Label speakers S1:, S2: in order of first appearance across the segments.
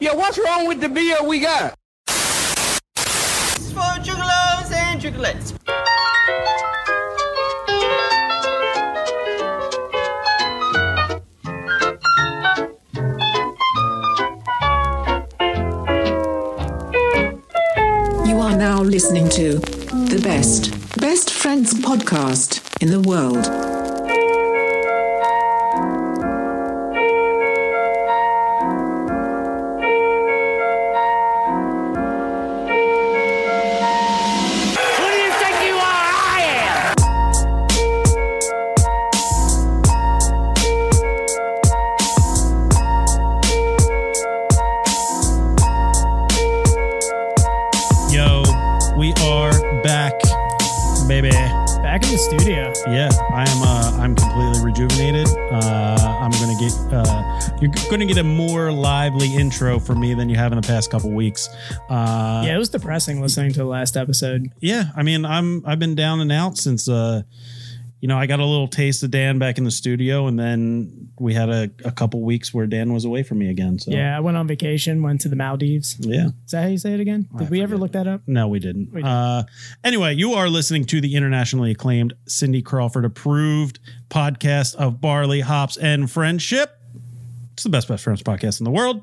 S1: Yeah, what's wrong with the beer we got?
S2: for juggalos and juglets.
S3: You are now listening to the best, best friends podcast in the world.
S4: Who do you think you are? I am.
S5: Yo, we are back, baby.
S6: Back in the studio.
S5: Yeah, I am. Uh, I'm completely rejuvenated. Uh, I'm gonna get. Uh, you're gonna get a more lively intro from me than you have in the past couple weeks. Uh,
S6: Yeah, it was depressing listening to the last episode.
S5: yeah. I mean, I'm. I've been down and out since. Uh, you know, I got a little taste of Dan back in the studio, and then we had a, a couple weeks where Dan was away from me again. So
S6: Yeah, I went on vacation, went to the Maldives.
S5: yeah.
S6: Is that how you say it again? Did we ever look that up?
S5: No, we didn't.
S6: We didn't.
S5: Uh, anyway, you are listening to the internationally acclaimed Cindy Crawford approved podcast of Barley, Hops, and Friendship. It's the best best friends podcast in the world.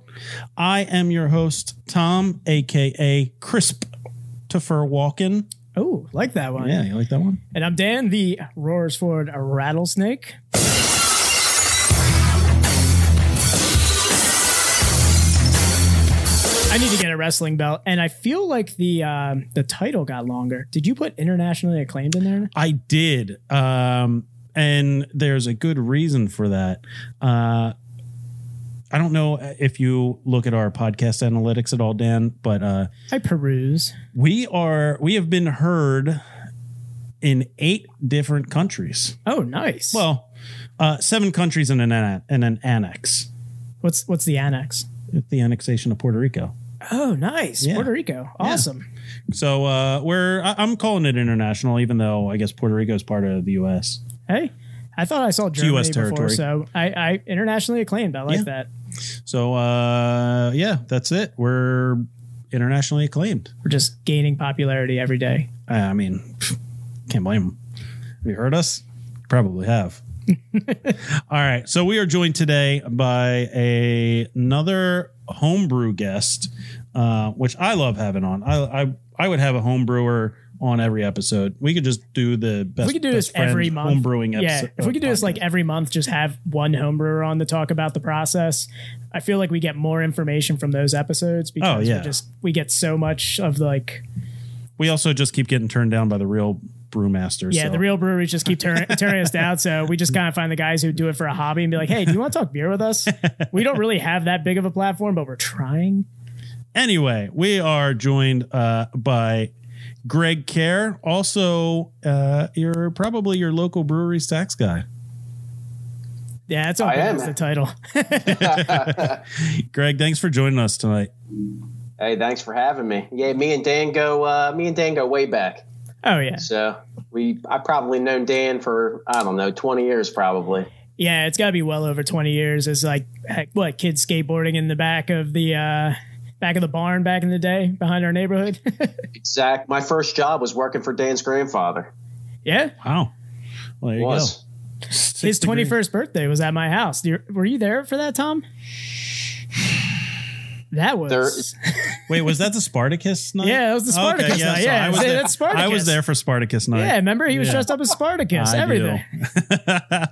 S5: I am your host, Tom, aka Crisp Tofer Walken.
S6: Oh, like that one.
S5: Yeah, you like that one?
S6: And I'm Dan, the roars forward a rattlesnake. I need to get a wrestling belt, and I feel like the um, the title got longer. Did you put internationally acclaimed in there?
S5: I did. Um, and there's a good reason for that. Uh, I don't know if you look at our podcast analytics at all, Dan, but uh,
S6: I peruse.
S5: We are we have been heard in eight different countries.
S6: Oh, nice.
S5: Well, uh, seven countries and an anna- and an annex.
S6: what's what's the annex?
S5: The annexation of Puerto Rico.
S6: Oh, nice.
S5: Yeah.
S6: Puerto Rico. Awesome.
S5: So uh, we're I, I'm calling it international, even though I guess Puerto Rico is part of the U.S.
S6: Hey, I thought I saw Germany
S5: US
S6: before,
S5: territory.
S6: so I, I internationally acclaimed. I like
S5: Yeah.
S6: that.
S5: So uh, yeah, that's it. We're internationally acclaimed.
S6: We're just gaining popularity every day.
S5: Uh, I, I mean, can't blame them. Have you heard us? Probably have. All right. So we are joined today by a, another homebrew guest, uh, which I love having on. I, I I would have a homebrewer on every episode. We could just do the best.
S6: If we could do
S5: best
S6: this every
S5: friend
S6: month.
S5: Homebrewing
S6: yeah.
S5: episode. uh,
S6: If we could do this like
S5: podcast.
S6: every month, just have one homebrewer on to talk about the process. I feel like we get more information from those episodes because
S5: Oh, yeah.
S6: we just we get so much of like
S5: we also just keep getting turned down by the real brewmasters.
S6: yeah
S5: so.
S6: the real breweries just keep turn, turning us down so we just kind of find the guys who do it for a hobby and be like hey do you want to talk beer with us we don't really have that big of a platform but we're trying
S5: Anyway, we are joined uh, by Greg Kerr, also uh, you're probably your local brewery tax guy.
S6: yeah that's all
S7: I am.
S6: that's the title
S5: Greg, thanks for joining us tonight.
S7: Hey, thanks for having me. Yeah, me and Dan go. Uh, me and Dan go way back.
S6: oh yeah
S7: So we, I probably known Dan for I don't know twenty years probably.
S6: Yeah, it's got to be well over 20 years. It's like, heck, what, kids skateboarding in the back of the uh, back of the barn back in the day behind our neighborhood.
S7: Exact. My first job was working for Dan's grandfather.
S6: yeah.
S5: Wow. Well, there you
S7: was
S5: go.
S6: His 21st birthday was at my house. Do you- Were you there for that, Tom? That was.
S5: Wait, was that the Spartacus night?
S6: Yeah, that was the Spartacus night.
S5: so
S6: Yeah,
S5: I was
S6: see,
S5: there.
S6: that's Spartacus.
S5: I was there for Spartacus night.
S6: Yeah, remember he was
S5: Yeah.
S6: dressed up as Spartacus,
S5: I do.
S6: everything.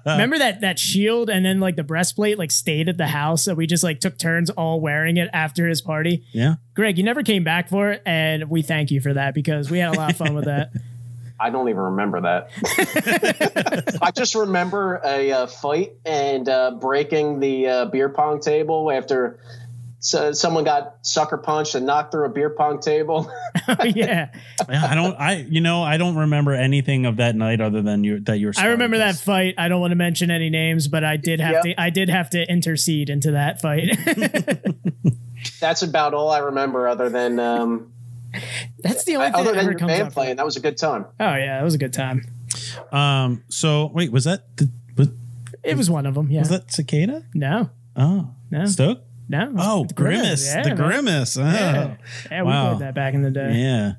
S6: remember that that shield and then like the breastplate like stayed at the house so we just like took turns all wearing it after his party.
S5: Yeah.
S6: Greg, you never came back for it and we thank you for that because we had a lot of fun with that.
S7: I don't even remember that. I just remember a uh, fight and uh, breaking the uh, beer pong table after. So someone got sucker punched and knocked through a beer pong table.
S6: yeah.
S5: Yeah, I don't. I you know I don't remember anything of that night other than you that you're.
S6: I remember that
S5: Spartacus.
S6: fight. I don't want to mention any names, but I did have
S7: Yep.
S6: to I did have to intercede into that fight.
S7: That's about all I remember, other than um,
S6: That's the only thing
S7: other
S6: that
S7: than
S6: ever
S7: your
S6: comes
S7: band
S6: up.
S7: playing. That was a good time.
S6: Oh yeah, it was a good time.
S5: Um. So wait, was that the, was,
S6: It was one of them. Yeah.
S5: was that cicada?
S6: no.
S5: Oh,
S6: No.
S5: Stoke.
S6: No.
S5: Oh,
S6: it's
S5: Grimace,
S6: Yeah,
S5: the
S6: man.
S5: Grimace. Oh.
S6: Yeah,
S5: Yeah.
S6: yeah we
S5: Wow.
S6: played that back in the day.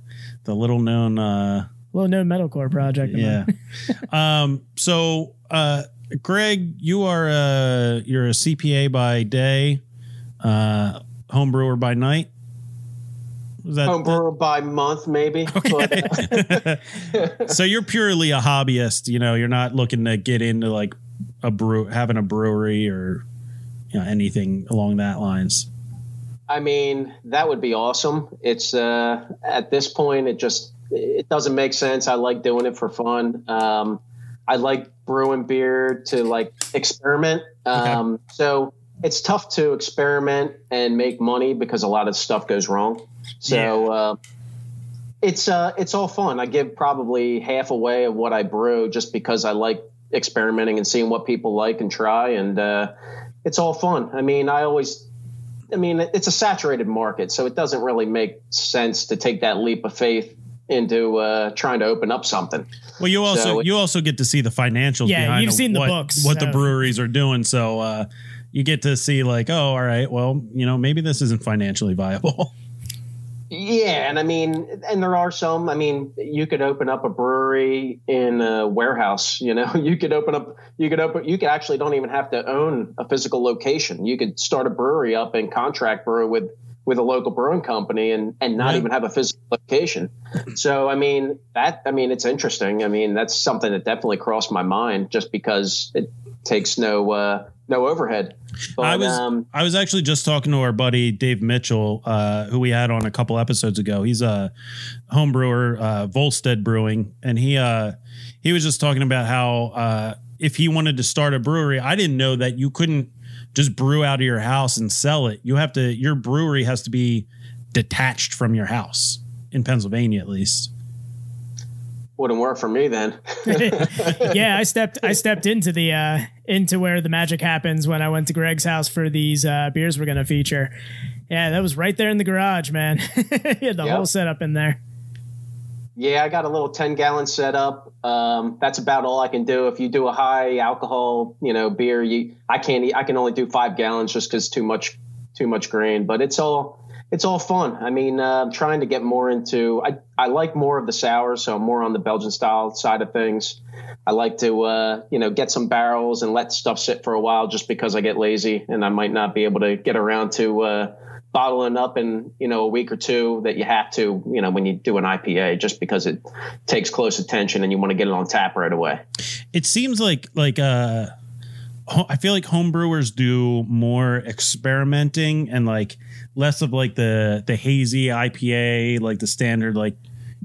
S5: the little known. Uh,
S6: Little known metalcore project. of
S5: yeah.
S6: mine.
S5: um. So, uh, Greg, you are uh, you're a CPA by day, uh, homebrewer by night. Was that
S7: Homebrewer by month, maybe. But, uh,
S5: so? You're purely a hobbyist. You know, you're not looking to get into like a brew, having a brewery or you know anything along that lines.
S7: I mean, that would be awesome. It's uh, at this point, it just it doesn't make sense. I like doing it for fun. Um, I like brewing beer to like experiment. Um, So it's tough to experiment and make money because a lot of stuff goes wrong. So uh, it's uh, it's all fun. I give probably half away of what I brew just because I like experimenting and seeing what people like and try, and uh, it's all fun. I mean, I always I mean, it's a saturated market, so it doesn't really make sense to take that leap of faith into uh, trying to open up something.
S5: Well, you also
S7: So-
S5: you also get to see the financials.
S6: Yeah,
S5: behind
S6: you've seen the
S5: what,
S6: books,
S5: what
S6: so-
S5: the breweries are doing. So uh, you get to see like, oh, all right, well, you know, maybe this isn't financially viable.
S7: Yeah, and I mean, and there are some. I mean, you could open up a brewery in a warehouse. You know, you could open up. You could open. You could actually don't even have to own a physical location. You could start a brewery up and contract brew with with a local brewing company and and not
S5: Yeah.
S7: even have a physical location. So I mean that. I mean it's interesting. I mean that's something that definitely crossed my mind just because it takes no uh, no overhead. But,
S5: I was
S7: um,
S5: I was actually just talking to our buddy Dave Mitchell, uh, who we had on a couple episodes ago. He's a home brewer, uh, Volstead Brewing, and he uh, he was just talking about how uh, if he wanted to start a brewery, I didn't know that you couldn't just brew out of your house and sell it. You have to your brewery has to be detached from your house in Pennsylvania, at least.
S7: wouldn't work for me then.
S6: yeah, I stepped I stepped into the uh into where the magic happens when I went to Greg's house for these uh beers we're gonna feature. Yeah, that was right there in the garage, man. he had the
S7: Yep.
S6: whole setup in there.
S7: Yeah, I got a little 10 gallon setup. Um, that's about all I can do. If you do a high alcohol, you know, beer, you I can't eat, I can only do five gallons just because too much too much grain. But it's all it's all fun. I mean, uh, I'm trying to get more into. I I like more of the sour, so I'm more on the Belgian style side of things. I like to uh, you know get some barrels and let stuff sit for a while just because I get lazy and I might not be able to get around to. Uh, bottling up in you know a week or two that you have to you know when you do an IPA just because it takes close attention and you want to get it on tap right away.
S5: it seems like like uh ho- I feel like homebrewers do more experimenting and like less of like the the hazy IPA, like the standard like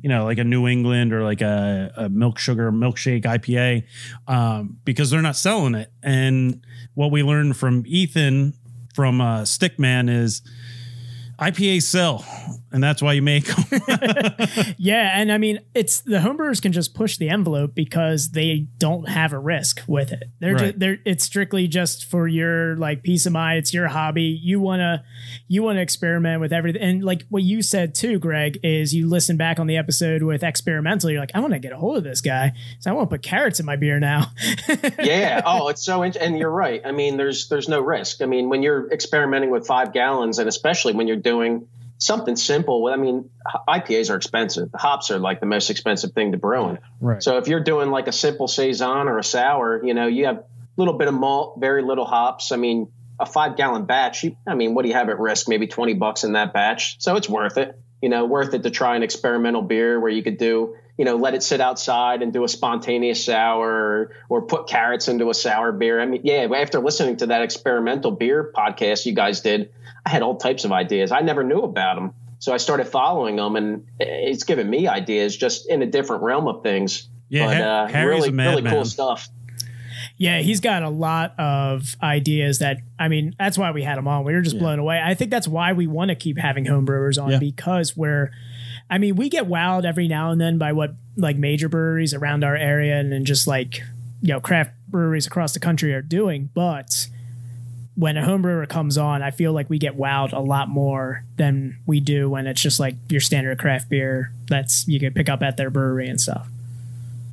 S5: you know like a New England or like a, a milk sugar milkshake IPA, um, because they're not selling it. And what we learned from Ethan from uh, Stickman is IPA sell, and that's why you make 'em.
S6: Yeah, and I mean, it's the homebrewers can just push the envelope because they don't have a risk with it. They're ju-
S5: Right.
S6: they're it's strictly just for your like peace of mind. It's your hobby. You wanna you wanna experiment with everything. And like what you said too, Greg, is you listen back on the episode with experimental. You're like, I want to get a hold of this guy, so I want to put carrots in my beer now.
S7: yeah. Oh, it's so int- and you're right. I mean, there's there's no risk. I mean, when you're experimenting with five gallons, and especially when you're doing something simple. I mean, h- IPAs are expensive. Hops are like the most expensive thing to brew in.
S5: Right.
S7: So if you're doing like a simple saison or a sour, you know, you have a little bit of malt, very little hops. I mean, a five gallon batch. You, I mean, what do you have at risk? Maybe twenty bucks in that batch. So it's worth it. You know, worth it to try an experimental beer where you could do you know, let it sit outside and do a spontaneous sour or, or put carrots into a sour beer. I mean, yeah, after listening to that experimental beer podcast you guys did, I had all types of ideas. I never knew about them. So I started following them and it's given me ideas just in a different realm of things.
S5: Yeah,
S7: but,
S5: Ha-
S7: uh,
S5: Harry's
S7: really,
S5: a
S7: really
S5: madman.
S7: cool stuff.
S6: Yeah, he's got a lot of ideas that I mean, that's why we had him on. We were just blown away. I think that's why we want to keep having homebrewers on
S5: Yeah.
S6: because we're I mean, we get wowed every now and then by what like major breweries around our area and then just like, you know, craft breweries across the country are doing, but when a homebrewer comes on, I feel like we get wowed a lot more than we do when it's just like your standard craft beer that's you can pick up at their brewery and stuff.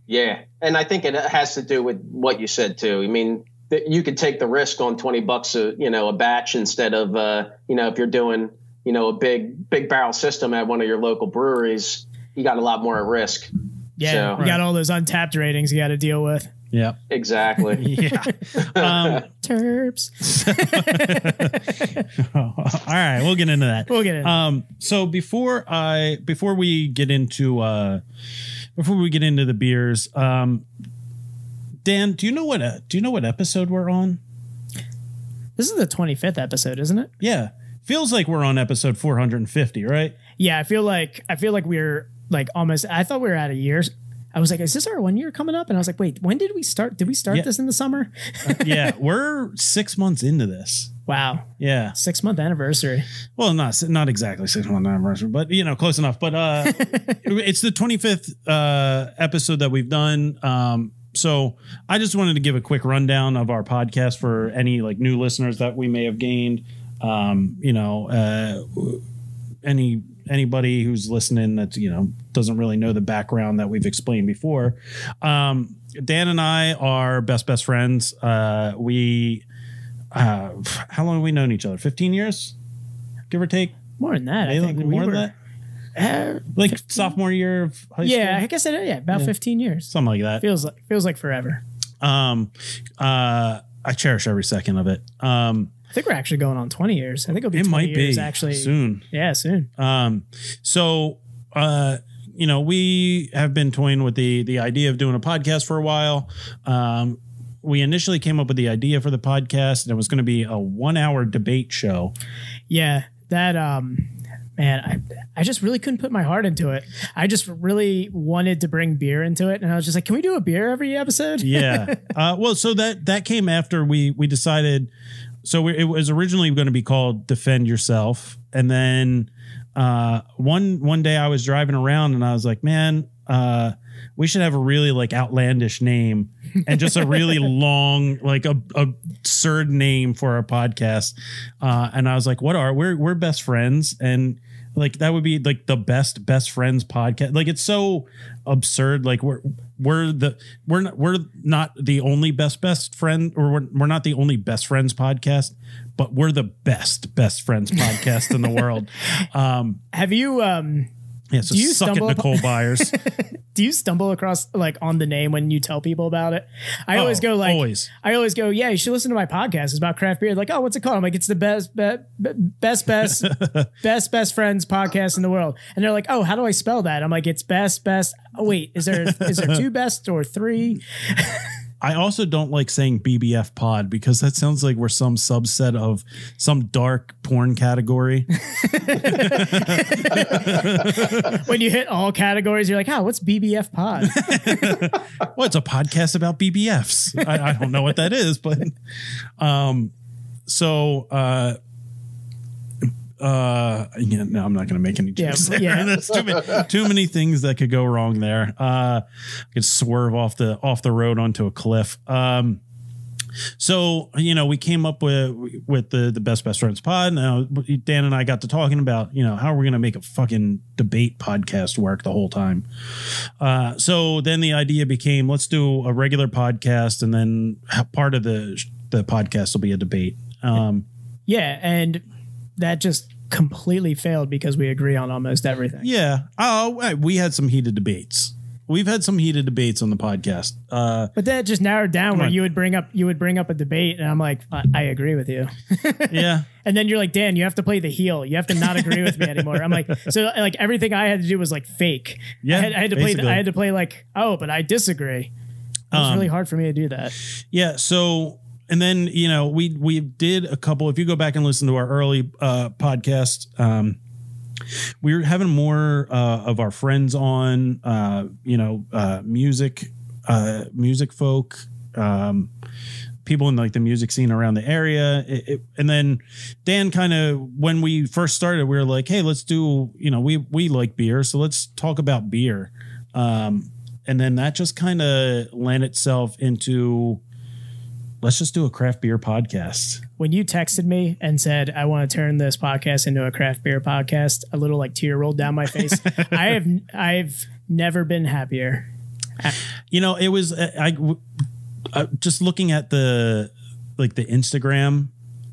S7: Yeah. And I think it has to do with what you said too. I mean, that you could take the risk on 20 bucks a you know a batch instead of uh you know if you're doing you know a big big barrel system at one of your local breweries you got a lot more at risk
S6: Yeah,
S7: So-
S6: you got all those untapped ratings you got to deal with.
S5: Yeah.
S7: exactly
S5: Yeah. um,
S6: Terps.
S5: all right. We'll get into that.
S6: We'll get into
S5: Um, so before I before we get into uh, before we get into the beers, um, Dan, do you know what uh, do you know what episode we're on?
S6: This is the 25th episode, isn't it?
S5: Yeah. Feels like we're on episode 450, right?
S6: Yeah, I feel like I feel like we're like almost. I thought we were out of years. I was like, is this our one year coming up? And I was like, wait, when did we start? Did we start
S5: Yeah.
S6: this in the summer?
S5: yeah, we're six months into this.
S6: Wow,
S5: Yeah.
S6: six month anniversary.
S5: Well, not not exactly six month anniversary, but you know, close enough. But uh, it's the twenty fifth uh, episode that we've done. Um, so I just wanted to give a quick rundown of our podcast for any like new listeners that we may have gained. Um, you know, uh, any anybody who's listening that you know doesn't really know the background that we've explained before. Um, Dan and I are best best friends. Uh, we uh, how long have we known each other? Fifteen years, give or take.
S6: More than that, I
S5: Anything
S6: think we
S5: more
S6: were.
S5: than that? Like sophomore year of high
S6: yeah, I
S5: school,
S6: guess I did. Yeah, about 15 years.
S5: something like that.
S6: Feels like feels like forever.
S5: Um, uh, I cherish every second of it. Um,
S6: I think we're actually going on 20 years. I think it'll be
S5: it
S6: 20
S5: might
S6: years
S5: be
S6: actually
S5: soon.
S6: Yeah, soon.
S5: Um, so, uh, you know, we have been toying with the the idea of doing a podcast for a while. Um, we initially came up with the idea for the podcast, and it was going to be a one hour debate show.
S6: Yeah, that um man, I I just really couldn't put my heart into it. I just really wanted to bring beer into it and I was just like, "Can we do a beer every episode?"
S5: yeah. Uh, well, so that that came after we we decided. So we, it was originally going to be called "Defend Yourself," and then uh, one one day I was driving around and I was like, "Man, uh, we should have a really like outlandish name and just a really long like a, absurd name for our podcast." Uh, and I was like, "What are we're we're best friends and." Like that would be like the best best friends podcast. Like it's so absurd. Like we're we're the we're not, we're not the only best best friend or we're, we're not the only best friends podcast but we're the best best friends podcast in the world um
S6: Have you um
S5: yeah so
S6: Do you
S5: suck it
S6: stumble
S5: nicole byers
S6: do you stumble across like on the name when you tell people about it? I always
S5: Oh,
S6: go like
S5: always.
S6: I always go, "Yeah, you should listen to my podcast. It's about craft beer." Like, "Oh, what's it called?" I'm like, "It's the best be, be- best best best best friends podcast in the world." And they're like, "Oh, how do I spell that?" I'm like, "It's best best Oh, wait, is there is there two best or three?
S5: i also don't like saying bbf pod because that sounds like we're some subset of some dark porn category
S6: when you hit all categories, you're like, oh, what's BBF pod?
S5: well, it's a podcast about BBFs. I, I don't know what that is, but um, so uh, uh, yeah, no, I'm not going to make any
S6: Yeah,
S5: jokes. there.
S6: yeah.
S5: That's too many, too many things that could go wrong there. Uh, I could swerve off the off the road onto a cliff. Um, so you know, we came up with with the the best best friends pod. Now Dan and I got to talking about you know how we're going to make a fucking debate podcast work the whole time. Uh, so then the idea became let's do a regular podcast, and then part of the the podcast will be a debate. Um,
S6: yeah, and that just completely failed because we agree on almost everything.
S5: yeah. Oh, wait, we had some heated debates. We've had some heated debates on the podcast. Uh,
S6: But that just narrowed down where
S5: on.
S6: you would bring up you would bring up a debate, and I'm like, I, I agree with you.
S5: yeah.
S6: And then you're like, Dan, you have to play the heel. You have to not agree with me anymore. I'm like, so like everything I had to do was like fake.
S5: Yeah,
S6: I had, I had to play.
S5: basically. Um,
S6: I had to play like, oh, but I disagree. It was really hard for me to do that.
S5: Yeah. So, and then you know we we did a couple. If you go back and listen to our early uh, podcast, um, we were having more uh, of our friends on. Uh, you know, uh, music, uh, music folk. Um, people in like the music scene around the area It- it- and then dan kind of when we first started we were like hey let's do you know we we like beer so let's talk about beer um and then that just kind of lent itself into let's just do a craft beer podcast
S6: when you texted me and said I want to turn this podcast into a craft beer podcast, a little like tear rolled down my face. I have I've never been happier.
S5: you know it was uh, i I- uh, just looking at the like the Instagram,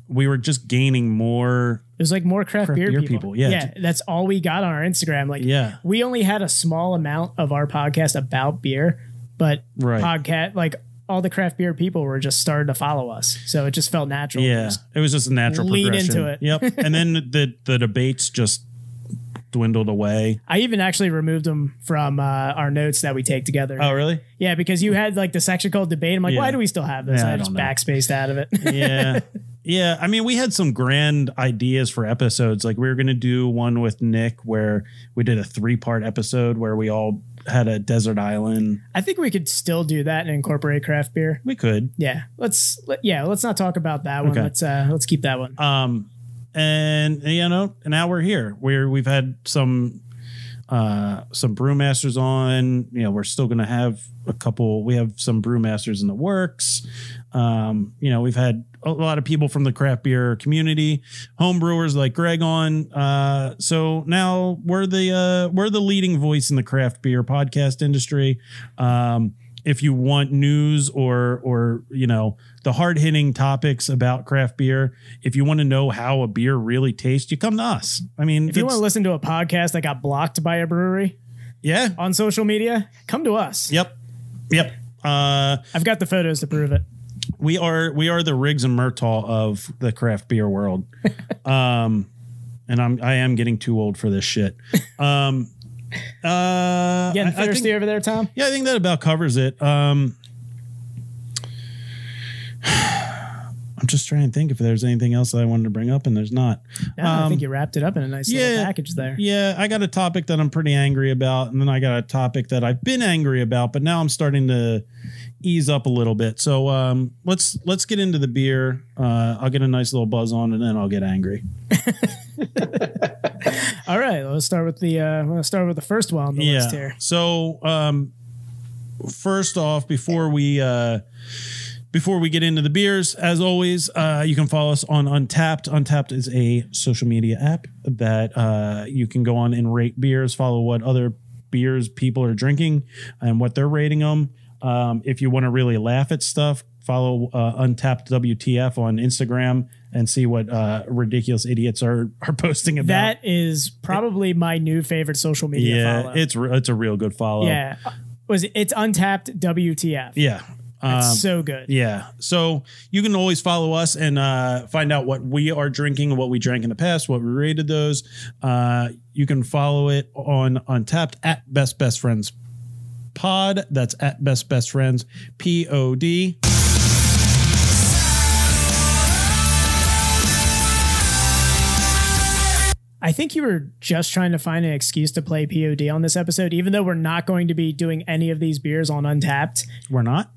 S5: we were just gaining more.
S6: It was like more craft,
S5: Craft
S6: beer,
S5: beer
S6: people.
S5: people, yeah.
S6: that's all we got on our Instagram. Like,
S5: Yeah.
S6: we only had a small amount of our podcast about beer, but
S5: Right.
S6: podcast like all the craft beer people were just starting to follow us, so it just felt natural.
S5: Yeah, it was just a natural
S6: Lean
S5: progression.
S6: into it.
S5: Yep, and then the the debates just dwindled away.
S6: I even actually removed them from uh, our notes that we take together.
S5: Oh, really?
S6: Yeah, because you had like the section called debate. I'm like,
S5: Yeah.
S6: why do we still have this?
S5: Yeah,
S6: And
S5: I
S6: I just
S5: don't know.
S6: backspaced out of it.
S5: yeah. Yeah. I mean, we had some grand ideas for episodes. Like, we were going to do one with Nick where we did a three part episode where we all had a desert island.
S6: I think we could still do that and incorporate craft beer.
S5: We could.
S6: Yeah, let's let, yeah, let's not talk about that one.
S5: Okay.
S6: Let's uh let's keep that one.
S5: Um, and you know, now we're here. We're we've had some uh some brewmasters on. You know, we're still gonna have a couple we have some brewmasters in the works. Um, you know, we've had a lot of people from the craft beer community, homebrewers like Greg on. Uh so now we're the uh we're the leading voice in the craft beer podcast industry. Um if you want news or or you know the hard hitting topics about craft beer, if you want to know how a beer really tastes, you come to us. I mean,
S6: If you
S5: it's-
S6: want to listen to a podcast that got blocked by a brewery
S5: yeah,
S6: on social media, come to us.
S5: yep, yep. Uh,
S6: I've got the photos to prove it.
S5: we are we are the Riggs and Murtaugh of the craft beer world. um, and I'm I am getting too old for this shit. Um, uh,
S6: Getting
S5: I- I think-
S6: thirsty over there, Tom.
S5: Yeah, I think that about covers it. Um, I'm just trying to think if there's anything else that I wanted to bring up, and there's not.
S6: No, I think you wrapped it up in a nice little package there.
S5: um, Yeah, I got a topic that I'm pretty angry about, and then I got a topic that I've been angry about, but now I'm starting to ease up a little bit. So um, let's let's get into the beer. Uh, I'll get a nice little buzz on, and then I'll get angry.
S6: All right, let's start with the uh let's start with the first one on the list here.
S5: So um, first off, before we uh, before we get into the beers, as always, uh, you can follow us on Untapped. Untapped is a social media app that uh, you can go on and rate beers, follow what other beers people are drinking and what they're rating them. Um, if you want to really laugh at stuff, follow uh, Untapped WTF on Instagram and see what uh, ridiculous idiots are are posting about.
S6: That is probably my new favorite social media
S5: yeah,
S6: follow.
S5: it's re- it's a real good follow.
S6: yeah. Was it, it's untapped WTF.
S5: Yeah.
S6: It's
S5: Um,
S6: so good.
S5: yeah. So you can always follow us and uh, find out what we are drinking, what we drank in the past, what we rated those. Uh, you can follow it on Untapped at Best Best Friends Pod. That's at Best Best Friends P O D.
S6: I think you were just trying to find an excuse to play POD on this episode, even though we're not going to be doing any of these beers on Untapped.
S5: We're not.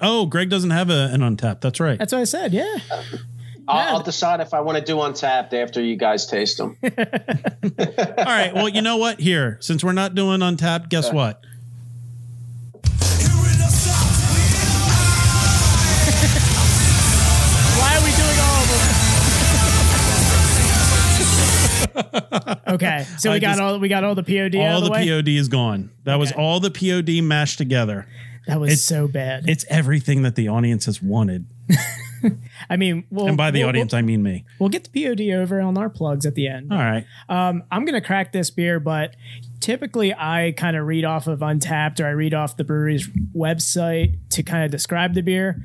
S5: Oh, Greg doesn't have a, an Untapped. That's right.
S6: That's what I said. Yeah.
S7: I'll, I'll decide if I want to do untapped after you guys taste them.
S5: All right. Well, you know what? Here, since we're not doing Untapped, guess what?
S6: Why are we doing all of them? okay, so we
S5: I
S6: got
S5: just-
S6: all we got all the POD out
S5: all
S6: of the,
S5: the
S6: way.
S5: POD is gone. That was all the POD mashed together.
S6: that was
S5: it's-
S6: so bad.
S5: It's everything that the audience has wanted.
S6: I mean, we'll,
S5: And by the
S6: we'll-
S5: audience, I mean me.
S6: we'll, we'll get the POD over on our plugs at the end.
S5: All right.
S6: Um, I'm gonna crack this beer, but typically I kind of read off of Untapped or I read off the brewery's website to kind of describe the beer.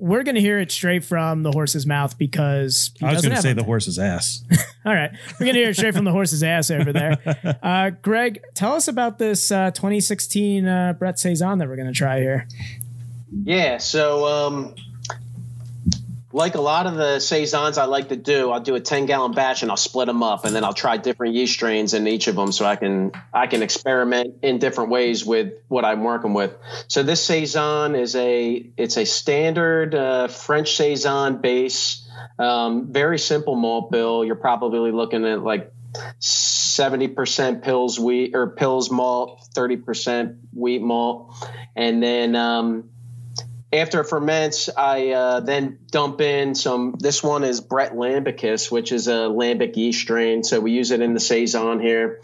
S6: We're gonna hear it straight from the horse's mouth because he
S5: I was going
S6: doesn't
S5: to
S6: have
S5: say
S6: Untappd.
S5: the horse's ass.
S6: All right. We're going to hear it straight from the horse's ass over there. Uh, Greg, tell us about this uh, 2016 uh, Brett Saison that we're going to try here.
S7: Yeah, so um, like a lot of the saisons I like to do, I'll do a ten gallon batch and I'll split them up, and then I'll try different yeast strains in each of them, so I can I can experiment in different ways with what I'm working with. So this saison is a it's a standard uh, French saison base, um, very simple malt bill. You're probably looking at like 70% pills wheat or pills malt 30% wheat malt and then um, after it ferments i uh, then dump in some this one is brett lambicus which is a lambic yeast strain so we use it in the saison here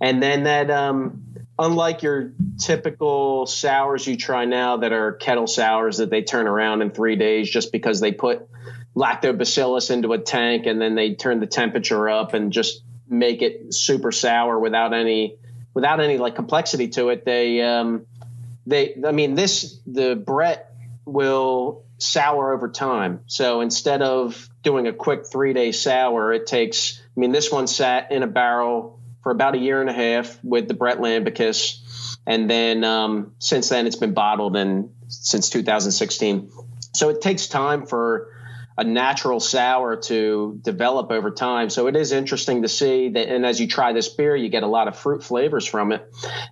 S7: and then that um, unlike your typical sours you try now that are kettle sours that they turn around in three days just because they put lactobacillus into a tank and then they turn the temperature up and just make it super sour without any without any like complexity to it they um they i mean this the brett will sour over time so instead of doing a quick three day sour it takes i mean this one sat in a barrel for about a year and a half with the brett lambicus and then um, since then it's been bottled and since 2016 so it takes time for a natural sour to develop over time. So it is interesting to see that. And as you try this beer, you get a lot of fruit flavors from it.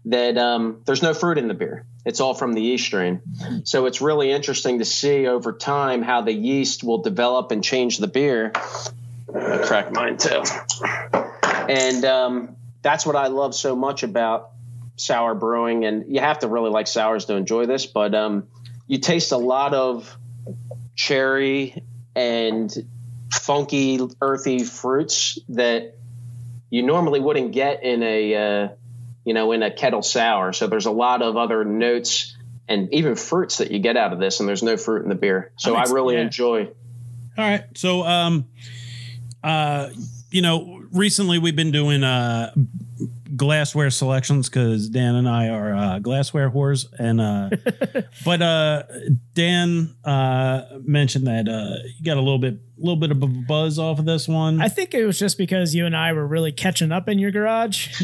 S7: That um, there's no fruit in the beer; it's all from the yeast strain. So it's really interesting to see over time how the yeast will develop and change the beer. I cracked mine too, and um, that's what I love so much about sour brewing. And you have to really like sours to enjoy this, but um, you taste a lot of cherry and funky earthy fruits that you normally wouldn't get in a uh, you know in a kettle sour so there's a lot of other notes and even fruits that you get out of this and there's no fruit in the beer so
S6: I'm
S7: i
S6: ex-
S7: really
S6: yeah.
S7: enjoy
S5: All right. So, um, uh, you know, recently we've been doing uh, glassware selections because Dan and I are uh, glassware whores, and uh, but uh, Dan uh, mentioned that uh, you got a little bit, little bit of a buzz off of this one.
S6: I think it was just because you and I were really catching up in your garage.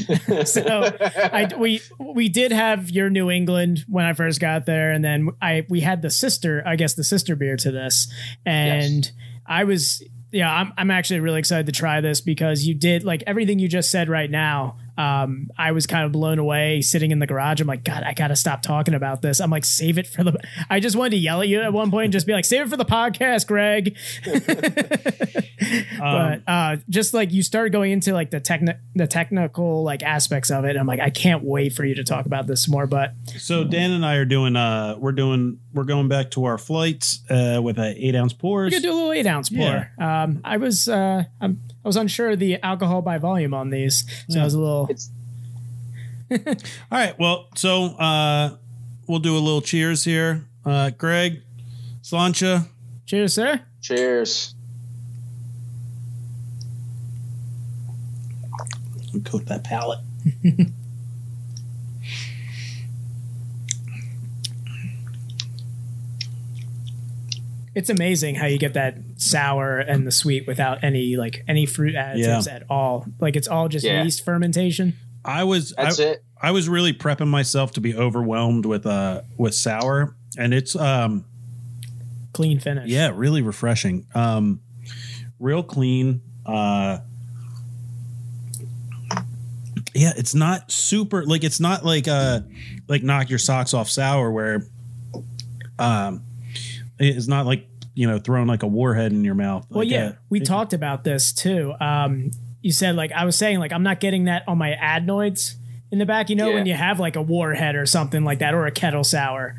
S6: so I, we we did have your New England when I first got there, and then I we had the sister, I guess the sister beer to this, and I was yeah, I'm I'm actually really excited to try this because you did like everything you just said right now. Um, I was kind of blown away sitting in the garage. I'm like, God, I gotta stop talking about this. I'm like, save it for the. I just wanted to yell at you at one point and just be like, save it for the podcast, Greg. but uh, just like you started going into like the techni- the technical like aspects of it, I'm like, I can't wait for you to talk about this more. But
S5: So Dan and I are doing. Uh, we're doing. We're going back to our flights uh, with a eight ounce
S6: we're
S5: pours.
S6: gonna do a little eight ounce pour. Um, I was uh, I'm, I was unsure of the alcohol by volume on these, so I was a little.
S7: it's
S5: All right. Well, so uh, we'll do a little cheers here. Uh, Greg, Slancha.
S6: Cheers, sir.
S7: cheers
S5: coat that palate.
S6: It's amazing how you get that sour and the sweet without any like any fruit additives
S5: Yeah.
S6: at all. Like it's all just
S7: Yeah.
S6: yeast fermentation.
S5: I was
S7: that's
S5: I,
S7: it
S5: I was really prepping myself to be overwhelmed with uh with sour and it's um
S6: Clean finish.
S5: yeah, really refreshing. Um real clean uh Yeah, it's not super like it's not like uh like knock your socks off sour where um it's not like you know throwing like a warhead in your mouth.
S6: Well,
S5: Like,
S6: yeah,
S5: uh,
S6: we talked about this too. Um, you said like I was saying like I'm not getting that on my adenoids in the back. You know when
S7: Yeah.
S6: you have like a warhead or something like that or a kettle sour,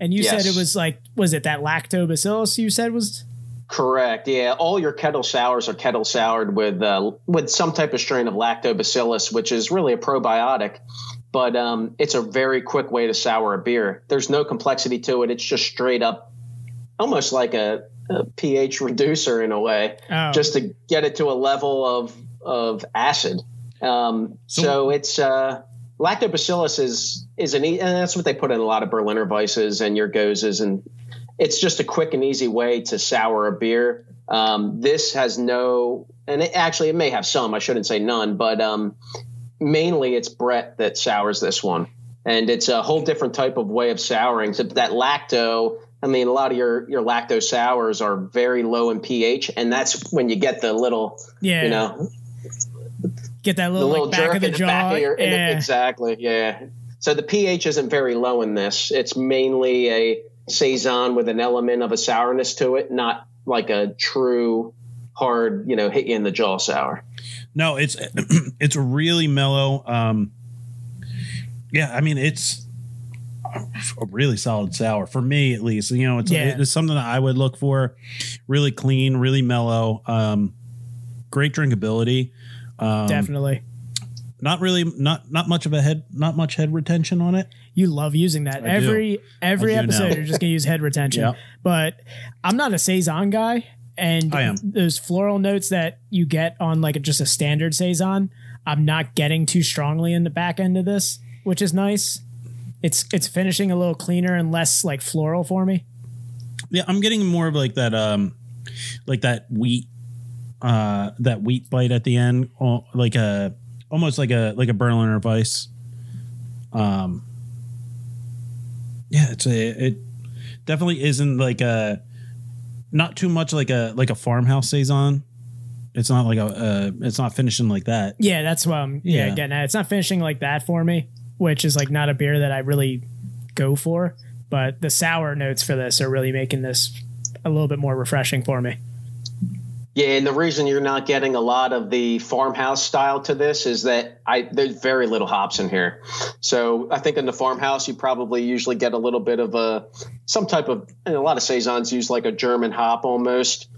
S6: and you said
S7: Yes.
S6: it was like was it that lactobacillus you said was
S7: correct yeah all your kettle sours are kettle soured with uh, with some type of strain of lactobacillus which is really a probiotic but um, it's a very quick way to sour a beer there's no complexity to it it's just straight up almost like a, a ph reducer in a way
S6: oh,
S7: just to get it to a level of of acid. Um, so, it's uh, lactobacillus is is an e- and that's what they put in a lot of Berliner Weisses and your gozes and it's just a quick and easy way to sour a beer. Um, this has no and it, actually it may have some I shouldn't say none but um, mainly it's Brett that sours this one and it's a whole different type of way of souring. So that lacto, I mean, a lot of your your lacto sours are very low in pH, and that's when you get the little,
S6: yeah
S7: you know,
S6: get that
S7: the
S6: little,
S7: little
S6: like,
S7: jerk
S6: back of the
S7: in the
S6: jaw
S7: back of your in the-
S6: yeah.
S7: exactly, yeah. So the pH isn't very low in this. It's mainly a saison with an element of a sourness to it, not like a true hard, you know, hit you in the jaw sour.
S5: No, it's it's really mellow. Um, yeah, I mean it's a really solid sour for me at least. You know, it's
S6: Yeah.
S5: it's something that I would look for. Really clean, really mellow. Um, great drinkability. Um,
S6: definitely
S5: Not really, not not much of a head, not much head retention on it.
S6: You love using that
S5: I
S6: every every
S5: I do
S6: episode.
S5: now.
S6: You're just gonna use head retention.
S5: Yep.
S6: But I'm not a saison guy, and
S5: I am.
S6: those floral notes that you get on like just a standard saison, I'm not getting too strongly in the back end of this, which is nice. It's it's finishing a little cleaner and less like floral for me.
S5: Yeah, I'm getting more of like that, um, like that wheat, uh, that wheat bite at the end, al- like a almost like a like a Berliner Weiss. Um, yeah, it's a it definitely isn't like a not too much like a like a farmhouse saison. It's not like a uh, it's not finishing like that.
S6: Yeah, that's what I'm yeah,
S5: Yeah.
S6: getting at. It's not finishing like that for me, which is like not a beer that I really go for. But the sour notes for this are really making this a little bit more refreshing for me.
S7: Yeah, and the reason you're not getting a lot of the farmhouse style to this is that I there's very little hops in here. So I think in the farmhouse you probably usually get a little bit of a some type of and a lot of saisons use like a German hop almost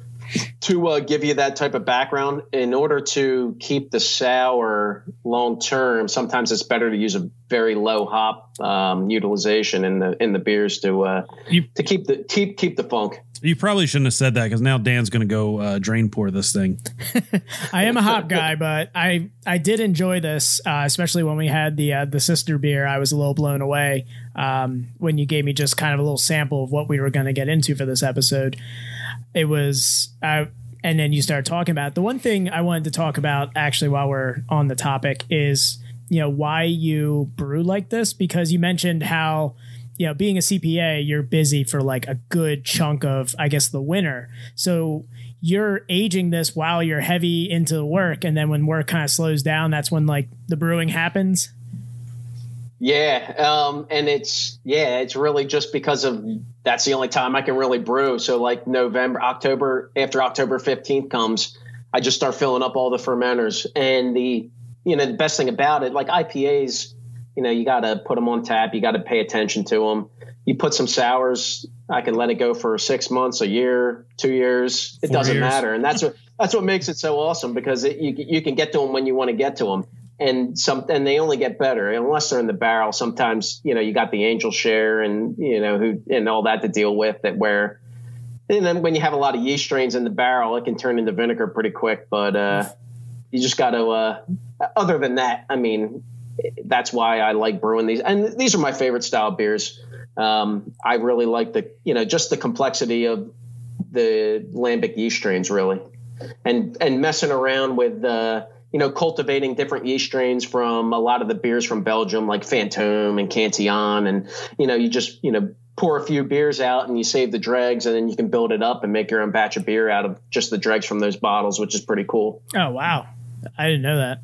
S7: to uh, give you that type of background. In order to keep the sour long term, sometimes it's better to use a very low hop um, utilization in the in the beers to uh,
S5: You-
S7: to keep the keep keep the funk.
S5: You probably shouldn't have said that because now Dan's gonna go uh, drain pour this thing.
S6: I am a hop guy, but I I did enjoy this, uh, especially when we had the uh, the sister beer. I was a little blown away um, when you gave me just kind of a little sample of what we were going to get into for this episode. It was, uh, and then you started talking about it. the one thing I wanted to talk about actually while we're on the topic is you know why you brew like this because you mentioned how you know being a CPA you're busy for like a good chunk of I guess the winter so you're aging this while you're heavy into work and then when work kind of slows down that's when like the brewing happens
S7: Yeah, um, and it's yeah, it's really just because of that's the only time I can really brew. So like November, October after October fifteenth comes, I just start filling up all the fermenters. And the you know the best thing about it, like IPAs, you know you got to put them on tap, you got to pay attention to them. You put some sours, I can let it go for six months, a year, two years. It
S5: Four
S7: doesn't
S5: years.
S7: matter, and that's what that's what makes it so awesome because it, you you can get to them when you want to get to them and some and they only get better unless they're in the barrel. Sometimes you know you got the angel share and you know who and all that to deal with that where. And then when you have a lot of yeast strains in the barrel, it can turn into vinegar pretty quick. But uh, you just got to. Uh, other than that, I mean, that's why I like brewing these, and these are my favorite style beers. Um, I really like the you know just the complexity of the lambic yeast strains really and and messing around with uh, you know cultivating different yeast strains from a lot of the beers from Belgium, like Fantôme and Cantillon, and you know you just you know pour a few beers out and you save the dregs, and then you can build it up and make your own batch of beer out of just the dregs from those bottles, which is pretty cool.
S6: oh wow i didn't know that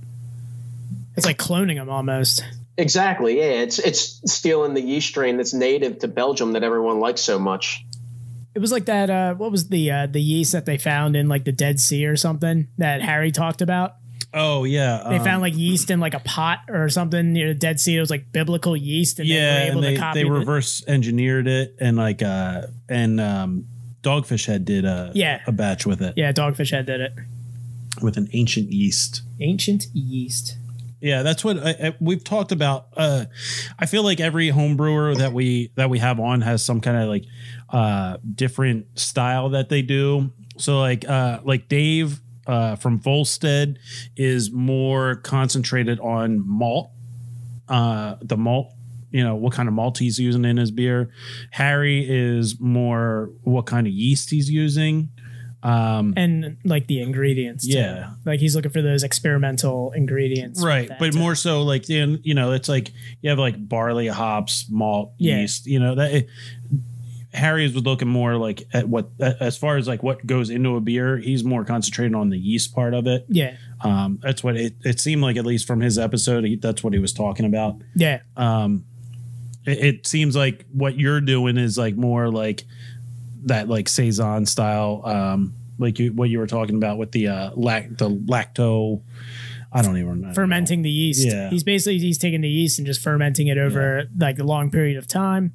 S6: it's like cloning them almost
S7: Exactly, yeah, it's it's stealing the yeast strain that's native to Belgium that everyone likes so much.
S6: it was like that uh what was the uh the yeast that they found in like the dead sea or something that harry talked about
S5: Oh yeah,
S6: they
S5: um,
S6: found like yeast in like a pot or something near the dead sea it was like biblical yeast and
S5: yeah,
S6: they were able
S5: and they,
S6: to copy
S5: they
S6: the-
S5: reverse engineered it and like uh and um Dogfish Head did a
S6: Yeah.
S5: a batch with it
S6: yeah dogfish head did it
S5: with an ancient yeast.
S6: ancient yeast
S5: Yeah, that's what I, I- we've talked about. Uh, I feel like every home brewer that we that we have on has some kind of like uh, different style that they do. So like uh, like Dave uh, from Volstead is more concentrated on malt, uh, the malt. You know what kind of malt he's using in his beer. Harry is more what kind of yeast he's using. Um,
S6: and like the ingredients too.
S5: Yeah.
S6: like he's looking for those experimental ingredients
S5: right
S6: that-
S5: but more so like in you know it's like you have like barley hops malt
S6: Yeah.
S5: yeast you know that harry's was looking more like at what as far as like what goes into a beer he's more concentrated on the yeast part of it
S6: yeah
S5: um that's what it, it seemed like at least from his episode he, that's what he was talking about
S6: yeah
S5: it, it seems like what you're doing is like more like that like saison style um like you what you were talking about with the uh lac the lacto i don't even know
S6: fermenting the yeast
S5: Yeah.
S6: he's basically he's taking the yeast and just fermenting it over like a long period of time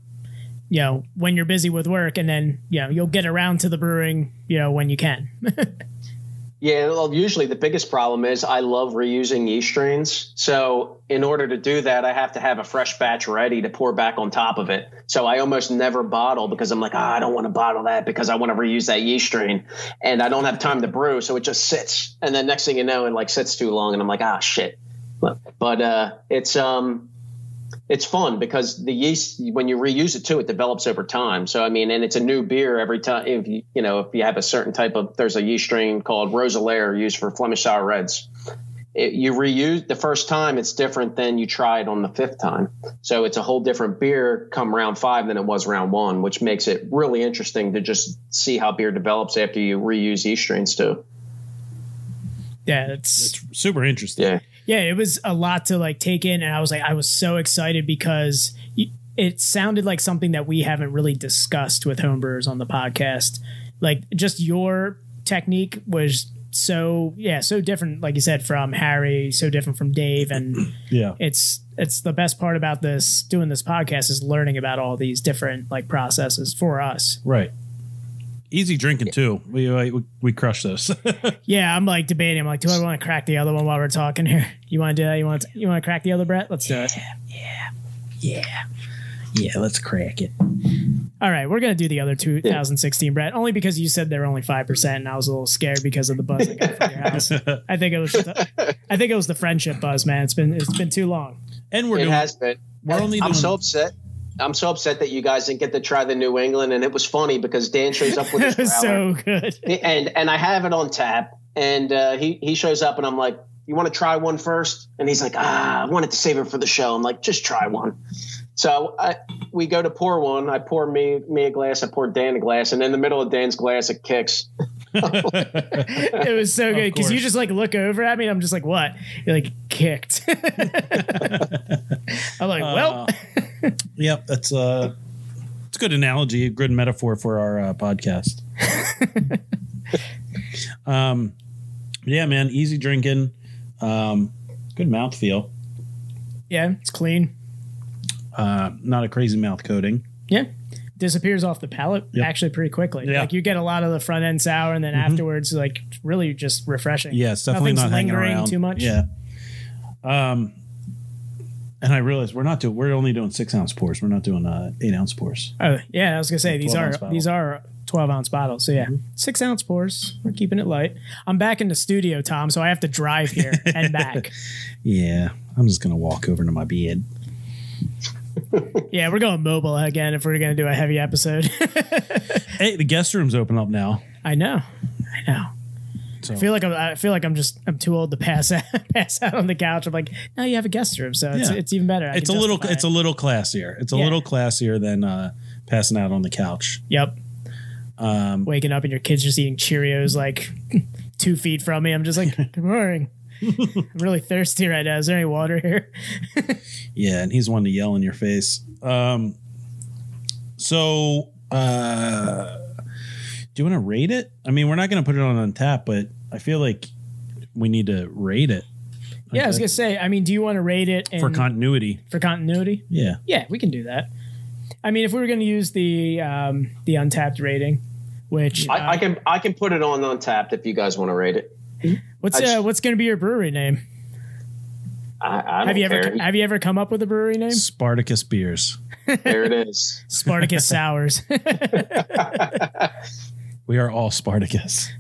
S6: you know when you're busy with work and then you know you'll get around to the brewing you know when you can
S7: Yeah, well, usually the biggest problem is I love reusing yeast strains. So, in order to do that, I have to have a fresh batch ready to pour back on top of it. So, I almost never bottle because I'm like, ah, I don't want to bottle that because I want to reuse that yeast strain and I don't have time to brew. So, it just sits. And then next thing you know, it like sits too long and I'm like, ah, shit. But, but uh, it's, um, it's fun because the yeast when you reuse it too it develops over time so i mean and it's a new beer every time if you, you know if you have a certain type of there's a yeast strain called rosalaire used for flemish sour reds it, you reuse the first time it's different than you try it on the fifth time so it's a whole different beer come round five than it was round one which makes it really interesting to just see how beer develops after you reuse yeast strains too
S6: Yeah, it's
S5: It's super interesting.
S7: yeah
S6: yeah, it was a lot to like take in, and I was like, I was so excited because y- it sounded like something that we haven't really discussed with homebrewers on the podcast. Like, just your technique was so yeah, so different. Like you said, from Harry, so different from Dave, and
S5: Yeah.
S6: it's it's the best part about this doing this podcast is learning about all these different like processes for us.
S5: Right. Easy drinking too. We we, we crush this.
S6: Yeah, I'm like debating. I'm like, do I want to crack the other one while we're talking here? You want to do that? You want to, you want to crack the other Brett? Let's do it.
S4: Yeah, let's crack it.
S6: All right, we're gonna do the other 2016 Brett only because you said they're only five percent, and I was a little scared because of the buzz that got from your house. I think it was, the, I think it was the friendship buzz, man. It's been it's been too long.
S5: and we're
S7: it
S5: doing
S7: has been.
S5: We're only
S7: I'm
S5: doing-
S7: so upset. I'm so upset that you guys didn't get to try the New England, and it was funny because Dan shows up with his
S6: It was
S7: growler.
S6: so good.
S7: and and I have it on tap, and uh, he he shows up, and I'm like, "You want to try one first? And he's like, "Ah, I wanted to save it for the show." I'm like, "Just try one." So I, we go to pour one. I pour me me a glass. I pour Dan a glass, and in the middle of Dan's glass, it kicks.
S6: It was so good because you
S5: course.
S6: just like look over at me. and I'm just like, what? You're like kicked. I'm like,
S4: Uh.
S6: well,
S5: Yep, that's uh it's a good analogy, a good metaphor for our uh, podcast. um yeah, man, easy drinking. Um good mouthfeel.
S6: yeah, it's clean.
S5: Uh not a crazy mouth coating.
S6: Yeah. Disappears off the palate actually pretty quickly.
S5: Yeah. Mm-hmm.
S6: Like you get a lot of the front end sour, and then afterwards, like really just refreshing.
S5: Yeah, it's definitely
S6: Nothing's
S5: not hanging
S6: lingering
S5: around
S6: too much.
S5: Yeah. Um and I realize we're not doing we're only doing six ounce pours. We're not doing uh eight ounce pours.
S6: Oh yeah, I was gonna say these
S5: 12
S6: are
S5: ounce bottle.
S6: these are twelve ounce bottles. So yeah,
S5: Mm-hmm.
S6: six ounce pours. We're keeping it light. I'm back in the studio, Tom, so I have to drive here and back.
S5: Yeah. I'm just gonna walk over to my bed.
S6: Yeah, we're going mobile again if we're gonna do a heavy episode.
S5: Hey, the guest room's open up now.
S6: I know, I know. I feel like I'm, I feel like I'm just I'm too old to pass out, pass out on the couch. I'm like, now you have a guest room, so it's,
S5: Yeah.
S6: it's even better. I
S5: it's a
S6: can
S5: little
S6: justify
S5: it's a
S6: it.
S5: little classier. It's a
S6: Yeah.
S5: little classier than uh passing out on the couch.
S6: yep. Waking up and your kids just eating Cheerios like two feet from me. I'm just like, good morning. I'm really thirsty right now. Is there any water here?
S5: Yeah, and he's one to yell in your face. Um so uh do you want to rate it? I mean, we're not going to put it on on tap, but I feel like we need to rate it
S6: Yeah, I was gonna say. I mean, do you want to rate it in,
S5: for continuity.
S6: for continuity?
S5: Yeah.
S6: Yeah, we can do that. I mean, if we were gonna use the um, the untapped rating, which uh,
S7: I, I can I can put it on untapped if you guys want to rate it.
S6: what's
S7: I-
S6: uh, what's gonna be your brewery name?
S7: I, I don't
S6: Have you
S7: care.
S6: ever have you ever come up with a brewery name?
S5: Spartacus beers.
S7: there it is.
S6: Spartacus Sours.
S5: We are all Spartacus.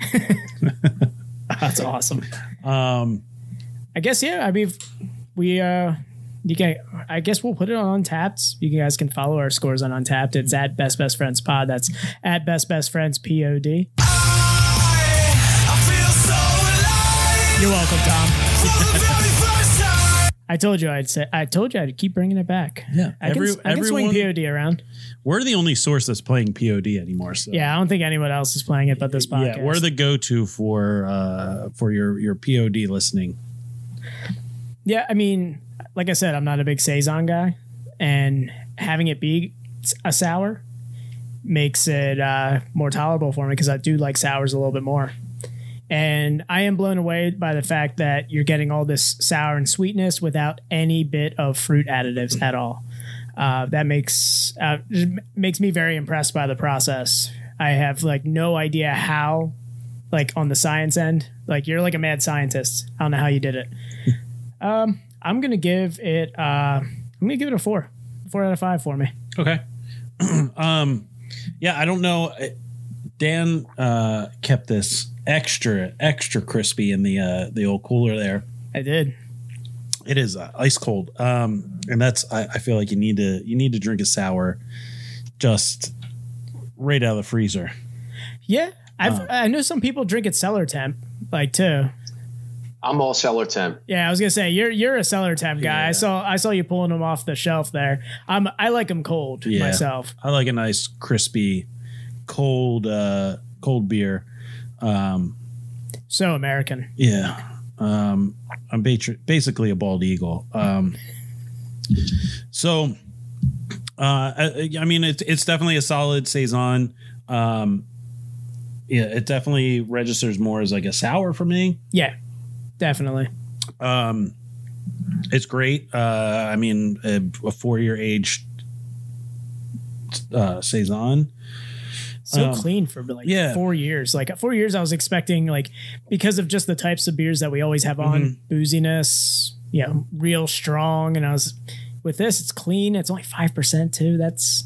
S6: That's awesome. Um, I guess yeah. I mean, if we uh, you can. I guess we'll put it on Untapped. You guys can follow our scores on Untapped. It's at Best Best Friends Pod. That's at Best Best Friends Pod. You're welcome, Tom. I told you I'd say. I told you I'd keep bringing it back.
S5: Yeah,
S6: I can,
S5: every-
S6: I can swing
S5: everyone-
S6: POD around.
S5: We're the only source that's playing POD anymore. So
S6: Yeah, I don't think anyone else is playing it but this podcast.
S5: yeah, we're the go-to for uh for your your POD listening.
S6: Yeah, I mean, like I said, I'm not a big saison guy, and having it be a sour makes it uh, more tolerable for me because I do like sours a little bit more. And I am blown away by the fact that you're getting all this sour and sweetness without any bit of fruit additives at all. Uh, that makes uh, makes me very impressed by the process. I have like no idea how like on the science end. Like you're like a mad scientist. I don't know how you did it. um, I'm gonna give it. Uh, I'm gonna give it a four, four out of five for me.
S5: Okay. um, yeah, I don't know. Dan uh, kept this extra extra crispy in the uh, the old cooler there.
S6: I did.
S5: It is uh, ice cold, um, and that's I, I feel like you need to you need to drink a sour, just right out of the freezer.
S6: Yeah, I've, I know some people drink it cellar temp, like too.
S7: I'm all seller temp.
S6: Yeah, I was gonna say you're you're a cellar temp guy.
S5: Yeah.
S6: I saw I saw you pulling them off the shelf there. I'm I like them cold
S5: Yeah.
S6: myself.
S5: I like a nice crispy, cold uh, cold beer.
S6: So American.
S5: Yeah. Um, I'm basi- basically a bald eagle. Um, so, uh, I, I mean, it's, it's definitely a solid saison. Um, yeah, it definitely registers more as like a sour for me.
S6: Yeah, definitely.
S5: It's great. Uh, I mean, a, a four year age uh, saison.
S6: so
S5: Um,
S6: clean for like
S5: yeah.
S6: four years. Like four years, I was expecting like because of just the types of beers that we always have on
S5: Mm-hmm.
S6: booziness, you know, real strong. And I was with this, it's clean. It's only five percent too. That's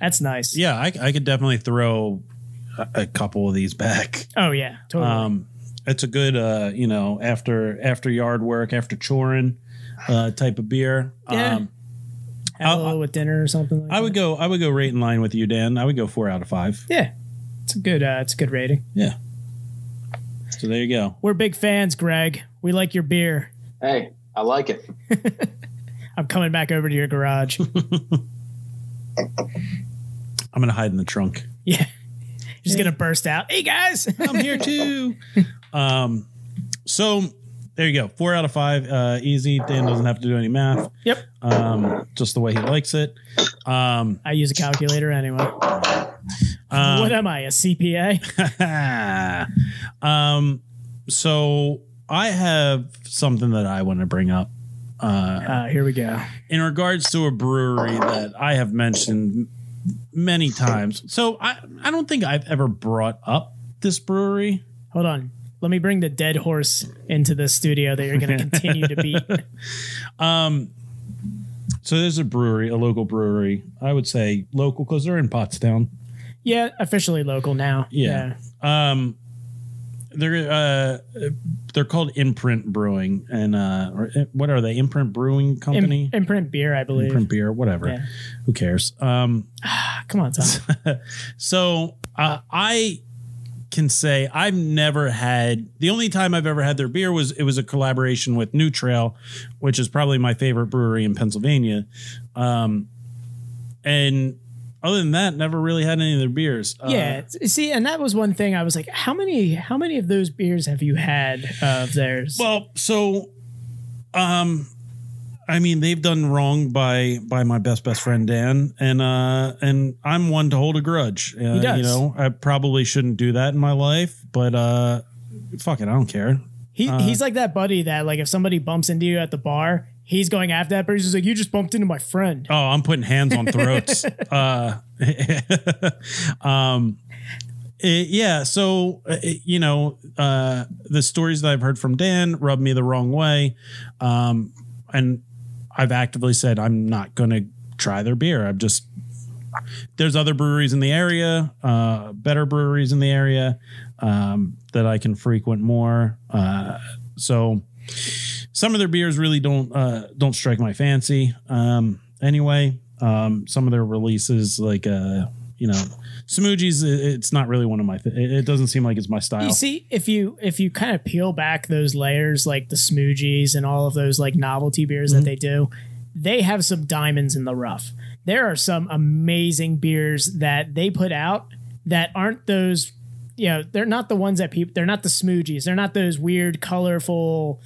S6: that's nice.
S5: Yeah, I, I could definitely throw a, a couple of these back.
S6: Oh yeah, totally.
S5: Um, it's a good, uh, you know, after after yard work, after chorin, uh, type of beer.
S6: Yeah.
S5: Um,
S6: Have a
S5: I'll-
S6: little with dinner or something. Like
S5: I would
S6: that.
S5: go. I would go right in line with you, Dan. I would go four out of five.
S6: Yeah, it's a good. Uh, it's a good rating.
S5: Yeah. So there you go.
S6: We're big fans, Greg. We like your beer.
S7: Hey, I like it.
S6: I'm coming back over to your garage.
S5: I'm gonna hide in the trunk.
S6: yeah, just gonna burst out. Hey guys.
S5: I'm here too. um, so there you go. Four out of five. Uh, easy. Dan doesn't have to do any math.
S6: yep.
S5: Um, just the way he likes it. Um,
S6: I use a calculator anyway.
S5: Uh,
S6: what am I, a CPA?
S5: um, so I have something that I want to bring up
S6: Uh, here we go.
S5: in regards to a brewery that I have mentioned many times. So I, I don't think I've ever brought up this brewery.
S6: Hold on. Let me bring the dead horse into the studio that you're going to continue to beat.
S5: So there's a brewery, a local brewery. I would say local because they're in Pottstown.
S6: Yeah, officially local now.
S5: Yeah. Um, they're uh, they're called Imprint Brewing, and uh, or, eh, what are they? Imprint Brewing
S6: Yeah. Im-
S5: Company.
S6: imprint beer, I believe.
S5: Imprint beer, whatever.
S6: Yeah.
S5: Who cares? Um,
S6: Come on, Tom.
S5: So uh, I can say I've never had the only time I've ever had their beer was it was a collaboration with New Trail, which is probably my favorite brewery in Pennsylvania. Um, and other than that, never really had any of their beers. Uh,
S6: yeah. s- See, and that was one thing I was like, how many how many of those beers have you had of theirs?
S5: Well, so, um, I mean, they've done wrong by by my best best friend Dan, and uh, and I'm one to hold a grudge. Uh,
S6: does.
S5: You know, I probably shouldn't do that in my life, but uh, fuck it, I don't care.
S6: he,
S5: uh,
S6: he's like that buddy that like if somebody bumps into you at the bar, he's going after that person. He's like, you just bumped into my friend.
S5: Oh, I'm putting hands on throats. uh, um, it- yeah. So, uh, it- you know, uh, the stories that I've heard from Dan rub me the wrong way. Um, and I've actively said, I'm not going to try their beer. I'm just, there's other breweries in the area, uh, better breweries in the area, um, that I can frequent more. Uh, so, some of their beers really don't uh, don't strike my fancy. Um, anyway, um, some of their releases, like uh, you know, Smoogies, it- it's not really one of my. Th- it it doesn't seem like it's my style.
S6: You see, if you if you kind of peel back those layers, like the Smoogies and all of those like novelty beers that they do, they have some diamonds in the rough. There are some amazing beers that they put out that aren't those. You know, they're not the ones that people. They're not the Smoogies. They're not those weird, colorful,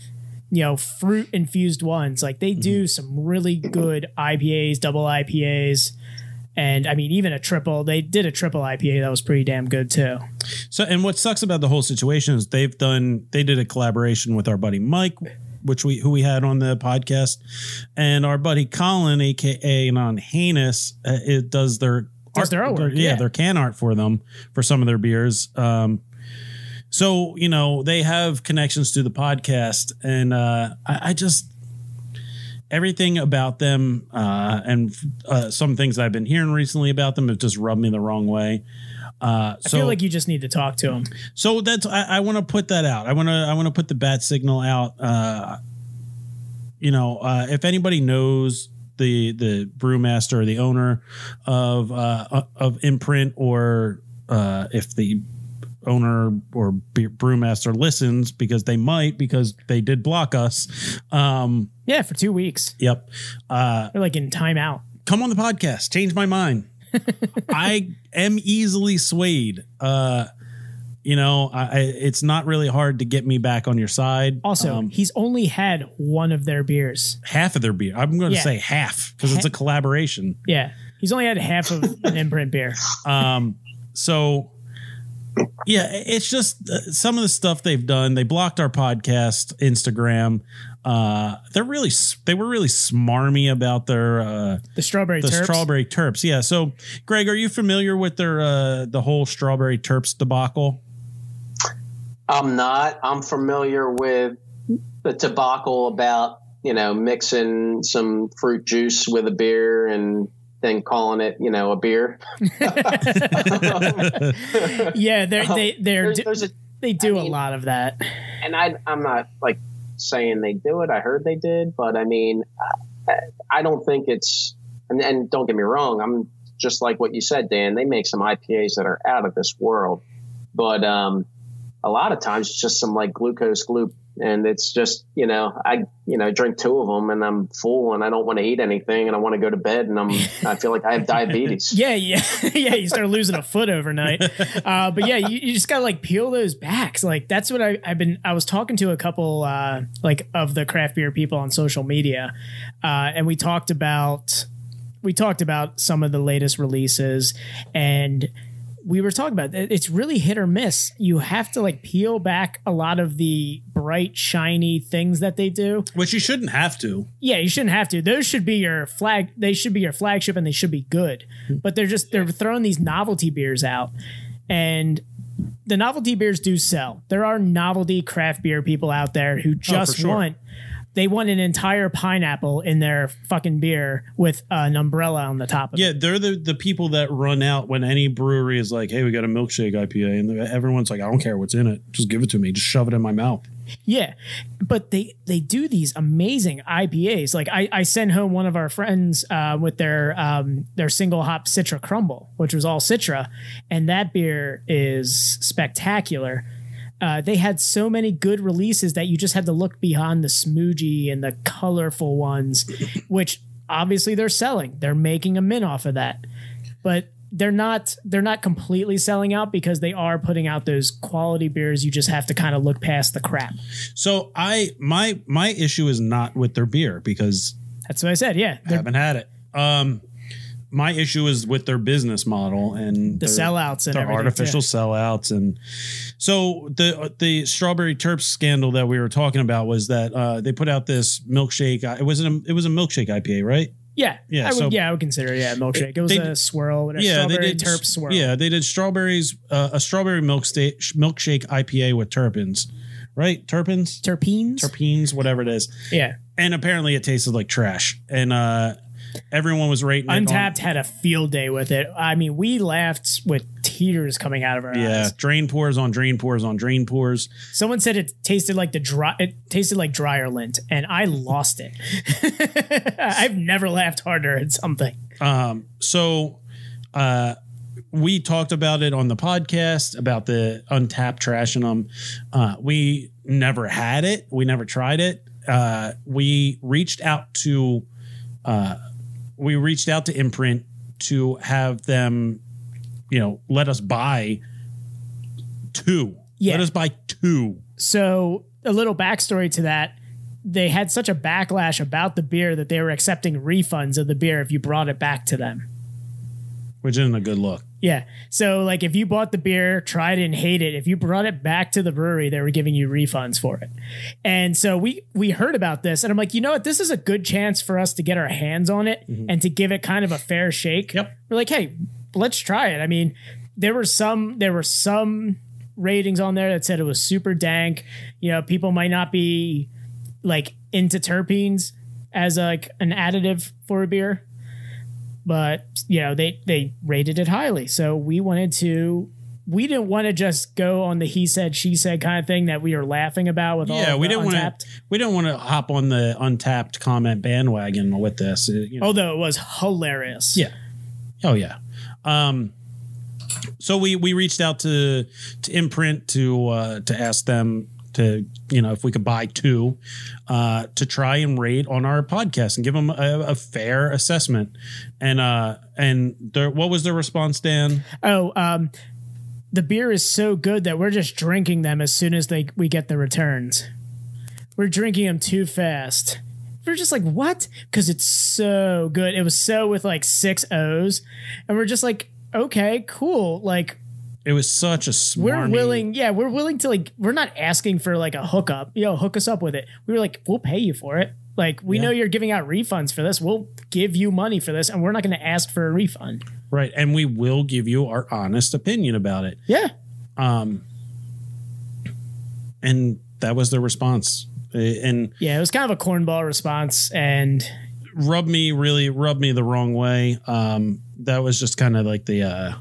S6: you know, fruit infused ones. Like they do some really good IPAs, double IPAs. And I mean, even a triple, they did a triple IPA that was pretty damn good too.
S5: So, and what sucks about the whole situation is they've done they did a collaboration with our buddy Mike, which we who we had on the podcast, and our buddy Colin, aka Non Heinous, uh, it does their
S6: Does their artwork,
S5: yeah,
S6: yeah.
S5: their can art for them for some of their beers. Um, So, you know, they have connections to the podcast. And uh, I, I just, everything about them uh, and uh, some things I've been hearing recently about them have just rubbed me the wrong way. Uh,
S6: I
S5: so,
S6: feel like you just need to talk to him.
S5: so that's I, I want to put that out. I want to I want to put the bat signal out. Uh, you know, uh, if anybody knows the the brewmaster or the owner of uh, of imprint, or uh, if the owner or be- brewmaster listens, because they might, because they did block us. Um,
S6: Yeah, for two weeks.
S5: yep. Uh,
S6: They're like in timeout.
S5: come on the podcast, change my mind. I am easily swayed. Uh, you know, I, I, it's not really hard to get me back on your side.
S6: Also,
S5: Um,
S6: he's only had one of their beers.
S5: half of their beer. I'm going to
S6: Yeah.
S5: say half because it's a collaboration.
S6: Yeah. He's only had half of an imprint beer.
S5: Um, So, yeah, it's just uh, some of the stuff they've done. They blocked our podcast, Instagram. Uh, they're really s- they were really smarmy about their uh,
S6: The strawberry
S5: the
S6: Terps.
S5: strawberry terps. Yeah. So, Greg, are you familiar with their uh, the whole strawberry terps debacle?
S7: I'm not. I'm familiar with the debacle about you know mixing some fruit juice with a beer and then calling it you know a beer.
S6: Yeah, they're, they they're,
S7: Oh, There's, there's a
S6: they do
S7: I mean-
S6: a lot of that.
S7: and I, I'm not like saying they do it. I heard they did, but I mean, uh, I, I don't think it's. And, and don't get me wrong, I'm just like what you said, Dan. They make some IPAs that are out of this world, but um, a lot of times it's just some like glucose gloop, and it's just you know I you know drink two of them and I'm full and I don't want to eat anything and I want to go to bed and I'm I feel like I have diabetes.
S6: Yeah, yeah, yeah. You start losing a foot overnight, uh, but yeah, you, you just gotta like peel those backs. Like that's what I, I've been. I was talking to a couple uh, like of the craft beer people on social media, uh, and we talked about we talked about some of the latest releases, and we were talking about it- it's really hit or miss. You have to like peel back a lot of the bright, shiny things that they do.
S5: Which you shouldn't have to.
S6: yeah, you shouldn't have to. Those should be your flag. They should be your flagship, and they should be good. But they're just they're throwing these novelty beers out, and the novelty beers do sell. There are novelty craft beer people out there who just
S5: sure.
S6: want they want an entire pineapple in their fucking beer with an umbrella on the top of it.
S5: Yeah, they're the, the people that run out when any brewery is like, hey, we got a milkshake IPA. And everyone's like, I don't care what's in it. Just give it to me. Just shove it in my mouth.
S6: Yeah, but they they do these amazing IPAs. Like I I sent home one of our friends uh, with their um, their single hop Citra Crumble, which was all Citra, and that beer is spectacular. Uh, they had so many good releases that you just had to look beyond the smoogey and the colorful ones, which obviously they're selling. They're making a min off of that, but they're not they're not completely selling out because they are putting out those quality beers. You just have to kind of look past the crap.
S5: So I my my issue is not with their beer because
S6: That's what I said. Yeah,
S5: I
S6: they're
S5: haven't had it. Um my issue is with their business model and
S6: the
S5: their-
S6: sellouts and
S5: the
S6: everything,
S5: artificial
S6: too.
S5: sellouts and so the uh, the strawberry terps scandal that we were talking about was that uh, they put out this milkshake uh, it was an it was a milkshake IPA right
S6: Yeah,
S5: Yeah,
S6: yeah, I would,
S5: so-
S6: yeah, I would consider it, yeah a milkshake. It was
S5: They-
S6: a swirl, whatever,
S5: yeah they
S6: strawberry
S5: did
S6: terp swirl.
S5: yeah they did strawberries uh, a strawberry milkshake milkshake IPA with terpenes right terpenes
S6: terpenes.
S5: terpenes whatever it is
S6: yeah,
S5: and apparently it tasted like trash and uh, everyone was rating it on-
S6: Untapped had a field day with it. I mean, we laughed with tears coming out of our
S5: yeah
S6: eyes.
S5: drain pours on drain pours on drain pours
S6: Someone said it tasted like the dry. It tasted like dryer lint, and I lost it. I've never laughed harder at something.
S5: Um, so uh, we talked about it on the podcast about the untapped trash in them. Uh, we never had it. We never tried it. Uh, we reached out to uh, we reached out to Imprint to have them, you know, let us buy two.
S6: Yeah.
S5: Let us buy two.
S6: So, a little backstory to that they had such a backlash about the beer that they were accepting refunds of the beer if you brought it back to them.
S5: Which isn't a good look.
S6: Yeah. So, like, if you bought the beer, tried it, and hated it, if you brought it back to the brewery, they were giving you refunds for it. And so we we heard about this, and I'm like, you know what? This is a good chance for us to get our hands on it and to give it kind of a fair shake.
S5: Yep.
S6: We're like, hey, let's try it. I mean, there were some there were some ratings on there that said it was super dank. You know, people might not be like into terpenes as like an additive for a beer, but you know they they rated it highly. So we wanted to. We didn't want to just go on the he said she said kind of thing that we were laughing about with all
S5: yeah,
S6: of
S5: we
S6: the
S5: didn't want to.
S6: Untappd.
S5: We didn't want to hop on the untapped comment bandwagon with this. It- you know.
S6: Although it was hilarious.
S5: Yeah. Oh yeah. Um, so we we reached out to to imprint to uh, to ask them to you know if we could buy two uh, to try and rate on our podcast and give them a, a fair assessment and uh and their, what was their response Dan
S6: Oh, um, the beer is so good that we're just drinking them as soon as they we get the returns. We're drinking them too fast. We're just like, what? Because it's so good. It was so with like six O's, and we're just like, okay, cool. Like
S5: it was such a smarmy,
S6: we're willing, yeah, we're willing to like. We're not asking for like a hookup. Yo, hook us up with it. We were like, we'll pay you for it. Like we
S5: Yeah.
S6: know you're giving out refunds for this. We'll give you money for this, and we're not going to ask for a refund.
S5: right and we will give you our honest opinion about it
S6: Yeah.
S5: and that was their response Uh, and
S6: Yeah, it was kind of a cornball response, and
S5: rubbed me really rubbed me the wrong way. Um, that was just kind of like the uh,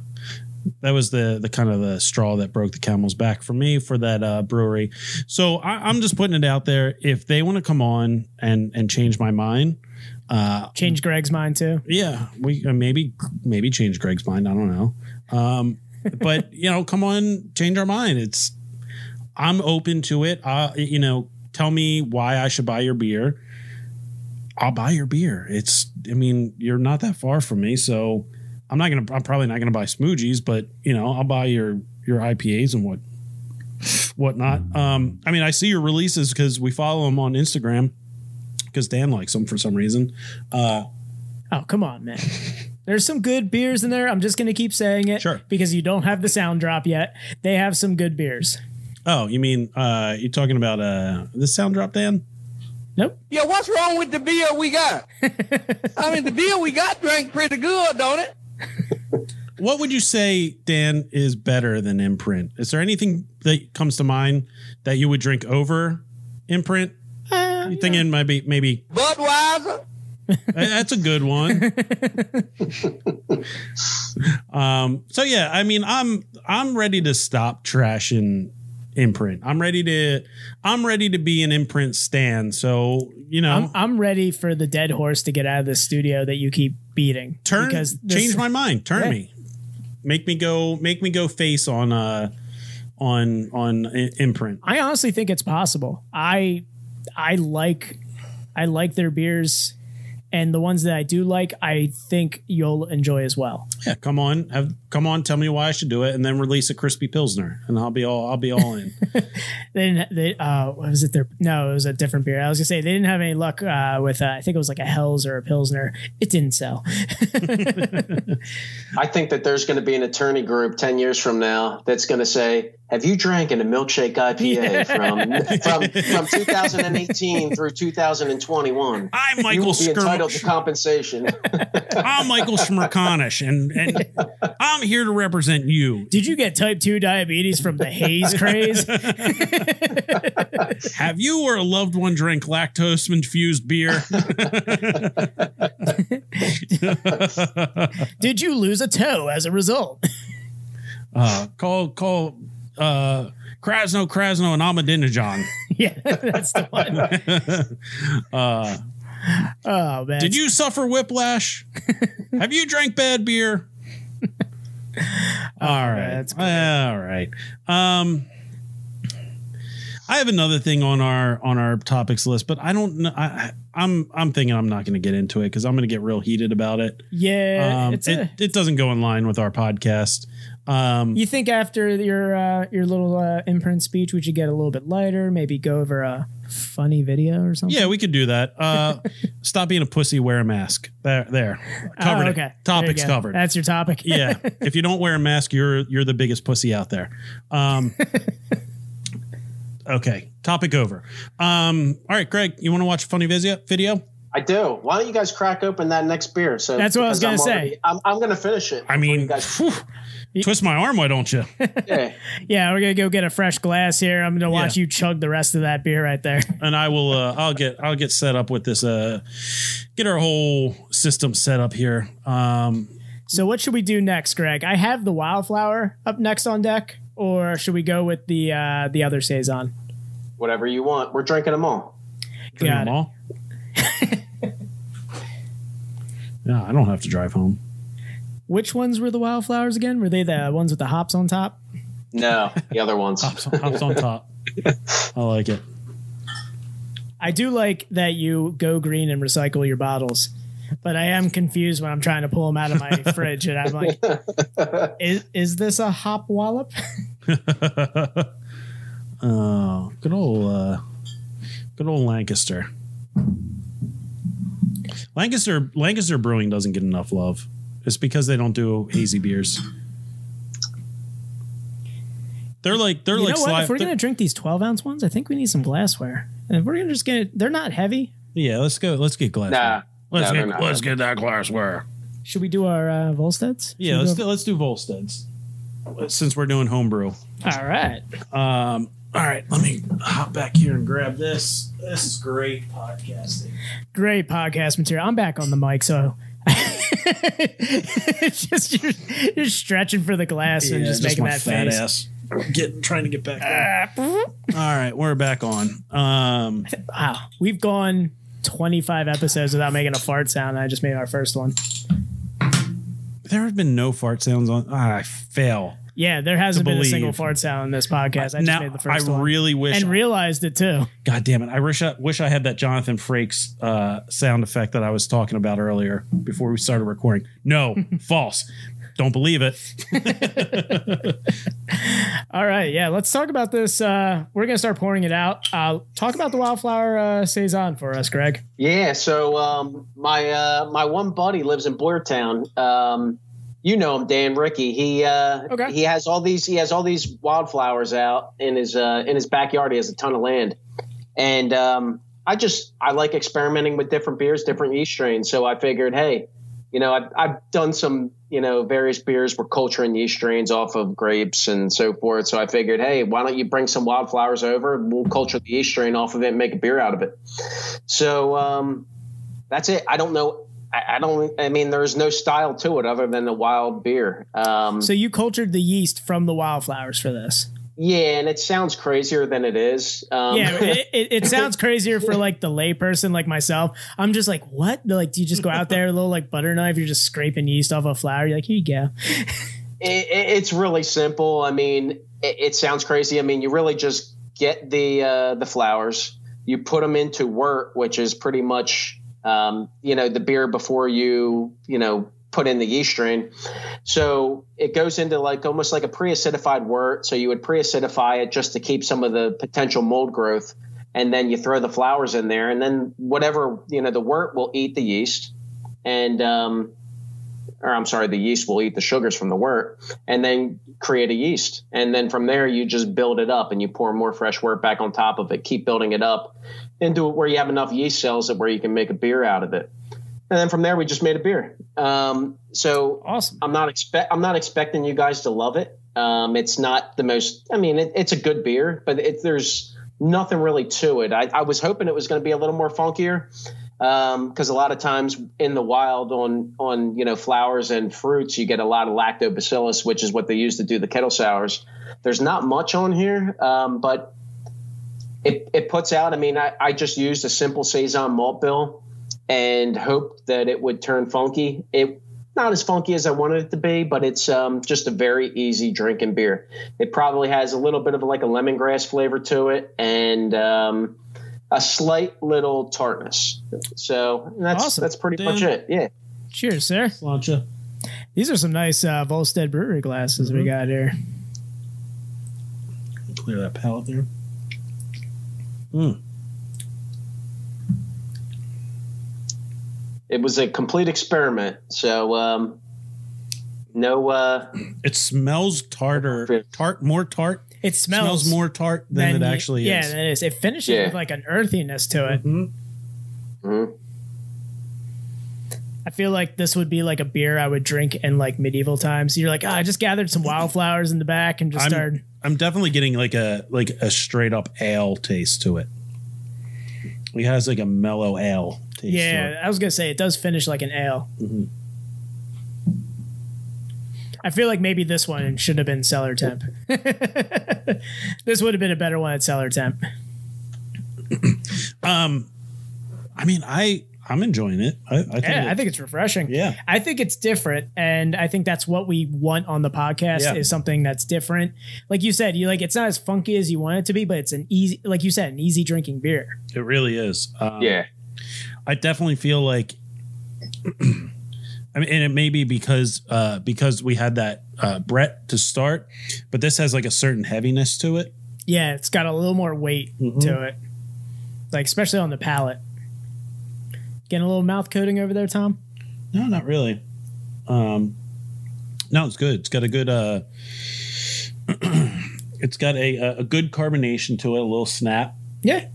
S5: that was the the kind of the straw that broke the camel's back for me for that uh, brewery. So I, I'm just putting it out there. If they want to come on and and change my mind,
S6: change Greg's mind too.
S5: yeah, we uh, maybe maybe change Greg's mind. I don't know, um, but you know, come on, change our mind. It's I'm open to it. Uh, you know, tell me why I should buy your beer. I'll buy your beer. It's I mean, you're not that far from me, so I'm not gonna. I'm probably not gonna buy smoothies, but you know, I'll buy your your IPAs and what whatnot. Um, I mean, I see your releases because we follow them on Instagram because Dan likes them for some reason. Uh,
S6: Oh, come on, man. There's some good beers in there. I'm just going to keep saying it
S5: Sure.
S6: because you don't have the sound drop yet. They have some good beers.
S5: Oh, you mean uh you're talking about uh the sound drop Dan?
S6: Nope.
S1: Yeah, what's wrong with the beer we got? I mean, the beer we got drank pretty good, don't it?
S5: What would you say Dan is better than imprint? Is there anything that comes to mind that you would drink over imprint? you thinking maybe maybe
S1: Budweiser.
S5: Uh, That's a good one. um, so yeah, I mean, I'm I'm ready to stop trashing imprint. I'm ready to I'm ready to be an imprint stand. So you know,
S6: I'm, I'm ready for the dead horse to get out of the studio that you keep beating.
S5: turn
S6: because this-
S5: change my mind. Turn
S6: Yeah.
S5: me, make me go, make me go face on uh on on I- imprint.
S6: I honestly think it's possible. I I like I like their beers and the ones that I do like, I think you'll enjoy as well.
S5: Yeah, come on, have come on, tell me why I should do it, and then release a crispy pilsner, and I'll be all I'll be all in.
S6: Then they uh what was it their no it was a different beer i was gonna say they didn't have any luck uh with uh, i think it was like a hells or a pilsner it didn't sell
S7: I think that there's going to be an attorney group 10 years from now that's going to say, Have you drank in a milkshake IPA from, from, from 2018 through 2021?
S5: I'm
S7: You
S5: Michael
S7: will be entitled to
S5: Skirmish.
S7: compensation.
S5: I'm Michael Smirkanish, and and I'm here to represent you.
S6: did you get type 2 diabetes from the haze craze
S5: Have you or a loved one drank lactose infused beer?
S6: did you lose a toe as a result
S5: Uh, call call uh, Krasno Krasno and Ahmadinejad.
S6: yeah that's the one oh man
S5: Uh, Did you suffer whiplash? Have you drank bad beer? All right.
S6: that's great.
S5: All right. Um I have another thing on our on our topics list, but I don't know I I- I'm I'm thinking I'm not going to get into it cuz I'm going to get real heated about it.
S6: yeah
S5: Um,
S6: it's
S5: it,
S6: a,
S5: it doesn't go in line with our podcast. Um
S6: you think after your uh, your little uh, imprint speech we should get a little bit lighter maybe go over a funny video or something
S5: yeah, we could do that. Uh stop being a pussy, wear a mask. There there.
S6: Oh,
S5: Covered
S6: okay
S5: it.
S6: There you
S5: Topics
S6: go.
S5: covered.
S6: that's your topic
S5: yeah. If you don't wear a mask, you're you're the biggest pussy out there. Um, okay. Topic over. Um, all right, Greg, you want to watch a funny video? Video?
S7: I do. Why don't you guys crack open that next beer? So
S6: That's what I was
S7: because
S6: gonna
S7: I'm already-
S6: say.
S7: I'm, I'm going to finish it.
S5: I mean,
S7: guys-
S5: phew, twist my arm, why don't you?
S7: Yeah.
S6: Yeah, we're gonna go get a fresh glass here. I'm gonna watch
S5: Yeah.
S6: you chug the rest of that beer right there.
S5: and I will. Uh, I'll get. I'll get set up with this. Uh, get our whole system set up here. Um,
S6: So what should we do next, Greg? I have the wildflower up next on deck, or should we go with the uh, the other saison?
S7: Whatever you want. We're drinking them all.
S5: drink
S6: Got
S5: them
S6: it.
S5: all. yeah, I don't have to drive home.
S6: Which ones were the wildflowers again? Were they the ones with the hops on top?
S7: No, the other ones.
S6: Oh,
S5: Hops on, hops on top. I like it.
S6: I do like that you go green and recycle your bottles, but I am confused when I'm trying to pull them out of my fridge, and I'm like, is, is this a hop wallop?
S5: Oh, good old, uh, good old Lancaster. Lancaster Lancaster Brewing doesn't get enough love. It's because they don't do hazy beers. They're like they're
S6: You
S5: like
S6: know what?
S5: sli-
S6: If we're
S5: they're-
S6: gonna drink these 12 ounce ones, I think we need some glassware. And if we're gonna just get. They're not heavy.
S5: yeah. Let's go. Let's get glass.
S7: Nah.
S5: Let's
S7: No, they're
S5: get
S7: not.
S5: let's get that glassware.
S6: Should we do our uh, Volsteads? Should
S5: Yeah,
S6: we
S5: let's
S6: do
S5: do, let's do Volsteads since we're doing homebrew.
S6: a- All right.
S5: Um, all right, let me hop back here and grab this. This is great podcasting.
S6: Great podcast material. I'm back on the mic, so. it's just you're, you're stretching for the glass and just, making Ah,
S5: my
S6: that face.
S5: ass. Getting trying to get back. on. All right, we're back on. Um,
S6: Wow. We've gone 25 episodes without making a fart sound. and I just made our first one.
S5: there have been no fart sounds on. ah, I fail.
S6: Yeah, there hasn't been a
S5: believe.
S6: single fart sound in this podcast. I just
S5: Now
S6: made the
S5: I
S6: first one.
S5: really wish.
S6: and realized it too.
S5: God damn it! I wish I wish I had that Jonathan Frakes uh, sound effect that I was talking about earlier before we started recording. No, false. Don't believe it.
S6: All right, yeah, let's talk about this. Uh, we're gonna start pouring it out. Uh, talk about the wildflower uh, saison for us, Greg.
S7: Yeah, so um, my uh, my one buddy lives in Blairtown. Um, you know him, Dan Ricky. He uh,
S6: Okay.
S7: he has all these he has all these wildflowers out in his uh, in his backyard. He has a ton of land, and um, I just I like experimenting with different beers, different yeast strains. So I figured, hey, you know, I've, I've done some you know various beers where culturing yeast strains off of grapes and so forth. So I figured, hey, why don't you bring some wildflowers over? We'll culture the yeast strain off of it, and make a beer out of it. So um, that's it. I don't know. I, I don't. I mean, there's no style to it other than the wild beer. Um,
S6: So you cultured the yeast from the wildflowers for this.
S7: yeah, and it sounds crazier than it is. Um,
S6: Yeah, it, it, it sounds crazier for like the layperson like myself. I'm just like, what? They're Like, do you just go out there, a little like butter knife? You're just scraping yeast off a flower. You're like, here you go.
S7: it, it- it's really simple. I mean, it, it sounds crazy. I mean, you really just get the uh, the flowers, you put them into wort, which is pretty much um, you know the beer before you you know put in the yeast strain. So it goes into like almost like a pre-acidified wort. So you would pre-acidify it just to keep some of the potential mold growth, and then you throw the flowers in there, and then whatever you know the wort will eat the yeast, and um, or I'm sorry, the yeast will eat the sugars from the wort and then create a yeast. And then from there, you just build it up and you pour more fresh wort back on top of it, keep building it up into where you have enough yeast cells that where you can make a beer out of it. And then from there, we just made a beer. Um, so
S6: Awesome.
S7: I'm not expect I'm not expecting you guys to love it. Um, it's not the most. I mean, it, it's a good beer, but it, there's nothing really to it. I, I was hoping it was going to be a little more funkier because a lot of times in the wild on on you know flowers and fruits you get a lot of lactobacillus, which is what they use to do the kettle sours. There's not much on here, um, but it, it puts out. I mean, I, I just used a simple saison malt bill and hoped that it would turn funky. It not as funky as I wanted it to be, but it's um, just a very easy drinking beer. It probably has a little bit of like a lemongrass flavor to it and um, a slight little tartness. So that's
S6: Awesome.
S7: that's pretty
S5: Dan.
S7: much it. Yeah.
S6: Cheers, sir.
S5: Slancha.
S6: These are some nice uh, Volstead brewery glasses
S5: Mm-hmm.
S6: we got here.
S5: Clear that palate there.
S7: It was a complete experiment. So um, no uh,
S5: It smells tartar, tart more tart.
S6: It smells,
S5: smells more tart than, it
S6: you-
S5: actually
S6: yeah,
S5: is. Mm-hmm.
S6: than it is. It finishes
S7: Yeah.
S6: with like an earthiness to it.
S5: Mhm.
S7: Mhm.
S6: I feel like this would be like a beer I would drink in like medieval times. You're like, oh, I just gathered some wildflowers in the back and just started.
S5: I'm, I'm definitely getting like a like a straight up ale taste to it. It has like a mellow ale taste.
S6: Yeah,
S5: to it.
S6: I was gonna say it does finish like an ale.
S5: Mm-hmm.
S6: I feel like maybe this one should have been cellar temp. this would have been a better one at cellar temp.
S5: Um, I mean, I I'm enjoying it. I, I think
S6: Yeah,
S5: it-
S6: I think it's refreshing.
S5: Yeah.
S6: I think it's different, and I think that's what we want on the podcast
S5: Yeah.
S6: is something that's different. Like you said, you like it's not as funky as you want it to be, but it's an easy, like you said, an easy drinking beer.
S5: it really is. Um,
S7: Yeah.
S5: I definitely feel like, I mean, and it may be because uh, because we had that uh, Brett to start, but this has like a certain heaviness to it.
S6: Yeah, it's got a little more weight
S5: Mm-hmm.
S6: to it, like especially on the palate. Getting a little mouth coating over there, Tom.
S5: No, not really. Um, no, it's good. It's got a good. Uh, it's got a a good carbonation to it. A little snap.
S6: Yeah,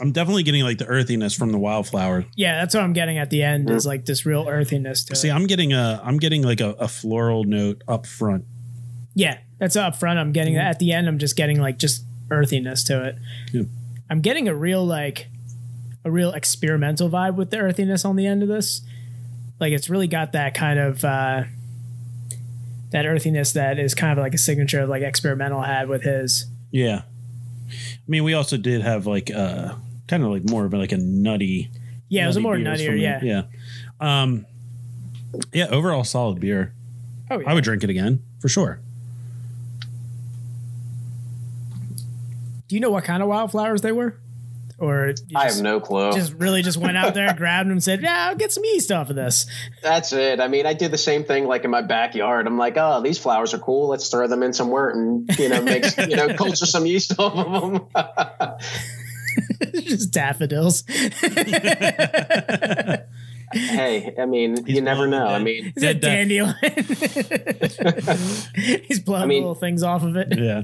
S5: I'm definitely getting like the earthiness from the wildflower.
S6: yeah, that's what I'm getting at the end is like this real earthiness to
S5: See,
S6: it.
S5: I'm getting a I'm getting like a, a floral note up front.
S6: Yeah, that's up front. I'm getting that at the end. I'm just getting like just earthiness to it.
S5: Yeah.
S6: I'm getting a real like a real experimental vibe with the earthiness on the end of this. Like it's really got that kind of uh that earthiness that is kind of like a signature of like experimental had with his.
S5: Yeah. I mean, we also did have like uh kind of like more of like a nutty.
S6: Yeah, it was a
S5: nutty
S6: more
S5: beers
S6: nuttier,
S5: from
S6: yeah.
S5: it. Yeah. Um yeah, overall solid beer.
S6: Oh yeah.
S5: I would drink it again for sure.
S6: Do you know what kind of wildflowers they were? Or you
S7: I
S6: just-
S7: have no clue.
S6: just really just went out there, grabbed them, and said, "Yeah, I'll get some yeast off of this."
S7: That's it. I mean, I did the same thing like in my backyard. I'm like, oh, these flowers are cool. Let's throw them in some wort and you know make you know culture some yeast off of them.
S6: just daffodils.
S7: hey, I mean, you never know. I mean,
S6: Is it
S5: Dead
S6: dandelion? He's blowing
S7: mean-
S6: little things off of it.
S5: Yeah.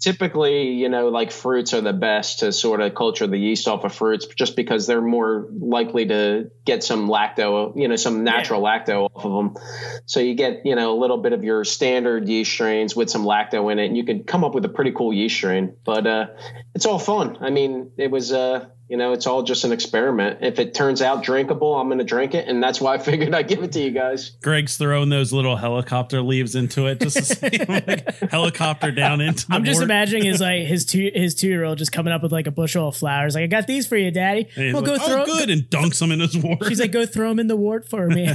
S7: typically, you know, like fruits are the best to sort of culture the yeast off of fruits, just because they're more likely to get some lacto, you know, some natural lacto off of them. So you get you know a little bit of your standard yeast strains with some lacto in it, and you can come up with a pretty cool yeast strain. But uh, it's all fun. I mean, it was. Uh, you know, it's all just an experiment. If it turns out drinkable, I'm going to drink it, and that's why I figured I'd give it to you guys.
S5: Greg's throwing those little helicopter leaves into it just to see like, helicopter down into the
S6: I'm just
S5: wort.
S6: imagining his like his two his two year old just coming up with like a bushel of flowers. Like I got these for you, daddy.
S5: And he's
S6: Well, go
S5: like,
S6: throw.
S5: oh, good and dunks them in his wort.
S6: She's like, go throw them in the wart for me.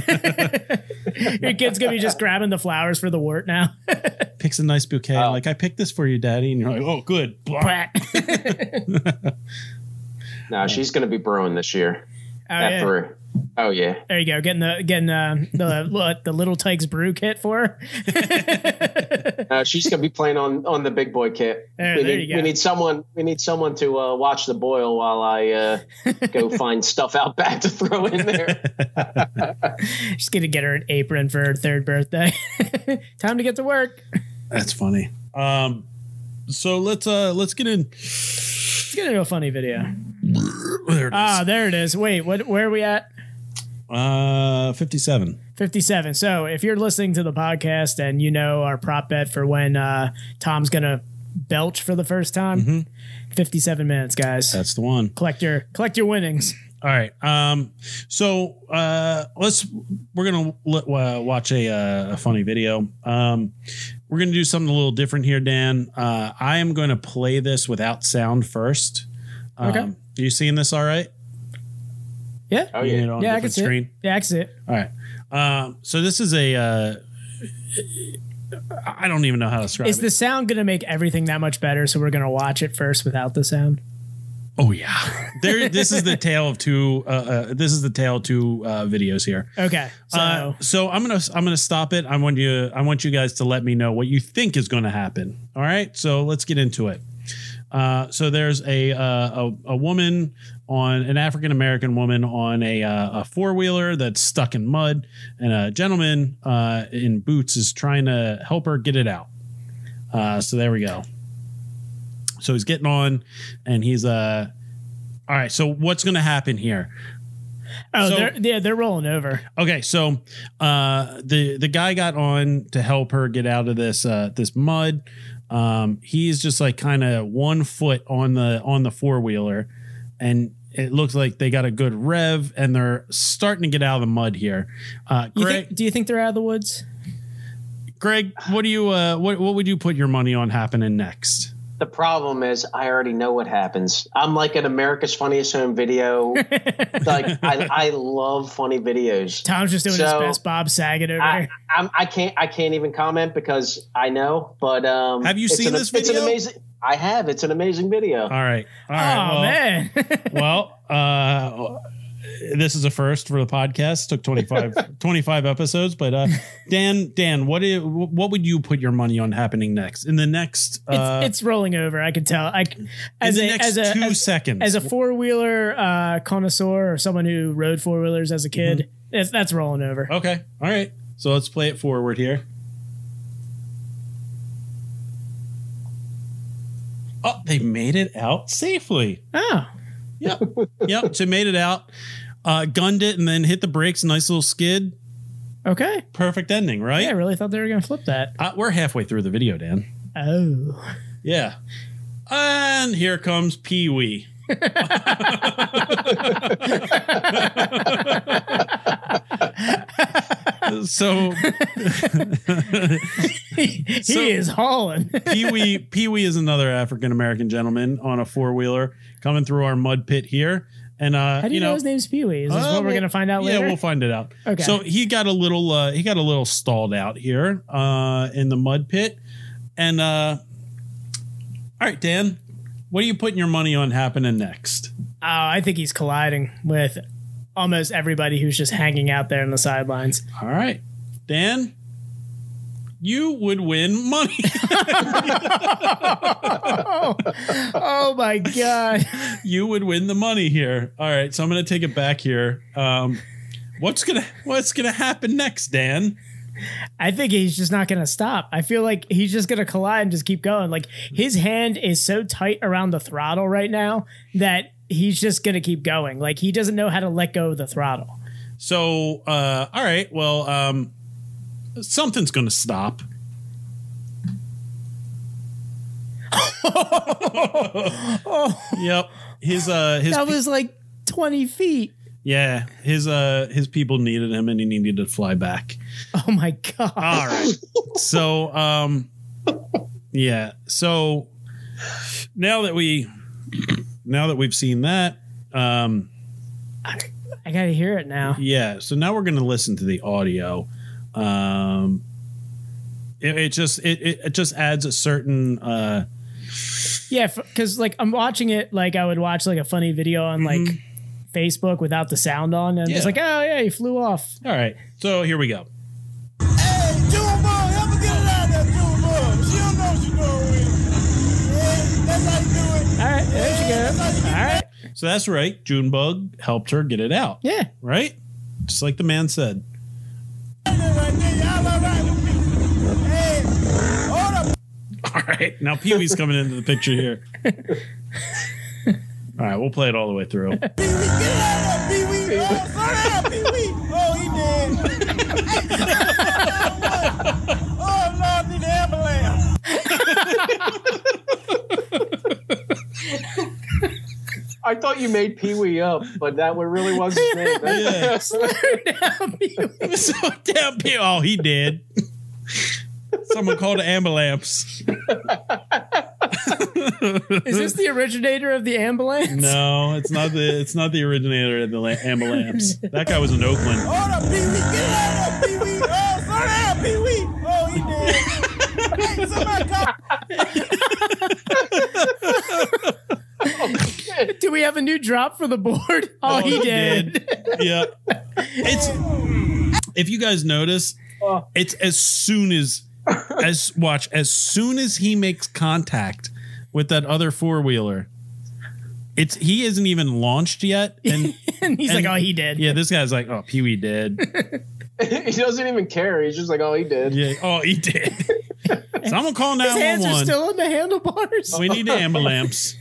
S6: Your kid's gonna be just grabbing the flowers for the wart now.
S5: picks a nice bouquet. Like, I picked this for you, daddy. And you're like, oh, good. Blah.
S6: Brat. Oh,
S7: No, she's going to be brewing this year at
S6: yeah.
S7: three. Oh yeah,
S6: There you go. Getting the getting uh, the what, the little Tykes brew kit for her.
S7: Uh, she's gonna be playing on on the big boy kit.
S6: There-
S7: we,
S6: there
S7: need,
S6: you go.
S7: we need someone. We need someone to uh, watch the boil while I uh, go find stuff out back to throw in there.
S6: She's gonna get her an apron for her third birthday. Time to get to work.
S5: That's funny. Um, so let's uh let's get in.
S6: Let's get into a funny video.
S5: There it
S6: Ah,
S5: is.
S6: there it is. Wait, what? Where are we at? Ah.
S5: Uh, fifty-seven.
S6: Fifty-seven. So, if you're listening to the podcast and you know our prop bet for when uh, Tom's gonna belch for the first time,
S5: Mm-hmm.
S6: fifty-seven minutes, guys.
S5: That's the one.
S6: collect your collect your winnings.
S5: All right. Um, so uh, let's we're gonna let, uh, watch a, uh, a funny video. Um, we're gonna do something a little different here, Dan. Uh, I am going to play this without sound first. Um,
S6: Okay.
S5: You seeing this? All right.
S6: Yeah,
S7: Oh
S5: You
S7: yeah.
S5: need it on a
S6: yeah, I
S5: different
S6: can see
S5: screen.
S6: it. Yeah, I can see it.
S5: All right. Um, so this is a. Uh, I don't even know how to describe
S6: Is
S5: it.
S6: the sound gonna make everything that much better? So we're gonna watch it first without the sound.
S5: Oh yeah, there. This is the tale of two. Uh, uh, this is the tale of two uh, videos here.
S6: Okay, so
S5: Uh, so I'm gonna I'm gonna stop it. I want you I want you guys to let me know what you think is going to happen. All right, so let's get into it. Uh, so there's a, uh, a a woman on an African American woman on a, uh, a four wheeler that's stuck in mud, and a gentleman uh, in boots is trying to help her get it out. Uh, so there we go. So he's getting on, and he's uh, all right. So what's going to happen here?
S6: Oh,
S5: So-
S6: they're yeah, they're rolling over.
S5: Okay, so uh, the the guy got on to help her get out of this uh, this mud. Um, he's just like kind of one foot on the on the four wheeler, and it looks like they got a good rev, and they're starting to get out of the mud here. Uh,
S6: You
S5: Greg,
S6: think, do you think they're out of the woods?
S5: Greg, what do you uh, what what would you put your money on happening next?
S7: The problem is, I already know what happens. I'm like an America's Funniest Home Video. like I, I love funny videos.
S6: Tom's just doing
S7: So-
S6: his best Bob Saget over
S7: I,
S6: there.
S7: I'm, I can't I can't even comment because I know. But um,
S5: Have you
S7: it's
S5: seen
S7: an-
S5: this
S7: It's
S5: video?
S7: an amazing. I have. It's an amazing video.
S5: All right, all right.
S6: oh
S5: well,
S6: man.
S5: well, uh, this is a first for the podcast. Took 25, 25 episodes, but uh, Dan, Dan, what i- what would you put your money on happening next in the next uh,
S6: it's, it's rolling over. I can tell. I c- as
S5: in
S6: a
S5: the next
S6: as a
S5: two
S6: as,
S5: seconds?
S6: as a four wheeler uh, connoisseur or someone who rode four wheelers as a kid,
S5: Mm-hmm.
S6: it's, that's rolling over.
S5: okay, all right. So let's play it forward here. Oh, they made it out safely.
S6: Oh,
S5: Yep. yep. So made it out, uh, gunned it, and then hit the brakes. Nice little skid.
S6: okay.
S5: Perfect ending, right?
S6: Yeah, I really thought they were gonna flip that.
S5: Uh, we're halfway through the video, Dan.
S6: Oh,
S5: Yeah. And here comes Pee Wee. so
S6: he
S5: So-
S6: is hauling.
S5: Pee Wee Pee Wee is another African American gentleman on a four wheeler coming through our mud pit here. And uh
S6: How do you, know, his name's Pee Wee? Is this
S5: Uh,
S6: what we're
S5: we'll-
S6: gonna find out
S5: yeah,
S6: later?
S5: we'll find it out.
S6: Okay.
S5: So he got a little uh, he got a little stalled out here uh, in the mud pit, and uh, all right, Dan, what are you putting your money on happening next?
S6: Oh, I think he's colliding with almost everybody who's just hanging out there on the sidelines.
S5: All right, Dan, you would win money.
S6: Oh my god!
S5: you would win the money here. All right, so I'm going to take it back here. Um, what's gonna What's gonna happen next, Dan?
S6: I think he's just not gonna stop. I feel like he's just gonna collide and just keep going. Like his hand is so tight around the throttle right now that he's just gonna keep going. Like he doesn't know how to let go of the throttle.
S5: So, uh, all right, well, um, something's going to stop. yep. His uh his
S6: That
S5: pe-
S6: was like twenty feet.
S5: yeah, his uh his people needed him and he needed to fly back.
S6: Oh my god!
S5: All right. so um yeah. So now that we now that we've seen that, um
S6: I gotta hear it now.
S5: yeah, so now we're going to listen to the audio. Um it, it just it, it it just adds a certain uh
S6: Yeah, because like I'm watching it like I would watch like a funny video on like Facebook without the sound on, and
S5: Mm-hmm. Yeah.
S6: it's like, oh yeah, he flew off.
S5: all right. So here we go.
S8: Hey, June Bug, help her get it out of there, June Bug. She don't know what she's doing with it. Yeah, that's how you do it.
S6: All right, there
S8: That's
S6: you
S8: how you
S6: go.
S8: get
S6: All
S8: it
S6: right,
S5: So that's right. Junebug helped her get it out,
S6: yeah.
S5: right? Just like the man said.
S8: out of there right there. Y'all all right with me? Hey, hold up.
S5: All right. Now Pee Wee's coming into the picture here. All right, we'll play it all the way through.
S8: Pee Wee, get it out of there, Pee Wee. Oh, slow down, Pee Wee. Oh, he dead. oh, Lord, need the ambulance.
S7: I thought you made Pee Wee up, but that one really was his name.
S5: Yeah.
S6: Pee-wee.
S5: so damn Pee. Oh, he did. Someone called an ambulance.
S6: Is this the originator of the ambulance?
S5: No, it's not the it's not the originator of the la- ambulance. That guy was in Oakland.
S8: Hold up, Pee Wee, get it out of there, Pee Wee. Oh, slow down, Pee Wee. Oh, he dead. hey, somebody call.
S6: Do we have a new drop for the board? Oh, he, did.
S5: Yeah. It's if you guys notice, it's as soon as as watch as soon as he makes contact with that other four wheeler, it's he isn't even launched yet, and
S6: and he's
S5: And-
S6: like, oh, he did.
S5: yeah, this guy's like, oh, Pee Wee did,
S7: he doesn't even care. He's just like, oh, he did.
S5: yeah, oh, he did. so I'm gonna call
S6: His
S5: nine
S6: hands
S5: one
S6: are
S5: one.
S6: still on the handlebars.
S5: We need the ambulance.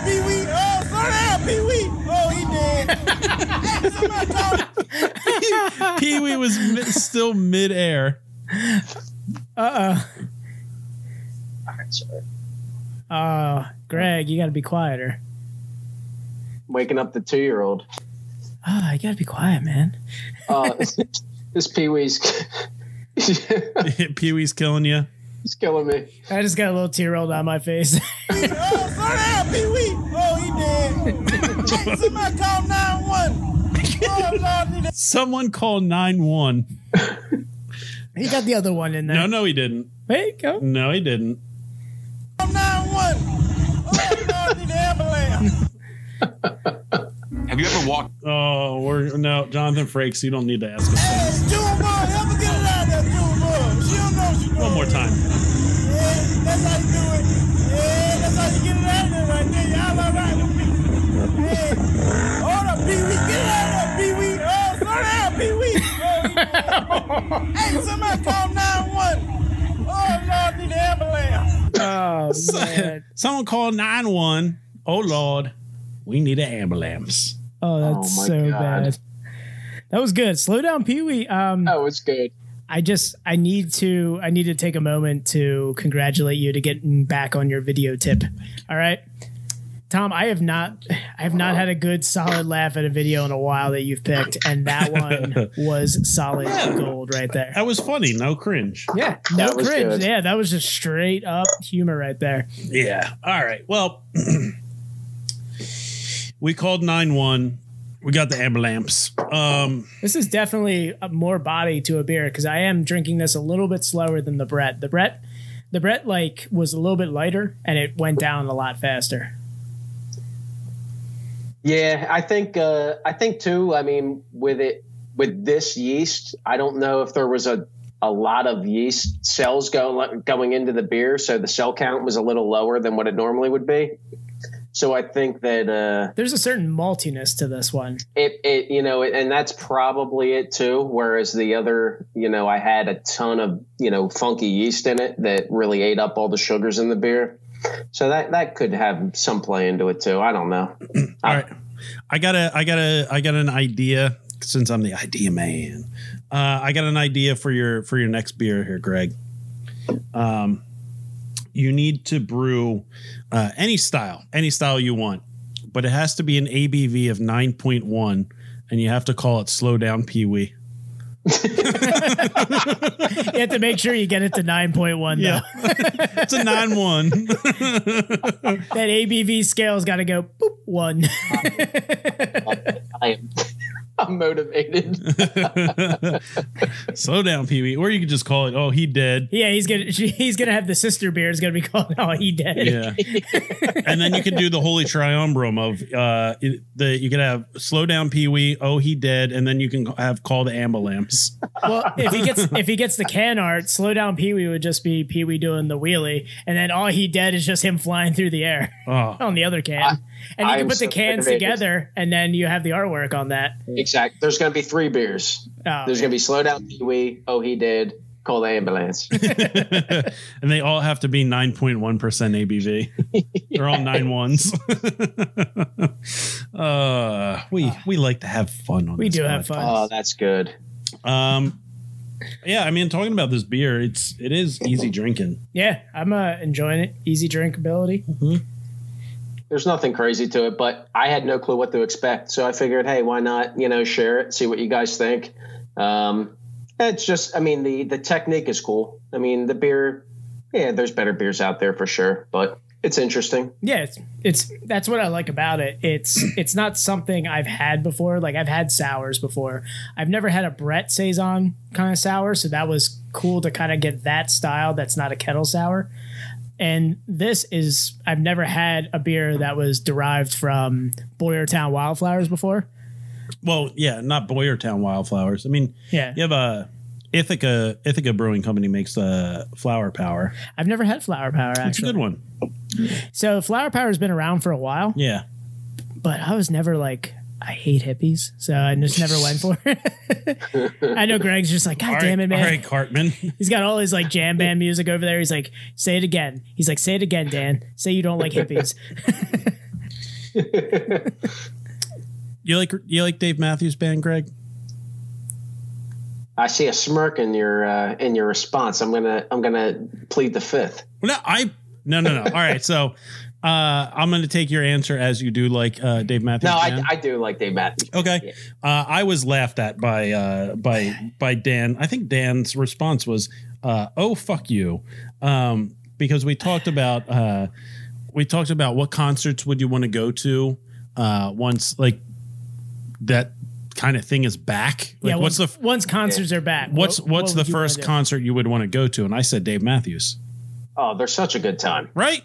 S8: Pee Wee, oh, slow Come here, Pee Wee. Oh, he dead. hey, somebody call him.
S5: Pee Wee was mi- still midair.
S6: Uh-uh. Oh, Greg, you got to be quieter.
S7: Waking up the two year old.
S6: Oh, you got to be quiet, man.
S7: Uh, this Pee Wee's he's
S5: Pee Wee's killing you.
S7: killing me.
S6: I just got a little tear rolled on my face.
S8: Oh, come here, Pee Wee. Oh, he dead. hey, somebody call 911. Oh, Lord, need a-
S5: Someone call 911.
S6: he got the other one in there.
S5: No, no, he didn't.
S6: There you go.
S5: No, he didn't.
S8: call 911. Oh, Lord, need an ambulance.
S9: Have you ever walked
S5: Oh, we're no Jonathan Frakes. You don't need to ask us.
S8: Hey, June Boy, help her get it out of there, June Boy. She don't know she
S5: One more time.
S8: Yeah, that's how you do it. Yeah, that's how you get it out of there right there. Y'all all right with me? Hey, hold up, Pee Wee. Get it out of there, Pee Wee. Oh, slow down, Pee Wee. Oh, he- hey, somebody call 911. Oh, Lord, need an ambulance.
S6: Oh, man.
S5: Someone call 911. Oh Lord, we need an ambulance.
S6: Oh, that's
S7: Oh, my
S6: so
S7: God.
S6: bad. That was good. Slow down, Pee Wee. Um,
S7: Oh, it's good.
S6: I just I need to I need to take a moment to congratulate you to getting back on your video tip. All right. Tom, I have not I have not had a good solid laugh at a video in a while that you've picked, and that one was solid gold right there.
S5: That was funny. No cringe.
S6: Yeah, no
S7: was
S6: cringe.
S7: good.
S6: Yeah, that was just straight up humor right there.
S5: Yeah. All right. Well, we called 911. We got the ambulance. Um,
S6: This is definitely a more body to a beer because I am drinking this a little bit slower than the Brett. The Brett, the Brett like was a little bit lighter and it went down a lot faster.
S7: Yeah, I think uh, I think too. I mean, with it with this yeast, I don't know if there was a a lot of yeast cells going going into the beer, so the cell count was a little lower than what it normally would be. So I think that uh,
S6: There's a certain maltiness to this one.
S7: it it you know, and that's probably it too. Whereas the other, you know, I had a ton of you know funky yeast in it that really ate up all the sugars in the beer. So that that could have some play into it too. I don't know.
S5: all right. I got a, I got a, I got an idea since I'm the idea man. Uh, I got an idea for your, for your next beer here, Greg. Um, you need to brew uh, any style, any style you want, but it has to be an ABV of 9.1 and you have to call it slow down Pee Wee.
S6: You have to make sure you get it to 9.1 though.
S5: it's a 9 1.
S6: That ABV scale's got to go boop one.
S7: I am I'm motivated.
S5: Slow down, Pee Wee. Or you could just call it, oh, he dead.
S6: yeah, he's gonna he's gonna have the sister beer. It's gonna be called Oh He Dead.
S5: Yeah. and then you could do the holy triumvirate of uh, it- the you could have slow down Pee Wee, oh, he dead. And then you can have call the ambulance.
S6: Well, if he gets if he gets the can art, slow down Pee Wee would just be Pee Wee doing the wheelie, and then all he did is just him flying through the air
S5: Oh,
S6: on the other can. and you
S7: I
S6: can
S7: am
S6: put the
S7: so
S6: cans
S7: motivated.
S6: together, and then you have the artwork on that.
S7: Exactly. There's going to be three beers.
S6: Oh,
S7: There's going to be slow down Pee Wee. Oh, he did. Call the ambulance.
S5: and they all have to be 9.1% ABV. They're all nine ones. uh, we, we like to have fun on
S6: we
S5: this
S6: do have
S5: podcast.
S6: fun.
S7: oh, that's good.
S5: Um, yeah, I mean, talking about this beer, it's it is easy drinking.
S6: yeah, I'm uh, enjoying it. Easy drinkability.
S7: There's nothing crazy to it, but I had no clue what to expect. So I figured, hey, why not? You know, share it, see what you guys think. Um, it's just, I mean, the the technique is cool. I mean, the beer. Yeah, there's better beers out there for sure, but it's interesting.
S6: yeah it's, it's that's what i like about it it's it's not something i've had before like i've had sours before i've never had a brett saison kind of sour so that was cool to kind of get that style that's not a kettle sour and this is i've never had a beer that was derived from boyertown wildflowers before
S5: Well, yeah, not Boyertown wildflowers. I mean,
S6: yeah,
S5: you have a Ithaca Ithaca Brewing Company makes uh, flower power.
S6: i've never had flower power
S5: It's a
S6: actually
S5: good one.
S6: so flower power has been around for a while
S5: Yeah,
S6: but I was never like I hate hippies, so I just never went for it. I know Greg's just like, God
S5: All
S6: damn
S5: right,
S6: it, man.
S5: All right, Cartman.
S6: He's got all his like jam band music over there. He's like, say it again. He's like, say it again, Dan. Say you don't like hippies.
S5: You like you like Dave Matthews Band, Greg?
S7: I see a smirk in your uh, in your response. I'm gonna I'm gonna plead the fifth.
S5: Well, no, I no no no. All right, so uh, I'm going to take your answer as you do like uh, Dave Matthews.
S7: No, I,
S5: Band.
S7: I do like Dave Matthews.
S6: Oh.
S5: Okay. Uh, I was laughed at by uh, by by Dan. I think Dan's response was, uh, "Oh fuck you," um, because we talked about uh, we talked about what concerts would you want to go to uh, once like that kind of thing is back. Like,
S6: yeah,
S5: what's
S6: once,
S5: the f-
S6: once concerts are back.
S5: what's
S6: what-
S5: what's
S6: what would
S5: the
S6: you wanna
S5: first
S6: do?
S5: concert you would want to go to? And I said Dave Matthews.
S7: Oh, they're such a good time.
S5: Right?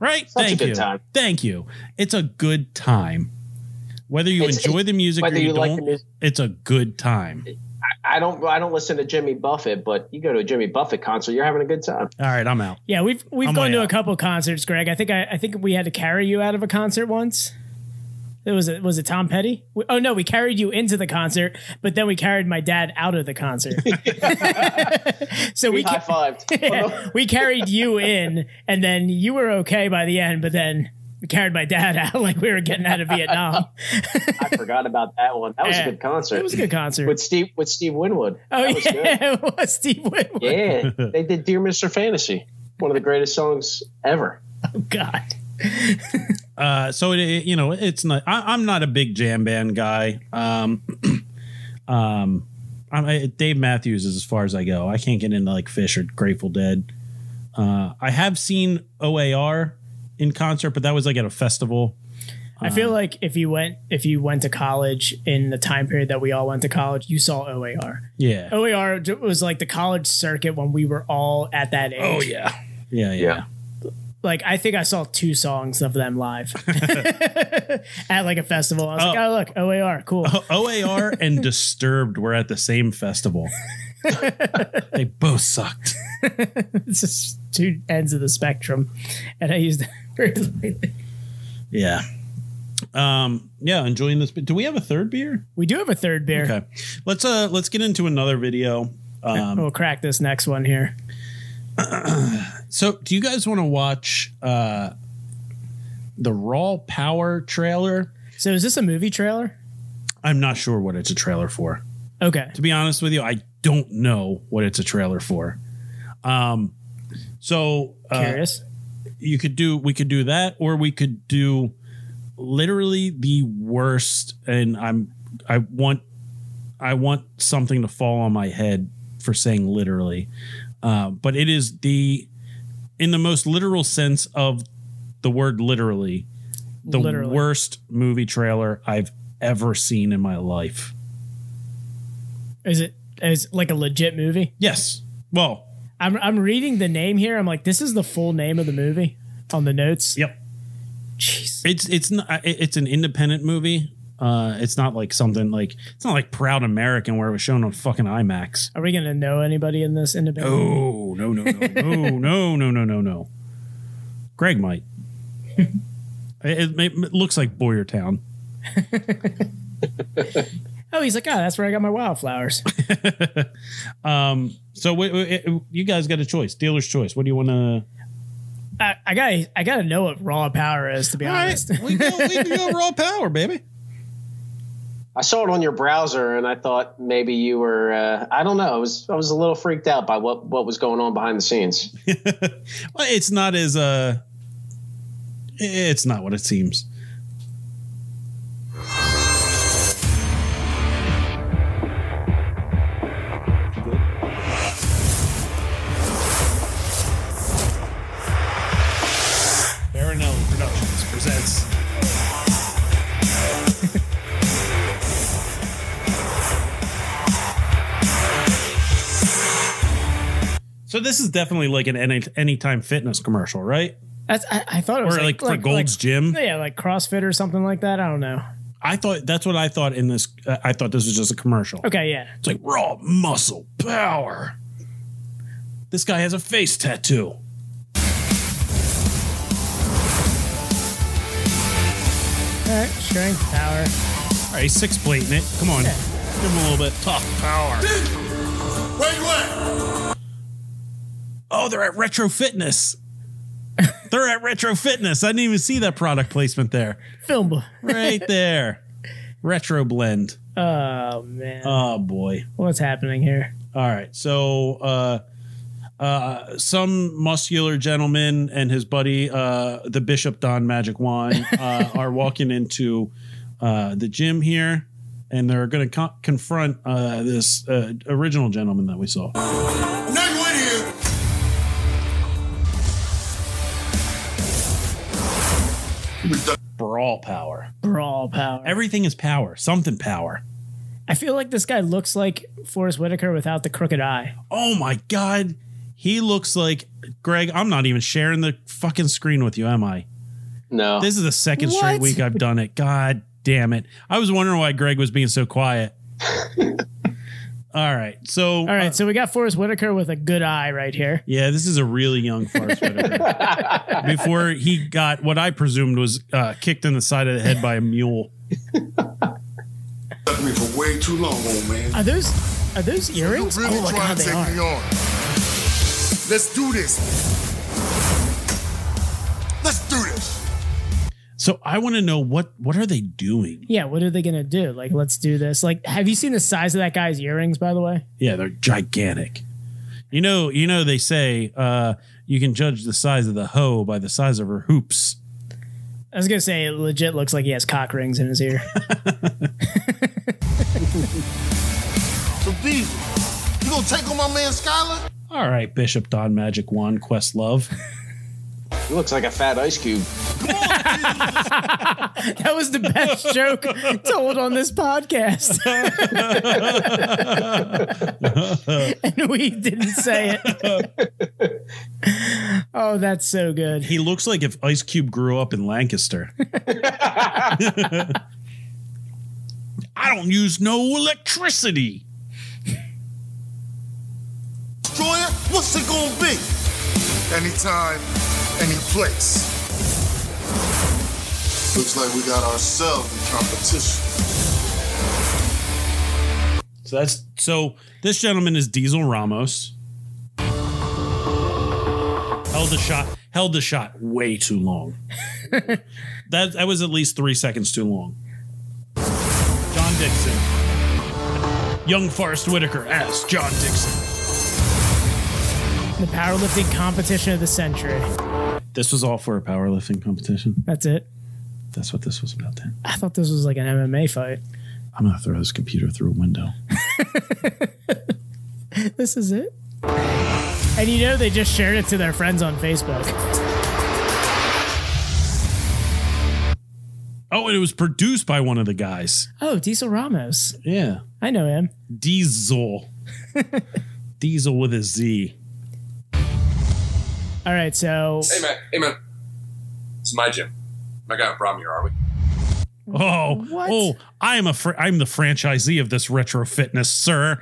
S5: Right?
S7: Such a
S5: Thank
S7: good
S5: you.
S7: time.
S5: Thank you. It's a good time. Whether you
S7: It's-
S5: enjoy
S7: it's-
S5: the music or
S7: whether
S5: you,
S7: you like the
S5: don't,
S7: music-
S5: it's a good time.
S7: I don't I don't listen to Jimmy Buffett, but you go to a Jimmy Buffett concert, you're having a good time.
S5: All right, I'm out.
S6: Yeah, we've we've
S5: I'm
S6: gone
S5: way
S6: to a
S5: out.
S6: couple concerts, Greg. I think I, I think we had to carry you out of a concert once. It was it was it Tom Petty? We- oh no, we carried you into the concert, but then we carried my dad out of the concert. so we
S7: We high
S6: ca-
S7: fived.
S6: we carried you in, and then you were okay by the end, but then we carried my dad out like we were getting out of Vietnam.
S7: I forgot about that one. That was
S6: Yeah.
S7: a good concert.
S6: It was a good concert.
S7: with Steve with Steve Winwood.
S6: oh
S7: that was good.
S6: yeah, it was Steve Winwood.
S7: Yeah, they did Dear Mr. Fantasy, one of the greatest songs ever.
S6: Oh God.
S5: Uh, so it, it- you know, it's not. I, I'm not a big jam band guy. Um, um, I'm, I, Dave Matthews is as far as I go. I can't get into like Fish or Grateful Dead. Uh, I have seen OAR in concert, but that was like at a festival.
S6: I feel like if you went if you went to college in the time period that we all went to college, you saw OAR.
S5: Yeah.
S6: OAR d- was like the college circuit when we were all at that age. Oh yeah.
S5: yeah, yeah, yeah.
S6: Like I think I saw two songs of them live at like a festival. I was like, oh look, OAR, cool.
S5: OAR and Disturbed were at the same festival. they both sucked.
S6: it's just two ends of the spectrum, and I used that word lightly.
S5: Yeah. Um, yeah, enjoying this. But do we have a third beer?
S6: We do have a third beer.
S5: Okay. Let's uh let's get into another video. Um
S6: We'll crack this next one here.
S5: so do you guys want to watch uh the Raw Power trailer?
S6: So is this a movie trailer?
S5: I'm not sure what it's a trailer for.
S6: Okay.
S5: To be honest with you, I don't know what it's a trailer for. Um so uh,
S6: Curious.
S5: you could do we could do that or we could do literally the worst and i'm i want i want something to fall on my head for saying literally uh, but it is the in the most literal sense of the word literally the
S6: Literally.
S5: worst movie trailer i've ever seen in my life
S6: Is it is like a legit movie?
S5: yes well
S6: I'm I'm reading the name here. I'm like, this is the full name of the movie on the notes.
S5: yep
S6: Jeez.
S5: It's it's not it- it's an independent movie. Uh, it's not like something like it's not like Proud American where it was shown on fucking IMAX.
S6: Are we gonna know anybody in this independent?
S5: Oh no no no no no no no no no. Greg might. it, it, it looks like Boyertown.
S6: Oh, he's like, oh, that's where I got my wildflowers.
S5: So w- w- it- you guys got a choice, dealer's choice. What do you want to?
S6: I, I got I gotta know what raw power is to be honest.
S5: we go, we go raw power, baby.
S7: I saw it on your browser, and I thought maybe you were. Uh, I don't know. I was I was a little freaked out by what what was going on behind the scenes.
S5: Well, it's not as uh, it's not what it seems. Baronelli Productions presents. So this is definitely like an any anytime fitness commercial, right?
S6: That's I, I thought it was
S5: Or like,
S6: like,
S5: for Gold's Gym.
S6: Yeah, like CrossFit or something like that. I don't know.
S5: I thought that's what I thought in this. Uh, I thought this was just a commercial.
S6: Okay, yeah.
S5: It's like raw muscle power. This guy has a face tattoo.
S6: All right, strength, power.
S5: All right, he's six plating it. Come on, give him a little bit tough power.
S8: Wait, what?
S5: Oh, they're at Retro Fitness. They're at Retro Fitness. I didn't even see that product placement there.
S6: Film.
S5: Right there. Retro Blend.
S6: Oh man,
S5: Oh boy.
S6: what's happening here?
S5: All right. So uh uh some muscular gentleman and his buddy uh the Bishop Don Magic Wand uh are walking into uh the gym here and they're going to co- confront uh this uh, original gentleman that we saw.
S8: Nothing with you.
S5: Brawl power.
S6: Brawl power.
S5: Everything is power. Something power.
S6: I feel like this guy looks like Forrest Whitaker without the crooked eye.
S5: Oh my god. He looks like Greg, I'm not even sharing the fucking screen with you, am I?
S7: No.
S5: This is the second straight
S6: What?
S5: week I've done it. God damn it. I was wondering why Greg was being so quiet. All right. So,
S6: All right, so we got Forrest Whitaker with a good eye right here.
S5: yeah, this is a really young Forrest Whitaker. Before he got what I presumed was uh, kicked in the side of the head by a mule.
S9: Stuck me for way too long, old man.
S6: Are those are those earrings?
S9: You really
S6: oh my
S9: try
S6: god,
S9: and
S6: they
S9: take me
S6: are.
S9: on. Let's do this. Let's do this.
S5: So I want to know what what are they doing?
S6: Yeah, what are they gonna do? Like, let's do this. Like, have you seen the size of that guy's earrings? By the way,
S5: Yeah, they're gigantic. You know, you know they say uh, you can judge the size of the hoe by the size of her hoops.
S6: I was gonna say it legit looks like he has cock rings in his ear.
S9: So Diesel, you gonna take on my man Skylar?
S5: All right, Bishop Don Magic Wand Quest Love.
S7: He looks like a fat ice cube.
S6: that was the best joke told on this podcast, and we didn't say it. oh, that's so good.
S5: He looks like if Ice Cube grew up in Lancaster. I don't use no electricity.
S9: Destroyer, what's it gonna be? Anytime, any place. Looks like we got ourselves in competition.
S5: So that's so this gentleman is Diesel Ramos. Held the shot held the shot way too long. that that was at least three seconds too long. John Dixon. Young Forrest Whitaker as John Dixon.
S6: The powerlifting competition of the century.
S5: This was all for a powerlifting competition.
S6: That's it.
S5: That's what this was about then.
S6: I thought this was like an MMA fight.
S5: I'm gonna throw this computer through a window.
S6: This is it. And you know they just shared it to their friends on Facebook.
S5: Oh, and it was produced by one of the guys.
S6: Oh, Diesel Ramos.
S5: Yeah.
S6: I know him.
S5: Diesel. Diesel with a Z.
S6: All right, so
S10: Hey man, hey man. It's my gym. Not gonna have a problem here, are we?
S5: Oh,
S6: What?
S5: oh, I am a fr- I'm the franchisee of this retro fitness, sir.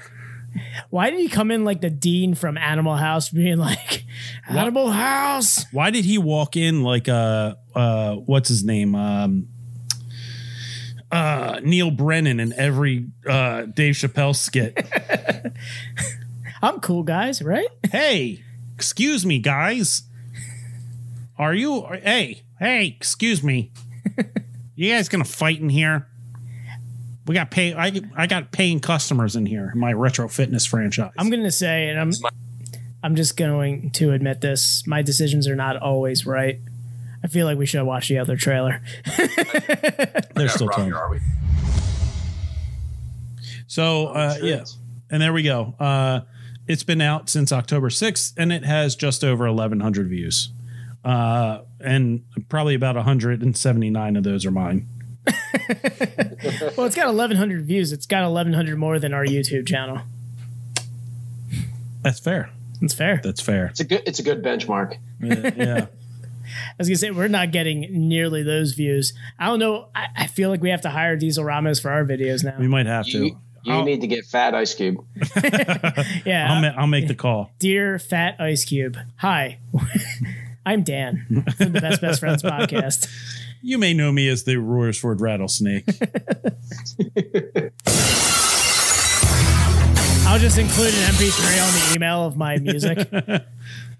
S6: why did he come in like the dean from Animal House, being like, "Animal House"?
S5: Why did he walk in like uh uh what's his name? Um uh Neil Brennan in every uh Dave Chappelle skit.
S6: I'm cool, guys, right?
S5: hey, excuse me, guys. Are you hey, hey, excuse me. you guys gonna fight in here? We got pay I I got paying customers in here, in my retro fitness franchise.
S6: I'm gonna say, and I'm, I'm just going to admit this: my decisions are not always right. I feel like we should watch the other trailer.
S5: There's
S10: Not
S5: still
S10: a problem
S5: time.
S10: here, are we?
S5: So uh, yeah, and there we go. Uh, it's been out since October 6th, and it has just over 1,100 views, uh, and probably about 179 of those are mine.
S6: Well, it's got 1,100 views. It's got 1,100 more than our YouTube channel.
S5: That's fair.
S6: That's fair.
S5: That's fair.
S7: It's a good. It's a good benchmark.
S5: yeah.
S6: I was gonna say we're not getting nearly those views. I don't know. I, I feel like we have to hire Diesel Ramos for our videos
S5: We
S6: now.
S5: might have to.
S7: You, you
S5: I'll-
S7: need to get fat ice cube.
S6: Yeah,
S5: I'll, ma- I'll make the call.
S6: dear Fat Ice Cube. Hi, I'm Dan from the Best Best Friends podcast.
S5: You may know me as the Royersford Rattlesnake.
S6: I'll just include an MP3 on the email of my music.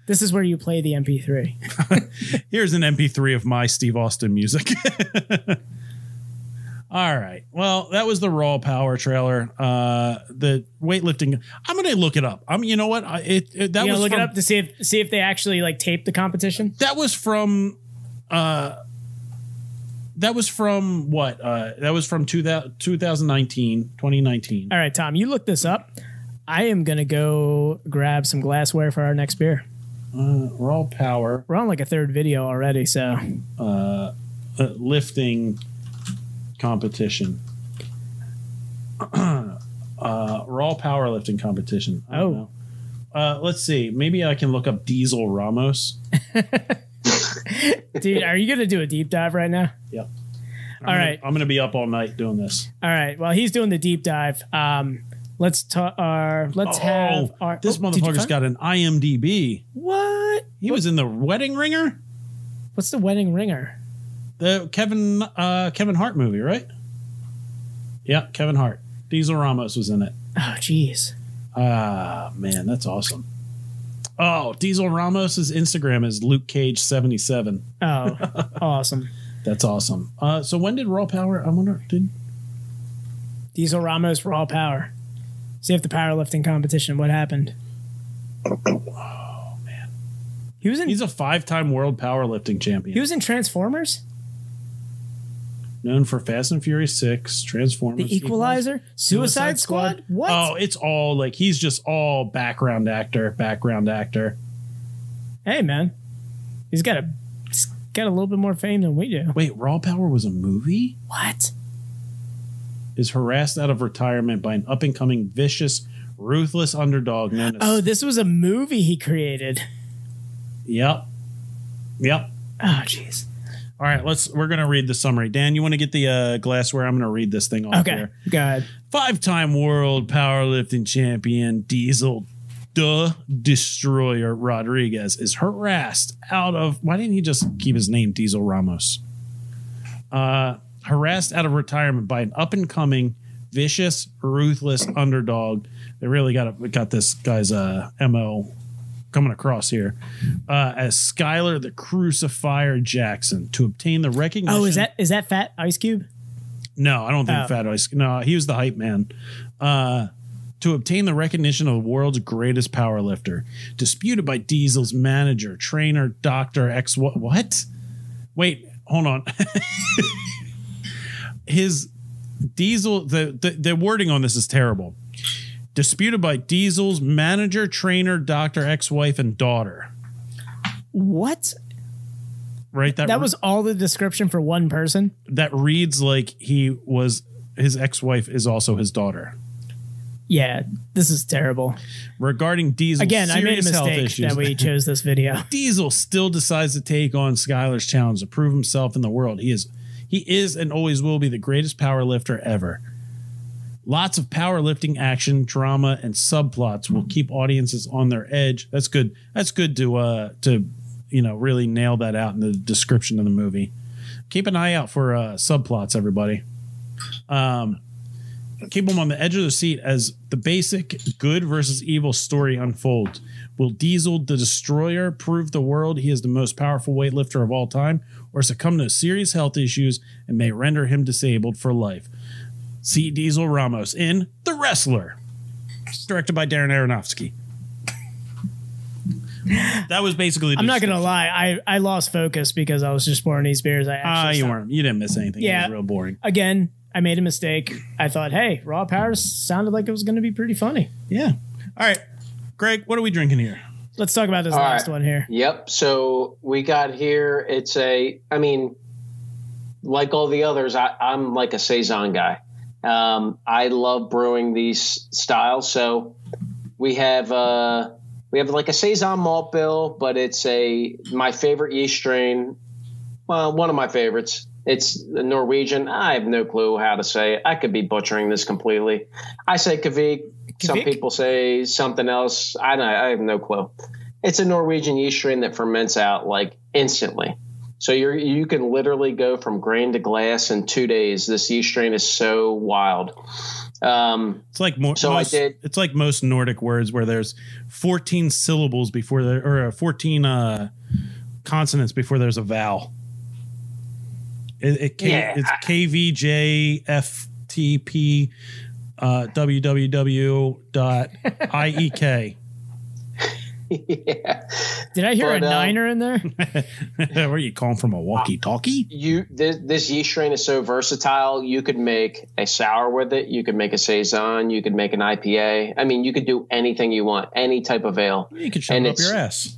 S6: This is where you play the MP3.
S5: Here's an MP3 of my Steve Austin music. All right. Well, that was the Raw Power trailer. Uh, the weightlifting. I'm gonna look it up. I'm. You know what? I, it, it- that
S6: You
S5: was
S6: know, look
S5: from-
S6: it up to see if see if they actually like taped the competition.
S5: that was from uh that was from what uh that was from 2000, 2019 2019
S6: All right, Tom, you look this up. I am gonna go grab some glassware for our next beer.
S5: raw power
S6: We're on like a third video already, so
S5: uh, lifting competition uh raw power lifting competition I don't
S6: Oh.
S5: know. uh let's see maybe i can look up diesel ramos
S6: dude, are you gonna do a deep dive right now?
S5: yep
S6: All right,
S5: i'm gonna be up all night doing this
S6: all right. While he's doing the deep dive, um, let's talk. Our let's have our.
S5: Oh, this
S6: oh, did you
S5: motherfucker's
S6: find-
S5: got an imdb
S6: what?
S5: he was in the wedding ringer
S6: What's the wedding ringer?
S5: the Kevin uh, Kevin Hart movie, right? Yeah, Kevin Hart. Diesel Ramos was in it.
S6: Oh, jeez.
S5: Ah, man, that's awesome. Oh, Diesel Ramos's Instagram is Luke Cage seventy seven.
S6: Oh, awesome.
S5: That's awesome. Uh, so when did Raw Power? I wonder. Did
S6: Diesel Ramos Raw Power. See if the powerlifting competition. What happened? Oh man, he was in.
S5: he's a five time world powerlifting champion,
S6: he was in Transformers,
S5: known for Fast and Furious six, Transformers,
S6: The Equalizer, Suicide Squad. What?
S5: Oh, it's all like he's just all background actor, background actor.
S6: Hey man, he's got a he's got a little bit more fame than we do.
S5: Wait, Raw Power was a movie?
S6: What?
S5: is harassed out of retirement by an up and coming vicious, ruthless underdog known as.
S6: Oh, this was a movie he created.
S5: yep, yep.
S6: Oh, jeez.
S5: All right, let's. We're gonna read the summary. Dan, you want to get the uh, glassware? I'm gonna read this thing off
S6: Okay,
S5: here.
S6: go ahead.
S5: Five-time world powerlifting champion Diesel Duh Destroyer Rodriguez is harassed out of why didn't he just keep his name Diesel Ramos? Uh harassed out of retirement by an up-and-coming vicious, ruthless underdog. They really got got this guy's uh MO coming across here. Uh as Skylar the Crucifier Jackson to obtain the recognition
S6: Oh, is that is that Fat Ice Cube?
S5: no, I don't think
S6: Oh.
S5: Fat Ice. No, he was the hype man. Uh, to obtain the recognition of the world's greatest power lifter, disputed by Diesel's manager, trainer, doctor, ex what? What? Wait, hold on. His Diesel. The, the the wording on this is terrible. Disputed by Diesel's manager, trainer, doctor, ex-wife, and daughter.
S6: What?
S5: Right.
S6: That was all the description for one person.
S5: that reads like he was. His ex-wife is also his daughter.
S6: Yeah, this is terrible.
S5: regarding Diesel.
S6: Again, I made a
S5: serious health
S6: mistake
S5: issues.
S6: that we chose this video.
S5: Diesel still decides to take on Skylar's challenge to prove himself in the world. He is he is and always will be the greatest power lifter ever. Lots of powerlifting action, drama, and subplots will keep audiences on their edge. That's good. That's good to uh to you know really nail that out in the description of the movie. Keep an eye out for uh subplots, everybody. Um, keep them on the edge of their seat as the basic good versus evil story unfolds. Will Diesel the Destroyer prove the world he is the most powerful weightlifter of all time, or succumb to serious health issues and may render him disabled for life? See Diesel Ramos in The Wrestler, directed by Darren Aronofsky. That was basically.
S6: I'm not gonna lie, I I lost focus because I was just pouring these beers. I
S5: Ah,
S6: actually
S5: you
S6: stopped.
S5: weren't. You didn't miss anything. Yeah,
S6: Yeah.
S5: it was real boring.
S6: again. I made a mistake. I thought, hey, Raw Power sounded like it was going to be pretty funny.
S5: Yeah. All right, Greg, what are we drinking here?
S6: Let's talk about this
S7: All
S6: last
S7: right.
S6: one here.
S7: Yep. So we got here. It's a. I mean, like all the others, I, I'm like a saison guy. Um, I love brewing these styles. So we have uh, we have like a saison malt bill, but it's a my favorite yeast strain. Well, one of my favorites. It's Norwegian. I have no clue how to say it. I could be butchering this completely. I say Kavik. Some
S6: Kvik?
S7: people say something else. I don't, I have no clue it's a Norwegian yeast strain that ferments out like instantly. So you are you can literally go from grain to glass in two days. This yeast strain is so wild. Um,
S5: It's like more.
S7: So I
S5: most,
S7: did-
S5: It's like most Nordic words where there's 14 syllables before there, or uh, 14 uh, consonants before there's a vowel. It, it K,
S7: Yeah,
S5: it's
S7: I-
S5: K V J F T P uh, www dot I E K.
S7: yeah.
S6: Did I hear
S7: But,
S6: a
S7: um,
S6: niner in there?
S5: Where are you calling from? A walkie-talkie?
S7: you this, this yeast strain is so versatile. You could make a sour with it. You could make a saison. You could make an IPA. I mean, you could do anything you want, any type of ale.
S5: You can shove
S7: And
S5: it up
S7: it's-
S5: your ass.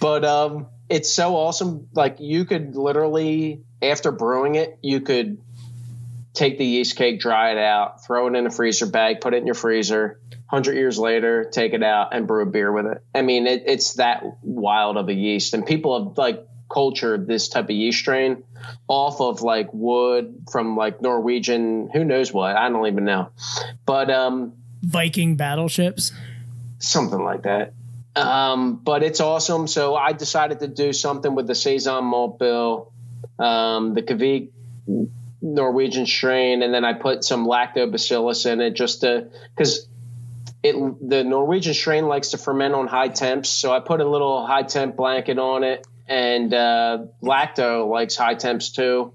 S7: But um, it's so awesome. Like you could literally, after brewing it, you could take the yeast cake, dry it out, throw it in a freezer bag, put it in your freezer. Hundred years later, take it out and brew a beer with it. I mean, it, it's that wild of a yeast, and people have like cultured this type of yeast strain off of like wood from like Norwegian, who knows what? I don't even know, but um,
S6: Viking battleships.
S7: something like that. Um, but it's awesome. So I decided to do something with the saison malt bill, um, the Kavik Norwegian strain, and then I put some lactobacillus in it just to because it the Norwegian strain likes to ferment on high temps. So I put a little high temp blanket on it, and uh, lacto likes high temps too.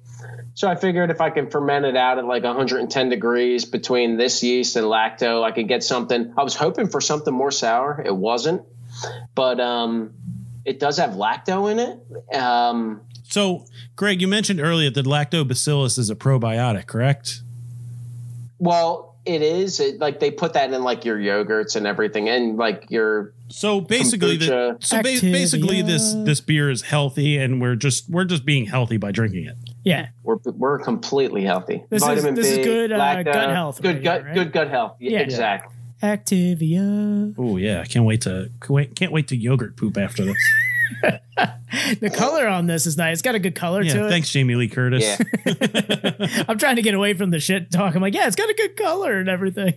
S7: So I figured if I can ferment it out at like 110 degrees between this yeast and lacto, I could get something. I was hoping for something more sour. It wasn't, but um, it does have lacto in it. Um,
S5: So, Greg, you mentioned earlier that lactobacillus is a probiotic, correct?
S7: well, it is. It, like they put that in like your yogurts and everything, and like your
S5: So basically, the,
S7: Kombucha.
S5: so ba- basically this
S6: Activia.
S5: this beer is healthy, and we're just we're just being healthy by drinking it.
S6: Yeah.
S7: we're, we're completely healthy.
S6: This is-
S7: Vitamin
S6: this is
S7: B,
S6: good, uh,
S7: lacto,
S6: gut health
S7: Good
S6: right
S7: gut.
S6: here, right?
S7: Good gut health. Yeah,
S6: Yeah.
S7: exactly.
S6: Activia.
S5: Oh yeah, I can't wait to can't wait- can't wait to yogurt poop after this.
S6: The color on this is nice. It's got a good color to
S5: yeah,
S6: it.
S5: thanks Jamie Lee Curtis.
S7: Yeah.
S6: I'm trying to get away from the shit talk. I'm like, yeah, it's got a good color and everything.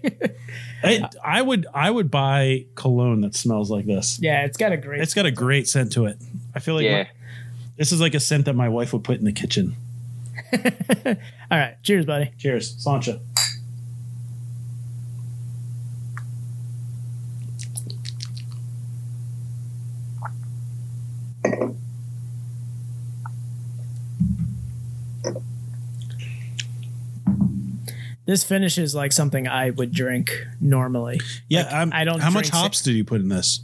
S5: I, I would I would buy cologne that smells like this.
S6: yeah, it's got a great.
S5: It's got a great scent to it. I feel like
S7: yeah.
S5: my- this is like a scent that my wife would put in the kitchen.
S6: All right, cheers, buddy.
S5: Cheers, Sancha.
S6: This finishes like something I would drink normally.
S5: Yeah,
S6: Like,
S5: I'm,
S6: I don't
S5: How much
S6: drink sa-
S5: hops did you put in this?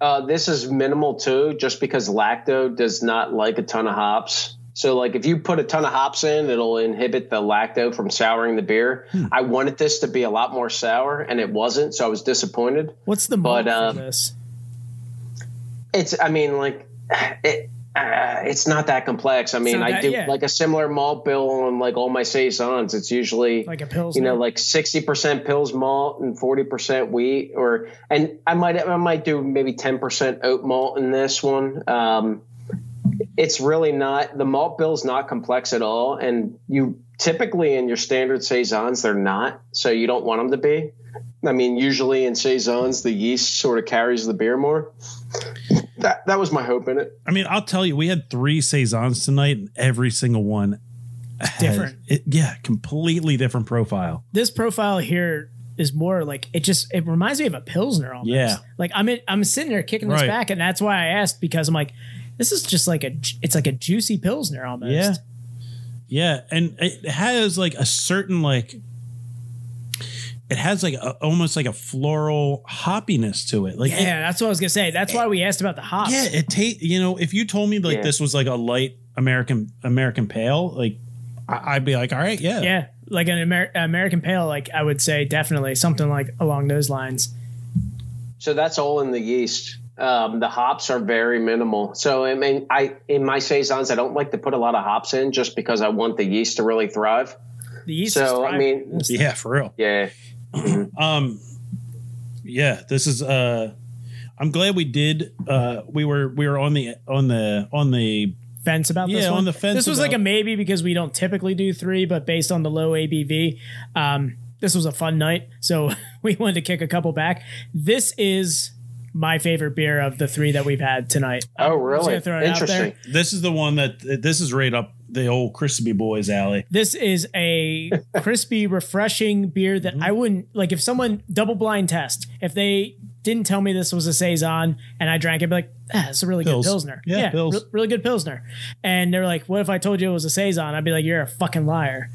S7: Uh, this is minimal too, just because lacto does not like a ton of hops. So, like, if you put a ton of hops in, it'll inhibit the lacto from souring the beer.
S6: Hmm.
S7: I wanted this to be a lot more sour, and it wasn't, so I was disappointed.
S6: What's the malt
S7: But, um,
S6: for this?
S7: It's, I mean, like, it, uh, it's not that complex. I mean,
S6: not
S7: I
S6: that-
S7: do
S6: yeah.
S7: like a similar malt bill on like all my saisons. It's usually
S6: Like a pills?
S7: you know like 60% pills malt and 40% wheat or and i might i might do maybe 10% oat malt in this one um, it's really not the malt bill's not complex at all and you typically in your standard saisons they're not so you don't want them to be i mean usually in saisons the yeast sort of carries the beer more that that was my hope in it
S5: I mean, I'll tell you, we had three saisons tonight, and every single one had-
S6: Different.
S5: it- yeah, completely different profile.
S6: this profile here is more like it just it reminds me of a pilsner almost.
S5: Yeah.
S6: Like I'm in, I'm sitting there kicking this
S5: Right.
S6: back, and that's why I asked because I'm like, this is just like a ju- it's like a juicy pilsner almost.
S5: Yeah. Yeah, and it has like a certain like it has like a, almost like a floral hoppiness to it. Like it-
S6: Yeah, that's what I was gonna say. That's why we asked about the hops.
S5: yeah, it ta- you know, if you told me like
S7: Yeah.
S5: this was like a light American American pale, like I, I'd be like, all right, yeah.
S6: yeah, like an Amer- American Pale. Like I would say, definitely something like along those lines.
S7: so that's all in the yeast um, the hops are very minimal so i mean i in my saisons i don't like to put a lot of hops in just because i want the yeast to really thrive
S6: The yeast.
S7: So,
S6: is
S7: I
S6: thriving
S7: mean-
S6: in this.
S5: Yeah, for real.
S7: yeah
S5: Um yeah, this is uh I'm glad we did uh we were we were on the on the on the
S6: fence about this
S5: Yeah,
S6: one.
S5: on the fence
S6: This was like
S5: about-
S6: a maybe because we don't typically do three, but based on the low ABV, um, this was a fun night. So we wanted to kick a couple back. This is my favorite beer of the three that we've had tonight.
S7: oh
S6: I'm just
S7: really
S6: gonna throw it out there.
S7: interesting
S5: this is the one that this is right up the old crispy boys alley.
S6: This is a crispy, refreshing beer that I wouldn't like if someone double blind test, if they didn't tell me this was a Saison and I drank it, I'd be like, ah, it's a really
S5: Pils.
S6: good Pilsner.
S5: Yeah, Pils.
S6: re- really good Pilsner. And they're like, what if I told you it was a Saison? I'd be like, you're a fucking liar.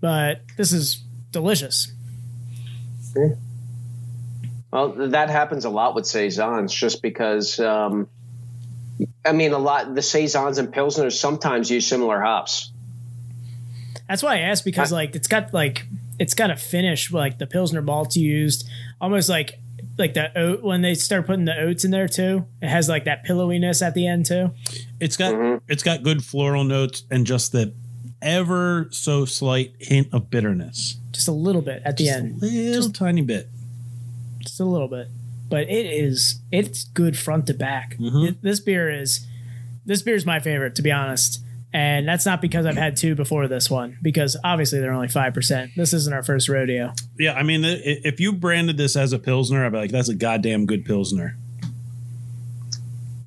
S6: But this is delicious.
S7: Well, that happens a lot with saisons, just because. Um, I mean, a lot the saisons and pilsners sometimes use similar hops.
S6: That's why I asked because like it's got like it's got a finish like the Pilsner malts used, almost like like the oat when they start putting the oats in there too. It has like that pillowiness at the end too.
S5: It's got it's got good floral notes and just that ever so slight hint of bitterness.
S6: Just a little bit at the
S5: Just
S6: end.
S5: a little tiny bit.
S6: Just a little bit. But it is it's good front to back.
S7: Mm-hmm.
S6: Th- This beer is this beer is my favorite to be honest. And that's not because I've had two before this one, because obviously they're only five percent. This isn't our first rodeo.
S5: Yeah, I mean, i- if you branded this as a pilsner, I'd be like, that's a goddamn good pilsner.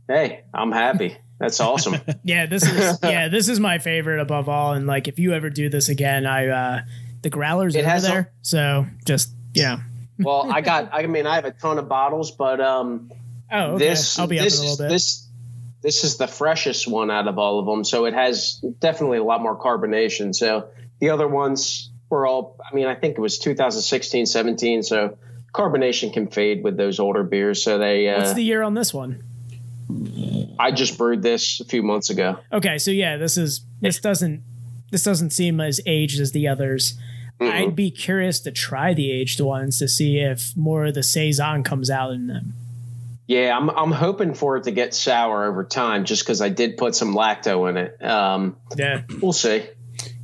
S7: Hey, I'm happy. That's awesome.
S6: Yeah, this is yeah, this is my favorite above all. And like, if you ever do this again, I uh the growlers
S7: It
S6: over
S7: has
S6: there. so just yeah.
S7: well, I got. I mean, I have a ton of bottles, but um,
S6: Oh, okay.
S7: this
S6: I'll be up
S7: this
S6: in a little bit.
S7: this this is the freshest one out of all of them, so it has definitely a lot more carbonation. So the other ones were all. I mean, I think it was 2016, 17. So carbonation can fade with those older beers. So they. Uh,
S6: What's the year on this one?
S7: I just brewed this a few months ago.
S6: Okay, so yeah, this is this doesn't this doesn't seem as aged as the others. I'd be curious to try the aged ones to see if more of the saison comes out in them.
S7: Yeah, I'm I'm hoping for it to get sour over time, just because I did put some lacto in it. Um,
S6: Yeah,
S7: we'll see.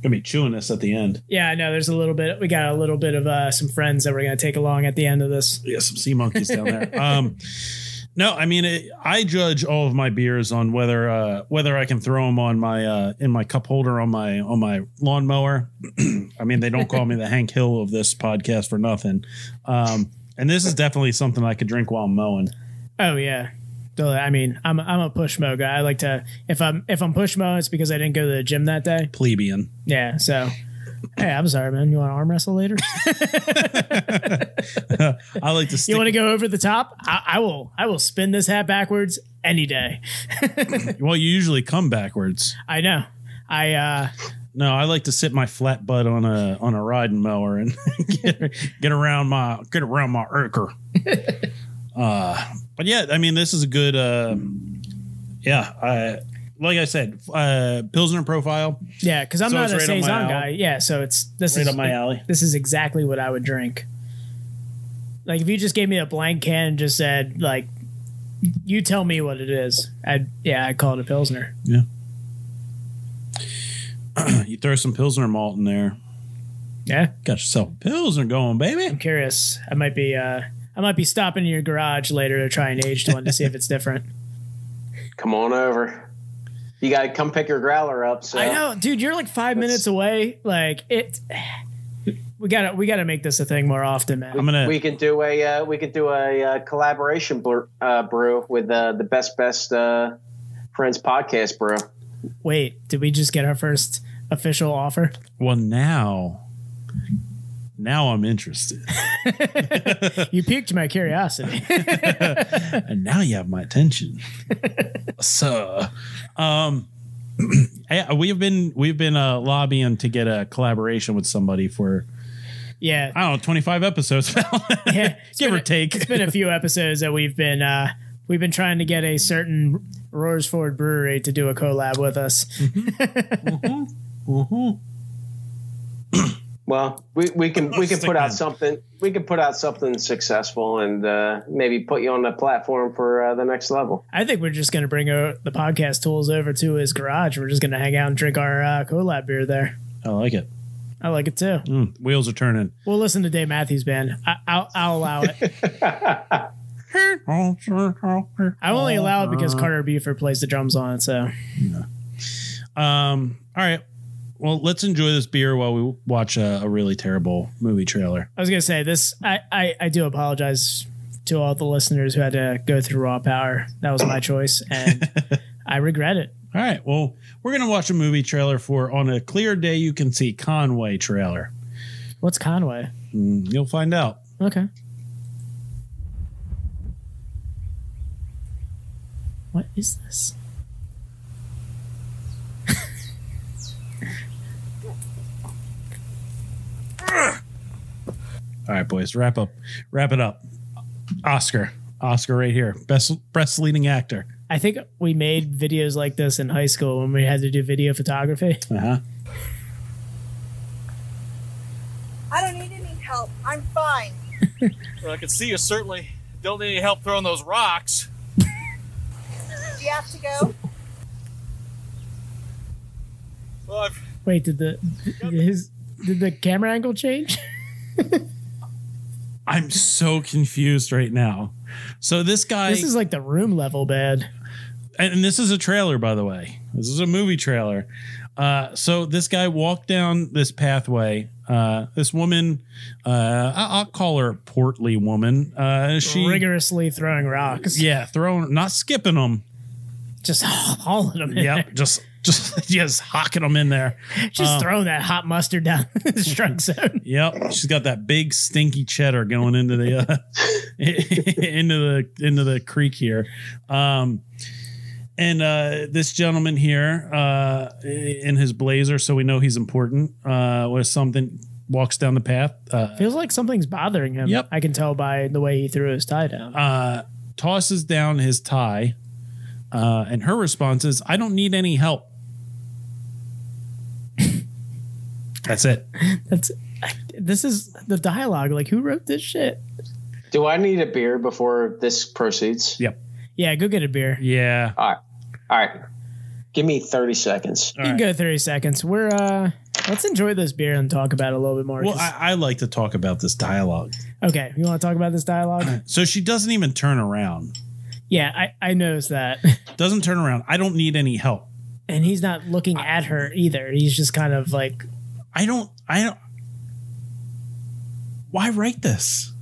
S5: Gonna be chewing this at the end.
S6: yeah, I know. There's a little bit. We got a little bit of uh, some friends that we're gonna take along at the end of this.
S5: Yeah, some sea monkeys down there. Um, no, I mean, it, I judge all of my beers on whether uh, whether I can throw them on my uh, in my cup holder on my on my lawnmower. I mean, they don't call me the Hank Hill of this podcast for nothing. Um, and this is definitely something I could drink while I'm mowing.
S6: Oh yeah. So, I mean, I'm I'm a push mo guy. I like to if I'm if I'm push mo, it's because I didn't go to the gym that day.
S5: Plebeian.
S6: Yeah. So, hey, I'm sorry, man. You want to arm wrestle later?
S5: I like to
S6: you
S5: stick.
S6: want to go over the top? I, I will. I will spin this hat backwards any day.
S5: well, you usually come backwards.
S6: I know. I uh
S5: No, I like to sit my flat butt on a on a riding mower and get, get around my get around my erker. uh, but yeah, I mean, this is a good. Uh, yeah, I, like I said, uh, Pilsner profile
S6: yeah, because I'm
S5: So
S6: not
S5: it's
S6: a
S5: right up my
S6: saison
S5: alley.
S6: guy. Yeah. So it's this
S5: right
S6: is
S5: up my alley.
S6: This is exactly what I would drink. Like if you just gave me a blank can and just said like, you tell me what it is. I'd yeah, I'd call it a pilsner.
S5: You throw some Pilsner malt in there,
S6: Yeah.
S5: got yourself a Pilsner going, baby.
S6: curious. I might be uh I might be stopping in your garage later to try an aged one to see if it's different.
S7: Come on over. You got to come pick your growler up. So
S6: I know, dude, you're like five minutes away. Like it we gotta we gotta make this a thing more often, man.
S5: I'm gonna.
S7: we can do a uh, we could do a uh, collaboration brew, uh, brew with uh, the best best uh, friends podcast brew.
S6: Wait, did we just get our first official offer?
S5: well, now, now I'm interested,
S6: You piqued my curiosity.
S5: and now you have my attention, sir. Um, we've been we've been uh, lobbying to get a collaboration with somebody for
S6: yeah.
S5: I don't know, 25 episodes, pal.
S6: yeah. It's
S5: Give
S6: been
S5: or
S6: a-
S5: take.
S6: It's been a few episodes that we've been uh we've been trying to get a certain Roarsford brewery to do a collab with us.
S7: Well, we, we can we can
S5: Stick
S7: put out
S5: man.
S7: something we can put out something successful and uh, maybe put you on the platform for uh, the next level.
S6: I think we're just going to bring uh, the podcast tools over to his garage. We're just going to hang out and drink our uh, collab beer there.
S5: I like it.
S6: I like it too.
S5: Mm, wheels are turning.
S6: We'll listen to Dave Matthews Band. I, I'll, I'll allow it.
S5: Um,
S6: I only allow it
S5: Uh-huh.
S6: because Carter Buford plays the drums on it. So
S5: Um, all right. Well, let's enjoy this beer while we watch a, a really terrible movie trailer.
S6: I was going to say this. I, I, I do apologize to all the listeners who had to go through raw power. That was my choice, and I regret it.
S5: All All right. Well, we're going to watch a movie trailer for On a Clear Day You Can See Conway trailer.
S6: What's Conway?
S5: Mm, You'll find out.
S6: Okay. What is this?
S5: All right, boys, wrap up. Wrap it up. Oscar. Oscar right here. Best best leading actor.
S6: I think we made videos like this in high school when we had to do video photography.
S5: Uh-huh.
S11: I don't need any help. I'm fine.
S12: Well, I can see you certainly don't need any help throwing those rocks.
S11: Do you have to go?
S12: Well, I've,
S6: Wait, did the did his did the camera angle change?
S5: I'm so confused right now. So this guy
S6: this is like the room level bad.
S5: and and this is a trailer, by the way. This is a movie trailer. Uh, so this guy walked down this pathway. Uh, this woman, uh, I- I'll call her a portly woman. Uh, she
S6: rigorously throwing rocks.
S5: yeah, throwing, not skipping them.
S6: Just hauling them in.
S5: Yep, just just just hocking them in there.
S6: there. Just
S5: Um,
S6: throwing that hot mustard down his truck zone.
S5: Yep, she's got that big stinky cheddar going into the uh, into the into the creek here, um, and uh, this gentleman here uh, in his blazer, so we know he's important. Uh, was something walks down the path. Uh,
S6: Feels like something's bothering him.
S5: Yep.
S6: I can tell by the way he threw his tie down.
S5: uh, tosses down his tie, uh, and her response is, "I don't need any help." That's it.
S6: That's this is the dialogue. Like who wrote this shit?
S7: Do I need a beer before this proceeds?
S5: Yep.
S6: Yeah, go get a beer.
S5: Yeah.
S7: All right. All right. Give me 30 seconds.
S6: You can go 30 seconds. We're uh let's enjoy this beer and talk about it a little bit more.
S5: Well,
S6: 'cause-
S5: I, I like to talk about this dialogue.
S6: okay, you want to talk about this dialogue?
S5: So she doesn't even turn around.
S6: yeah, I, I noticed that.
S5: doesn't turn around. I don't need any help.
S6: And he's not looking at her either. He's just kind of like
S5: I don't. I don't. Why write this?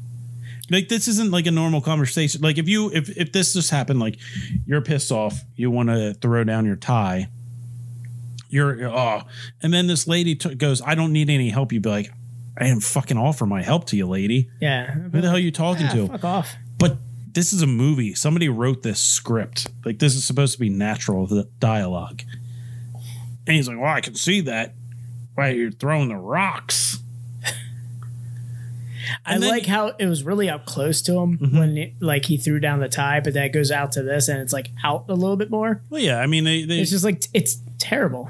S5: Like this isn't like a normal conversation. Like if you if if this just happened, like you're pissed off, you want to throw down your tie. You're you're, oh, and then this lady t- goes, "I don't need any help." You'd be like, "I didn't fucking offer my help to you, lady.
S6: Yeah.
S5: Who the hell are you talking
S6: Ah,
S5: to?"
S6: Fuck off.
S5: But this is a movie. Somebody wrote this script. Like this is supposed to be natural the dialogue. And he's like, "Well, I can see that. Why you're throwing the rocks?"
S6: I
S5: And then- Mm-hmm.
S6: like how it was really up close to him when it, like he threw down the tie, but that goes out to this and it's like out a little bit more.
S5: Well, yeah. I mean, they, they
S6: It's just like t- it's terrible.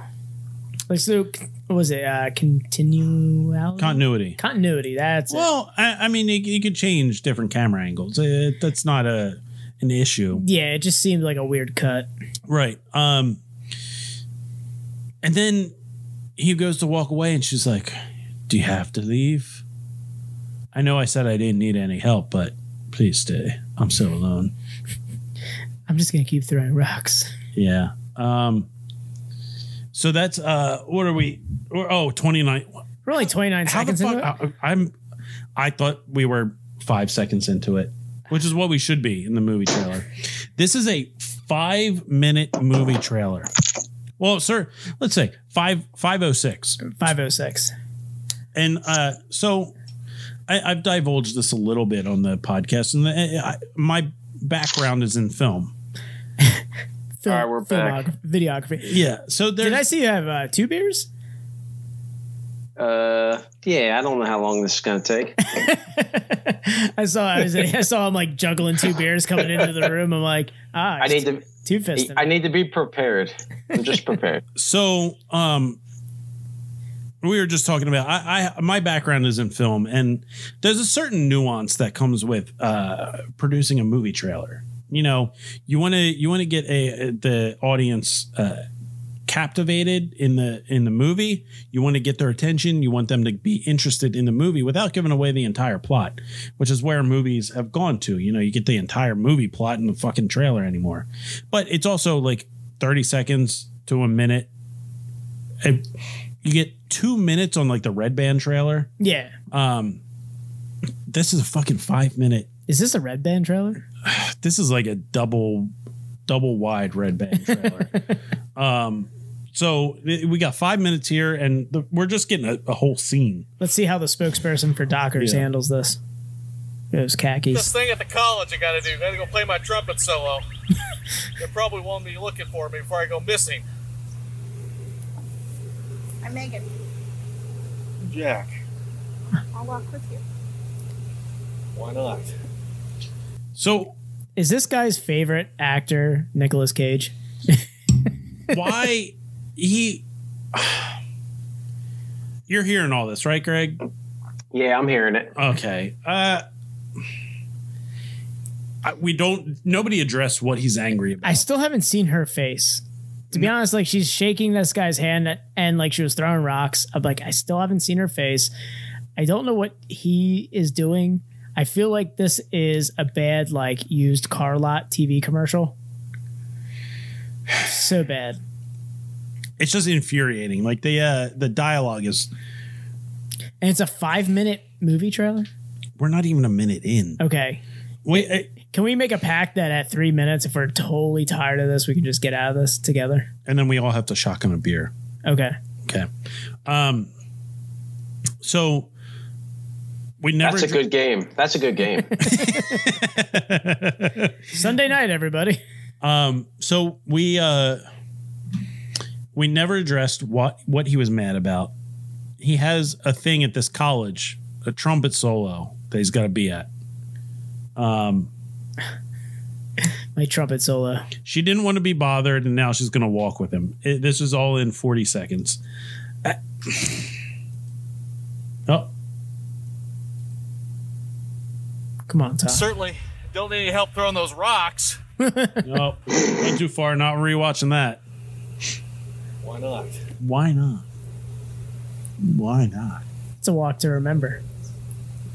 S6: Like so, c- what was it? Uh, continuality?
S5: continuity.
S6: Continuity. That's it.
S5: Well, I, I mean, you, you could change different camera angles. It, that's not a an issue,
S6: yeah. It just seemed like a weird cut.
S5: right? Um, and then he goes to walk away, and she's like, "Do you have to leave?" I know I said I didn't need any help, but please stay. I'm so alone.
S6: I'm just gonna keep throwing rocks.
S5: Yeah. Um. So that's uh. What are we? We're, oh, 29.
S6: We're only 29
S5: How the
S6: seconds into it.
S5: fuck? I, I'm. I thought we were five seconds into it, which is what we should be in the movie trailer. this is a five minute movie trailer. Well, sir, let's say five five oh six,
S6: 506.
S5: and uh, so I, I've divulged this a little bit on the podcast, and the, I, my background is in film.
S6: Film,
S7: All right, we're back.
S6: filmog- Videography.
S5: Yeah. So there's
S6: Did I see you have uh, two beers?
S7: Uh, yeah, I don't know how long this is going to take.
S6: I saw I, was, I saw him like juggling two beers coming into the room. I'm like, ah,
S7: I need to.
S6: two fisting.
S7: I need to be prepared. I'm just prepared.
S5: so um we were just talking about I, I my background is in film and there's a certain nuance that comes with uh producing a movie trailer you know you want to you want to get a, the audience uh captivated in the in the movie you want to get their attention you want them to be interested in the movie without giving away the entire plot which is where movies have gone to you know you get the entire movie plot in the fucking trailer anymore but it's also like 30 seconds to a minute and you get two minutes on like the red band trailer
S6: yeah.
S5: this is a fucking five minute
S6: Is this a red band trailer?
S5: this is like a double double wide red band trailer. um, so i- we got five minutes here, and the, we're just getting a, a whole scene.
S6: Let's see how the spokesperson for Dockers
S5: Yeah.
S6: handles this. Those
S12: This
S6: khakis.
S12: thing at the college I gotta do. I gotta go play my trumpet solo. they probably won't be looking for me before I go missing.
S11: I'm Megan.
S12: Jack,
S11: I'll walk with you.
S12: why not?
S5: So
S6: Is this guy's favorite actor Nicolas Cage?
S5: why he? You're hearing all this, right, Greg?
S7: Yeah, I'm hearing it.
S5: Okay. Uh, I- we don't. Nobody addressed what he's angry about.
S6: I still haven't seen her face. To be honest, like she's shaking this guy's hand and like she was throwing rocks. I'm like, I still haven't seen her face. I don't know what he is doing. I feel like this is a bad like used car lot TV commercial. So bad.
S5: It's just infuriating. Like the uh, the dialogue is.
S6: And it's a five minute movie trailer.
S5: We're not even a minute in.
S6: Okay.
S5: Wait,
S6: Can we make a pact that at three minutes, if we're totally tired of this, we can just get out of this together?
S5: and then we all have to shotgun a beer.
S6: Okay.
S5: Okay. Um. So we never.
S7: That's a good game. That's a good game.
S6: Sunday night, everybody.
S5: Um. So we uh. We never addressed what what he was mad about. He has a thing at this college, a trumpet solo that he's got to be at. Um.
S6: My trumpet solo.
S5: She didn't want to be bothered, and now she's going to walk with him. It- this is all in forty seconds. Uh, oh,
S6: Come on, Tom.
S12: Certainly don't need any help throwing those rocks.
S5: no, went too far. Not rewatching that.
S12: Why not?
S5: Why not? Why not?
S6: It's a walk to remember.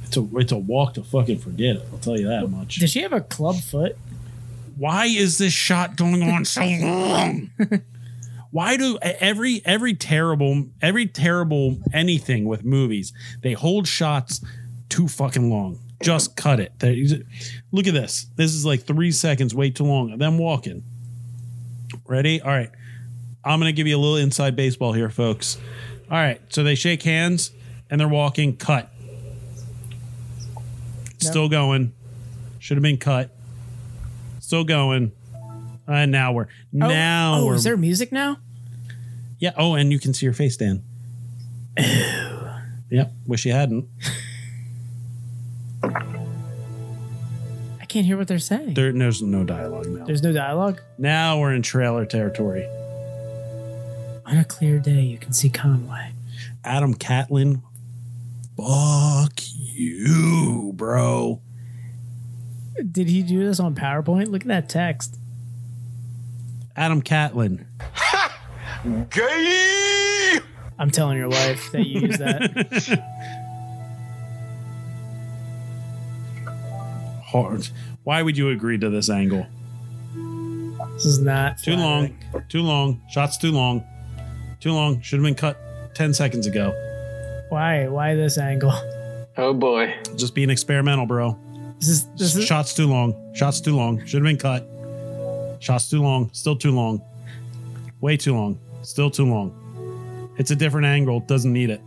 S5: It's a it's a walk to fucking forget it. I'll tell you that much.
S6: Does she have a club foot?
S5: Why is this shot going on so long? Why do e, every every terrible every terrible anything with movies they hold shots too fucking long? Just cut it. They- Look at this. This is like three seconds way too long. Them walking. Ready? All right. I'm gonna give you a little inside baseball here, folks. All right. So they shake hands and they're walking. Cut. Still going. Should have been cut. Still going. And now we're
S6: Oh,
S5: now
S6: oh,
S5: we're
S6: is there music now?
S5: yeah. Oh, and you can see your face, Dan. yep. Wish you hadn't.
S6: I can't hear what they're saying.
S5: There, there's no dialogue now.
S6: There's no dialogue.
S5: Now we're in trailer territory.
S6: On a clear day, you can see Conway.
S5: Adam Catlin. Fuck you, bro.
S6: Did he do this on PowerPoint? Look at that text.
S5: Adam Catlin.
S6: Gay. I'm telling your wife that you use that.
S5: Hard. Why would you agree to this angle?
S6: this is not
S5: Too long. Too long. Shots too long. Too long. Should have been cut 10 seconds ago.
S6: Why? Why this angle?
S7: Oh boy.
S5: Just being experimental, bro.
S6: This is, this is
S5: Shots too long. Shots too long. Should have been cut. Shots too long. Still too long. Way too long. Still too long. It's a different angle. Doesn't need it.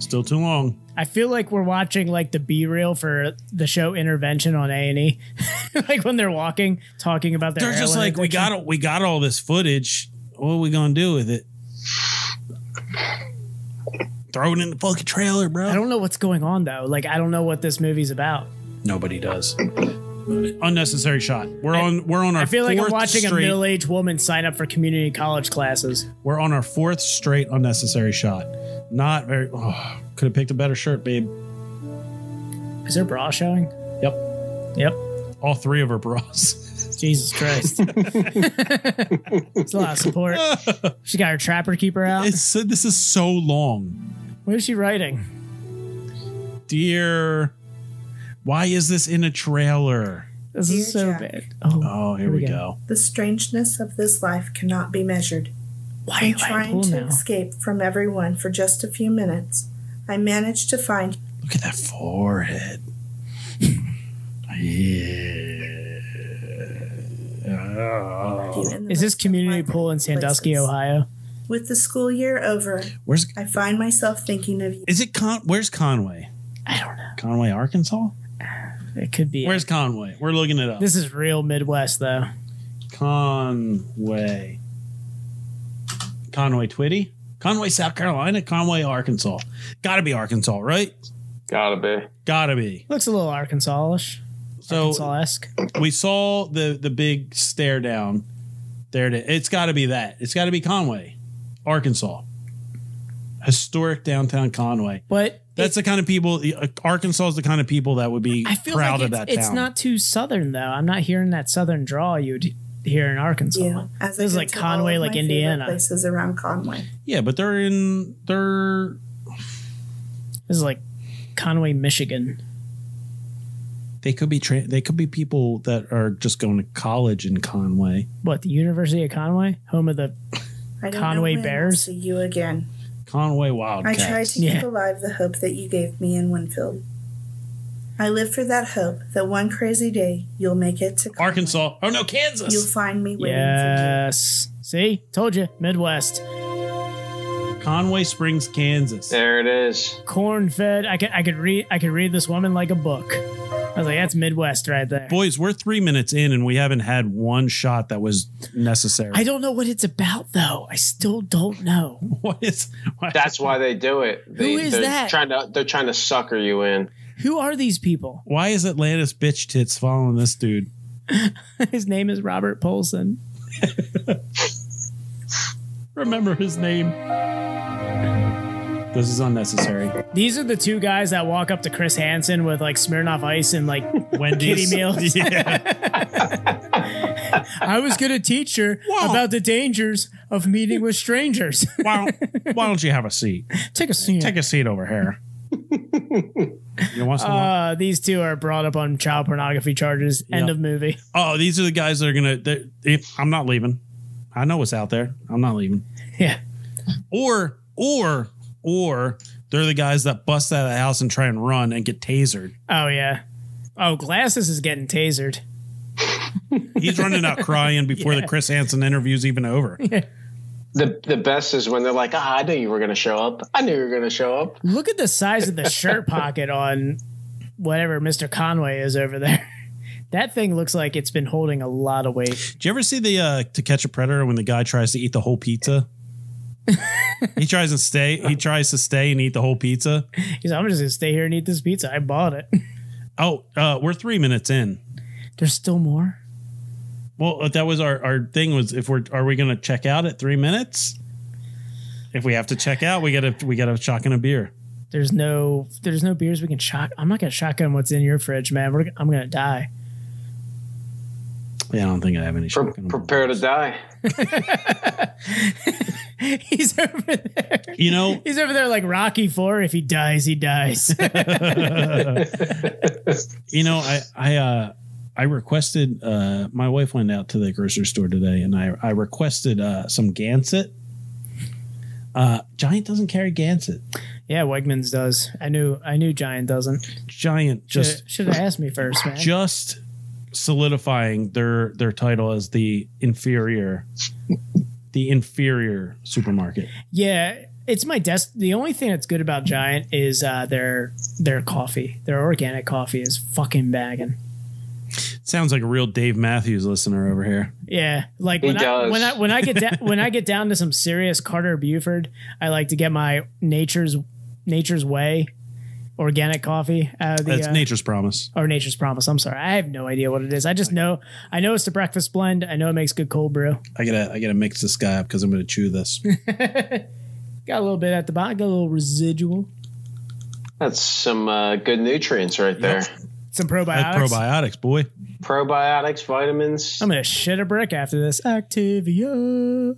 S5: Still too long.
S6: I feel like we're watching like the B reel for the show Intervention on A and E, like when they're walking, talking about their.
S5: They're just
S6: heroin
S5: like we
S6: addiction.
S5: got we got all this footage. What are we gonna do with it? Throw it in the fucking trailer, bro.
S6: I don't know what's going on though. Like I don't know what this movie's about.
S5: Nobody does. Unnecessary shot. We're on. We're on our.
S6: I feel like I'm
S5: fourth
S6: watching a
S5: straight-
S6: middle-aged woman sign up for community college classes.
S5: We're on our fourth straight unnecessary shot. Not very. Oh, could have picked a better shirt, babe.
S6: Is her bra showing?
S5: Yep.
S6: Yep.
S5: All three of her bras.
S6: Jesus Christ. It's a lot of support. she got her trapper keeper out.
S5: It's this is so long,
S6: What is she writing?
S5: dear. Why is this in a trailer?
S6: This is so bad. Oh,
S5: Oh, here, we, go.
S11: The strangeness of this life cannot be measured.
S6: Why
S11: I'm
S6: am I
S11: trying
S6: cool
S11: to
S6: now?
S11: escape from everyone for just a few minutes. I managed to find
S5: Look at that forehead. Yeah.
S6: Is this community pool in Sandusky, Ohio?
S11: With the school year over,
S5: Where's
S11: I find myself thinking of you.
S5: is it? Con- where's Conway?
S6: I don't know.
S5: Conway, Arkansas.
S6: It could be.
S5: Where's Conway? We're looking it up.
S6: This is real Midwest, though.
S5: Conway. Conway Twitty. Conway, South Carolina. Conway, Arkansas. Gotta be Arkansas, right?
S10: Gotta be.
S5: Gotta be.
S6: Looks a little Arkansas-ish.
S5: So
S6: Arkansas-esque.
S5: we saw the the big stare down. There it is. It's gotta be that. It's gotta be Conway, Arkansas. Historic downtown Conway.
S6: But
S5: That's the kind of people. uh, Arkansas is the kind of people that would be
S6: I feel
S5: proud
S6: like
S5: of
S6: it's,
S5: that
S6: it's
S5: town.
S6: not too southern though. I'm not hearing that southern drawl you'd hear in Arkansas.
S11: Yeah, as I
S6: this is
S11: go
S6: like
S11: to all
S6: Conway,
S11: of
S6: like
S11: my favorite
S6: Indiana.
S11: places around Conway.
S5: yeah, but they're in they're
S6: This is like Conway, Michigan.
S5: they could be tra- they could be people that are just going to college in Conway.
S6: What the University of Conway, home of the
S11: I don't
S6: Conway
S11: know when I'll
S6: Bears?
S11: See you again.
S5: Conway
S11: I
S5: Wildcats.
S11: tried to keep alive the hope that you gave me in Winfield. I live for that hope that one crazy day you'll make it to
S5: Arkansas. Oh no, Kansas.
S11: You'll find me waiting
S6: yes. See, told you, Midwest,
S5: Conway Springs, Kansas.
S7: There it is.
S6: corn fed. I could I could read I could read this woman like a book. I was like, that's Midwest right there.
S5: Boys, we're three minutes in and we haven't had one shot that was necessary.
S6: I don't know what it's about though. I still don't know.
S5: What is?
S7: That's why they do it. They,
S6: is
S7: they're
S6: that?
S7: Trying to, they're trying to sucker you in.
S6: Who are these people?
S5: Why is Atlantis bitch tits following this dude?
S6: His name is Robert Polson.
S5: Remember his name. This is unnecessary.
S6: These are the two guys that walk up to Chris Hansen with like Smirnoff Ice and like
S5: Wendy's
S6: Kitty meals.
S5: Yeah.
S6: I was gonna teach her
S5: Wow.
S6: about the dangers of meeting with strangers.
S5: Why don't, why don't you have a seat?
S6: Take a seat.
S5: Take a seat over here. You want some?
S6: uh, these two are brought up on child pornography charges. End
S5: Yeah.
S6: of movie.
S5: oh, these are the guys that are gonna. they're- If I'm not leaving, I know what's out there. I'm not leaving.
S6: Yeah.
S5: or or or they're the guys that bust out of the house and try and run and get tasered.
S6: Oh yeah. Oh, glasses is getting tasered.
S5: He's running out crying before the Chris Hansen interview's even over.
S7: The the best is when they're like, ah, I knew you were going to show up. I knew you were going to show up.
S6: Look at the size of the shirt pocket on whatever Mr. Conway is over there. That thing looks like it's been holding a lot of weight.
S5: Did you ever see the uh, To Catch a Predator when the guy tries to eat the whole pizza? he tries to stay. He tries to stay and eat the whole pizza.
S6: He's like, I'm just gonna stay here and eat this pizza. I bought it.
S5: Oh, uh, we're three minutes in.
S6: There's still more.
S5: Well, uh, that was our, our thing. Was if we're are we going to check out at three minutes? If we have to check out, we got to we got to shock in a beer.
S6: There's no there's no beers we can shock. I'm not gonna shotgun what's in your fridge, man. We're, I'm gonna die.
S5: Yeah, I don't think I have any.
S7: Pre-
S5: shotgun.
S7: prepare to die.
S6: He's over there.
S5: You know,
S6: He's over there like Rocky Four. If he dies, he dies.
S5: you know, I I uh, I requested. Uh, my wife went out to the grocery store today, and I I requested uh, some Gansett. Uh, Giant doesn't carry Gansett.
S6: yeah, Wegmans does. I knew I knew Giant doesn't.
S5: Giant just
S6: should have asked me first, man.
S5: just solidifying their their title as the inferior the inferior supermarket.
S6: Yeah, it's my desk. The only thing that's good about Giant is uh, their their coffee. Their organic coffee is fucking bagging.
S5: Sounds like a real Dave Matthews listener over here.
S6: Yeah, like
S7: He
S6: when I,
S7: does.
S6: when I when I get da- when I get down to some serious Carter Buford, I like to get my nature's nature's way organic coffee out of the
S5: That's
S6: uh,
S5: nature's promise.
S6: or nature's promise. I'm sorry, I have no idea what it is. I just know I know it's the breakfast blend. I know it makes good cold brew.
S5: I gotta I gotta mix this guy up because I'm gonna chew this.
S6: Got a little bit at the bottom. Got a little residual.
S7: That's some uh, good nutrients right there.
S6: Some probiotics.
S5: That's probiotics, boy.
S7: Probiotics, vitamins.
S5: Um,
S6: I'm gonna shit a brick after this. Activia.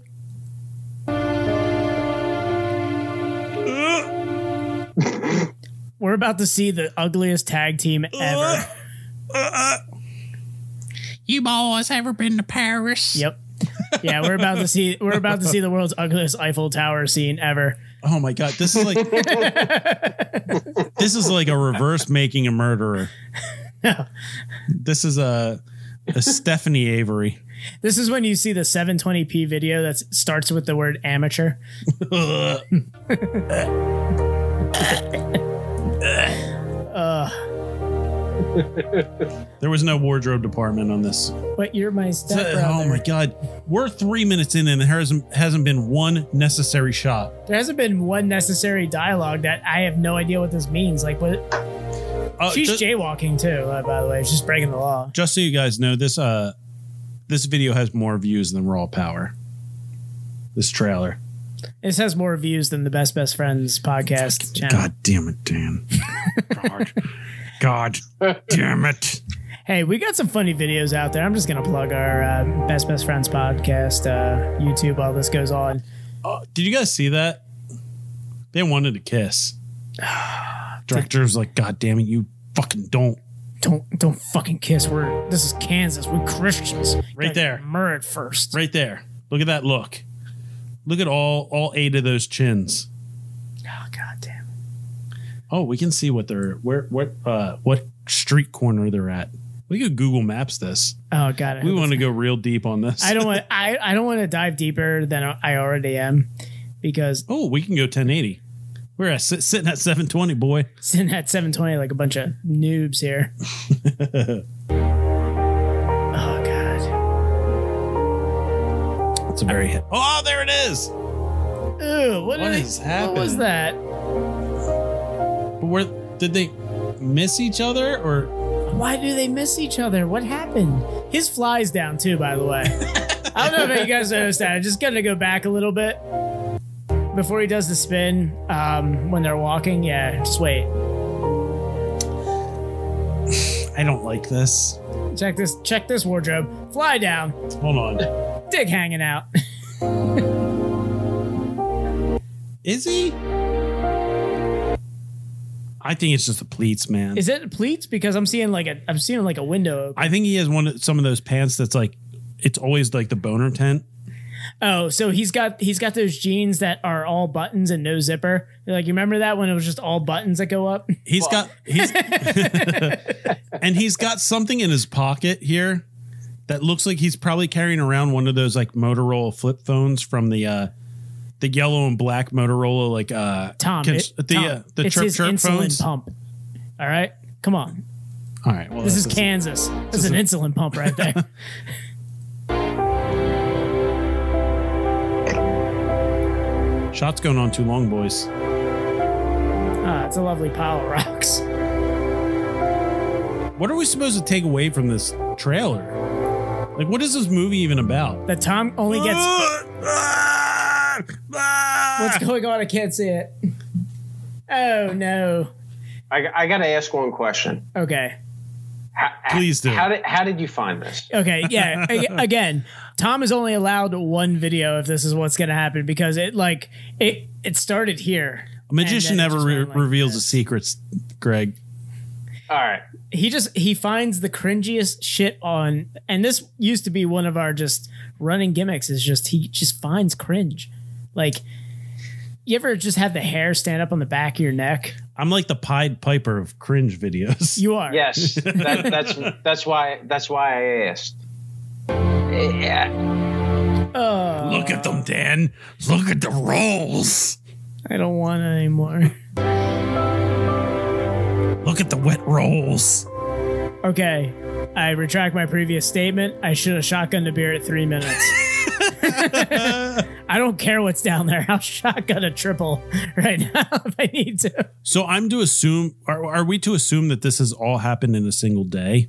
S6: We're about to see the ugliest tag team ever.
S5: You boys ever been to Paris?
S6: Yep. Yeah, we're about to see we're about to see the world's ugliest Eiffel Tower scene ever.
S5: Oh my god, this is like this is like a reverse making a murderer. This is a A Stephanie Avery.
S6: This is when you see the 720p video that starts with the word amateur. uh,
S5: There was no wardrobe department on this.
S6: but you're my stepbrother.
S5: oh my god, we're three minutes in and there hasn't hasn't been one necessary shot.
S6: There hasn't been one necessary dialogue that I have no idea what this means. Like, what?
S5: Uh,
S6: She's
S5: just,
S6: jaywalking too, uh, by the way. She's breaking the law.
S5: just so you guys know, this uh, this video has more views than Raw Power. This trailer.
S6: This has more views than the Best Best Friends podcast channel.
S5: God damn it, Dan. God, God damn it.
S6: Hey, we got some funny videos out there. I'm just gonna plug our uh, Best Best Friends podcast, uh, YouTube while this goes on.
S5: Uh, did you guys see that? They wanted to kiss. Director was like, God damn it, you fucking don't.
S6: Don't don't fucking kiss. We're this is Kansas. We're Christians.
S5: Right there.
S6: Murr at first.
S5: Right there. Look at that look. Look at all all eight of those chins.
S6: Oh god damn.
S5: Oh, we can see what they're where what uh what street corner they're at. We could Google Maps this.
S6: Oh god. I
S5: We
S6: hope
S5: want to go real deep on this.
S6: I don't want I, I don't want to dive deeper than I already am because
S5: Oh, we can go 1080. We're at, sit- sitting at 720, boy.
S6: sitting at 720 like a bunch of noobs here. oh god.
S5: It's a very hit. Oh, there it is.
S6: Ew, what,
S5: What
S6: is-
S5: is
S6: What
S5: happening?
S6: was that?
S5: But where did they miss each other or
S6: Why do they miss each other? What happened? His fly's down too, by the way. I don't know if you guys noticed that. I'm just gonna go back a little bit before he does the spin. Um, when they're walking, yeah, just wait.
S5: I don't like this.
S6: Check this. Check this wardrobe. Fly down.
S5: Hold on.
S6: Dick hanging out.
S5: Is he? I think it's just the pleats, man.
S6: Is it pleats? Because I'm seeing like a I'm seeing like a window.
S5: I think he has one of- some of those pants that's like it's always like the boner tent.
S6: Oh, so he's got he's got those jeans that are all buttons and no zipper. Like you remember that when it was just all buttons that go up.
S5: He's got he's and he's got something in his pocket here that looks like he's probably carrying around one of those like Motorola flip phones from the uh the yellow and black Motorola like uh
S6: Tom,
S5: cons-
S6: it-
S5: the
S6: Tom,
S5: uh, the
S6: it's
S5: chirp
S6: his
S5: chirp
S6: insulin
S5: phones.
S6: pump. All right, come on.
S5: All right, well
S6: Oh, This
S5: that's-
S6: is Kansas. This is an insulin pump right there.
S5: Shots going on too long, boys.
S6: Ah, it's a lovely pile of rocks.
S5: What are we supposed to take away from this trailer? Like, what is this movie even about?
S6: That Tom only gets.
S5: Ah.
S6: What's going on? I can't see it. Oh no.
S7: I, I got to ask one question.
S6: Okay.
S7: How,
S5: Please do.
S7: How did how did you find this?
S6: Okay. Yeah. A- Again, Tom is only allowed one video if this is what's going to happen because it like it it started here.
S5: A magician
S6: And then
S5: never
S6: it just
S5: re-
S6: went like
S5: reveals his secrets, Greg.
S7: All right.
S6: he just he finds the cringiest shit on and this used to be one of our just running gimmicks is just he just finds cringe like you ever just have the hair stand up on the back of your neck
S5: I'm like the Pied Piper of cringe videos.
S6: you are
S7: Yes, that, that's that's why that's why I asked. Yeah.
S6: oh
S5: Look at them, Dan. Look at the rolls.
S6: i don't want it anymore
S5: Look at the wet rolls.
S6: okay i retract my previous statement i should have shotgunned a beer at three minutes i don't care what's down there i'll shotgun a triple right now if i need to
S5: So I'm to assume, are, are we to assume that this has all happened in a single day?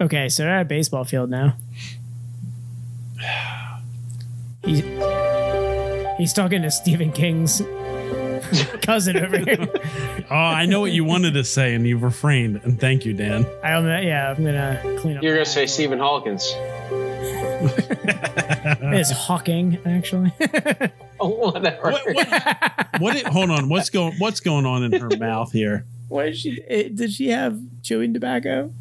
S6: Okay, so they're at a baseball field now. He's, he's talking to Stephen King's cousin over here.
S5: Oh, I know what you wanted to say, and you've refrained. And thank you, Dan.
S6: I don't know. Yeah, I'm gonna clean up.
S7: You're
S6: my
S7: gonna say
S6: act a
S7: Stephen Hawkins?
S6: little. It's Hawking, actually.
S7: Oh, whatever.
S5: What? What? what it, hold on. What's going? What's going on in her mouth here?
S6: what is she? eh, Did she have chewing tobacco?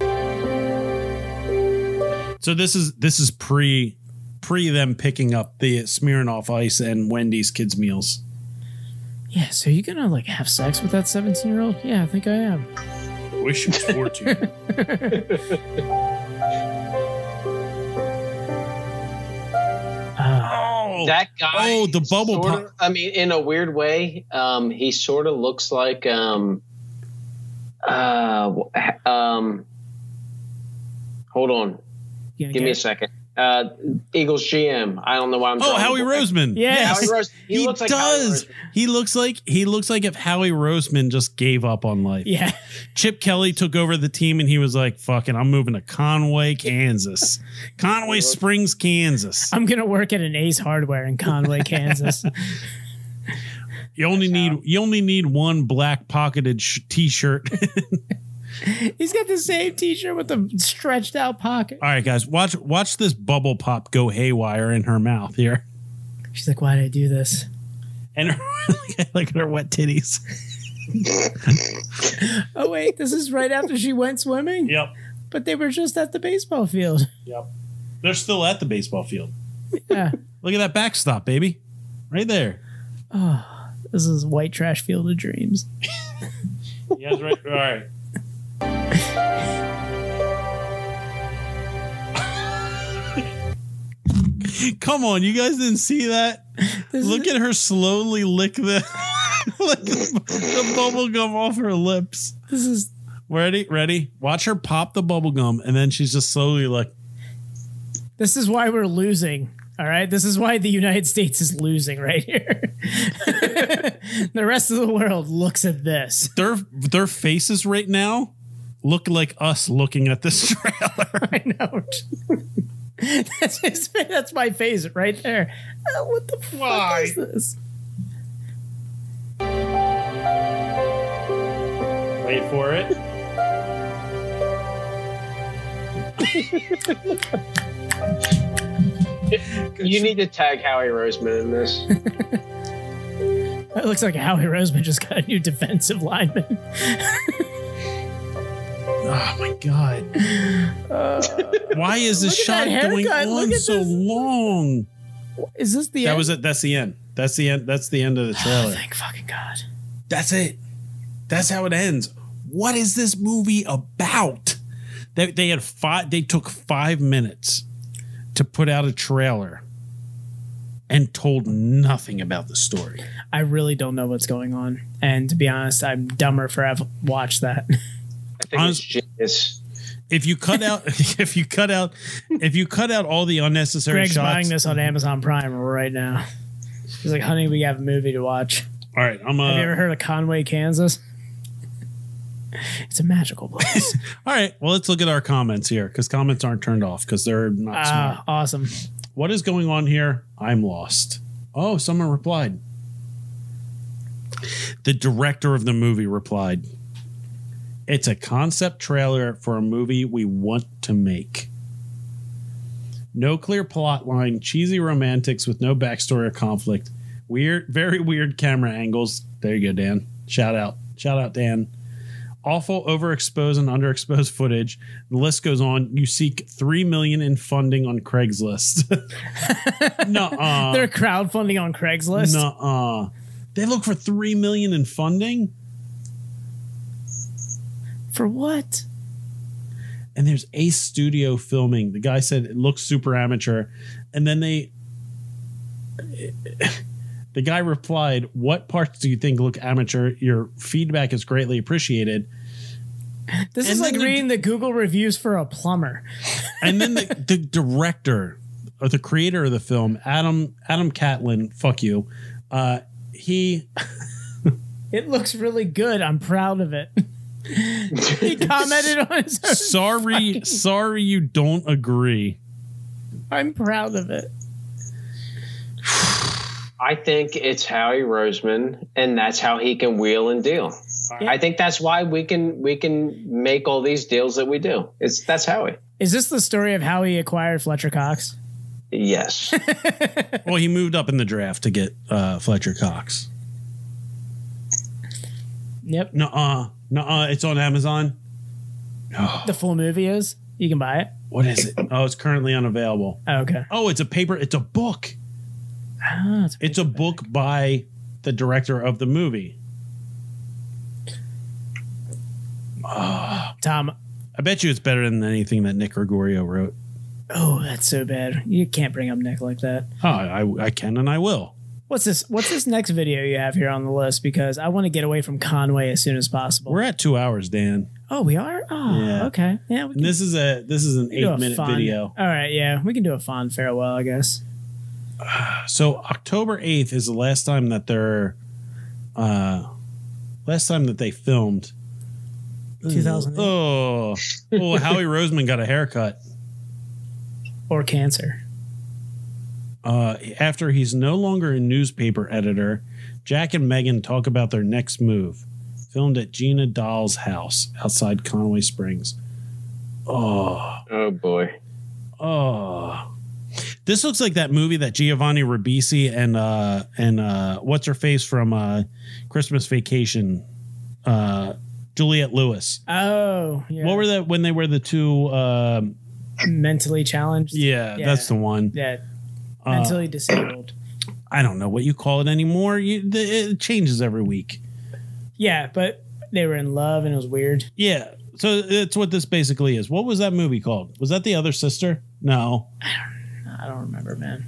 S5: So this is this is pre pre them picking up the Smirnoff Ice and Wendy's kids meals.
S6: Yeah. So you gonna like have sex with that 17 year old? Yeah, I think I am.
S5: Wish it was fortune.
S6: Uh,
S5: Oh,
S7: that guy.
S5: Oh, the bubble
S7: sorta-
S5: pop.
S7: I mean, in a weird way, um, he sort of looks like um, uh, wh- um, hold on,
S6: give
S7: me a second. Uh, Eagles GM. I don't know why I'm.
S5: Oh,
S7: drawing
S5: Howie
S7: a blank.
S5: Roseman.
S7: Yeah, Howie Rose. He,
S5: He,
S7: looks like Howie
S5: does. he looks like he looks like if Howie Roseman just gave up on life.
S6: Yeah.
S5: Chip Kelly took over the team and he was like, "Fucking, I'm moving to Conway, Kansas. Conway Springs, Kansas.
S6: I'm gonna work at an Ace Hardware in Conway, Kansas.
S5: You only need you only need one black pocketed sh- t-shirt."
S6: He's got the same T-shirt with the stretched out pocket.
S5: All right, guys, watch watch this bubble pop go haywire in her mouth here,
S6: She's like, "Why did I do this?"
S5: and look at her wet titties.
S6: Oh wait, this is right after she went swimming.
S5: Yep.
S6: But they were just at the baseball field.
S5: Yep, they're still at the baseball field.
S6: Yeah.
S5: Look at that backstop, baby, right there.
S6: Oh, this is white trash field of dreams.
S5: You guys right? All right. Come on, you guys didn't see that? Look at her slowly lick the, lick the, the bubble gum off her lips.
S6: This is
S5: Ready? Ready? Watch her pop the bubble gum, and then she's just slowly like,
S6: this is why we're losing. All right, this is why the United States is losing right here. the rest of the world looks at this.
S5: their their faces right now look like us looking at this trailer.
S6: I know. that's, his, that's my face right there. Uh, what the fuck is this?
S5: Wait for it.
S7: Roseman. You need to tag Howie Roseman in this.
S6: It looks like Howie Roseman just got a new defensive lineman.
S5: Oh my god. Why is this
S6: Look at
S5: shot
S6: that
S5: going
S6: haircut. Look
S5: on
S6: at
S5: so
S6: this.
S5: long?
S6: Is this the
S5: That
S6: end?
S5: was it. That's the end. That's the end. That's the end of the
S6: Oh,
S5: trailer.
S6: thank fucking God.
S5: That's it. That's how it ends. What is this movie about? They, they had five. They took five minutes to put out a trailer and told nothing about the story.
S6: I really don't know what's going on. And to be honest, I'm dumber for having watched that.
S7: I think it's genius.
S5: If you cut out, if you cut out, if you cut out all the unnecessary
S6: Greg's
S5: shots,
S6: buying this on Amazon Prime right now. He's like, honey, we have a movie to watch.
S5: All right, I'm uh,
S6: have you ever heard of Conway, Kansas? It's a magical place.
S5: All right, well, let's look at our comments here because comments aren't turned off because they're not smart.
S6: Ah, awesome.
S5: What is going on here? I'm lost. Oh, someone replied. The director of the movie replied, It's a concept trailer for a movie we want to make. No clear plot line, cheesy romantics with no backstory or conflict, weird, very weird camera angles. There you go, Dan. Shout out. Shout out, Dan. Awful overexposed and underexposed footage. The list goes on. You seek three million in funding on Craigslist. Nuh-uh.
S6: They're crowdfunding on Craigslist.
S5: Nuh-uh. They look for three million in funding,
S6: For what?
S5: and there's Ace Studio filming. The guy said it looks super amateur, and then they. The guy replied, "What parts do you think look amateur? Your feedback is greatly appreciated."
S6: This
S5: And
S6: is like
S5: then the-
S6: reading the Google reviews for a plumber.
S5: and then the, the director or the creator of the film, Adam Adam Catlin, fuck you. Uh, he
S6: It looks really good. I'm proud of it. he commented on his own.
S5: sorry sorry you don't agree.
S6: I'm proud of it.
S7: I think it's Howie Roseman, and that's how he can wheel and deal. I think that's why we can we can make all these deals that we do. It's that's Howie.
S6: Is this the story of how he acquired Fletcher Cox?
S7: Yes,
S5: Well, he moved up in the draft to get uh, Fletcher Cox.
S6: Yep.
S5: Nuh-uh. Nuh-uh. It's on Amazon.
S6: The full movie is? You can buy it.
S5: What is it? Oh, it's currently unavailable.
S6: Oh, okay.
S5: Oh, it's a paper. It's a book.
S6: Ah, it's-
S5: It's a book by the director of the movie.
S6: Tom,
S5: I bet you it's better than anything that Nick Gregorio wrote.
S6: Oh, that's so bad. You can't bring up Nick like that.
S5: Oh, I, I can and I will.
S6: What's this? What's this next video you have here on the list? Because I want to get away from Conway as soon as possible.
S5: We're at two hours, Dan.
S6: Oh, we are. Oh,
S5: Yeah.
S6: okay. Yeah, we
S5: And this is a this is an
S6: can do a
S5: eight minute
S6: fond-
S5: video.
S6: All right, yeah, we can do a fond farewell, I guess.
S5: So October eighth is the last time that they're, uh, last time that they filmed.
S6: 2008.
S5: Oh, well, Howie Roseman got a haircut.
S6: Or cancer.
S5: Uh, after he's no longer a newspaper editor, Jack and Megan talk about their next move, filmed at Gina Doll's house outside Conway Springs. Oh,
S7: Oh boy.
S5: oh. This looks like that movie that Giovanni Ribisi and uh and uh what's her face from uh Christmas Vacation, uh Juliet Lewis.
S6: Oh, yeah.
S5: What were that when they were the two? Um,
S6: mentally challenged?
S5: yeah,
S6: Yeah.
S5: that's the one.
S6: Yeah,
S5: Uh,
S6: mentally disabled.
S5: I don't know what you call it anymore. You, the, it changes every week.
S6: Yeah, but they were in love and it was weird.
S5: Yeah. So it's what this basically is. What was that movie called? Was that The Other Sister? No.
S6: I don't remember, man.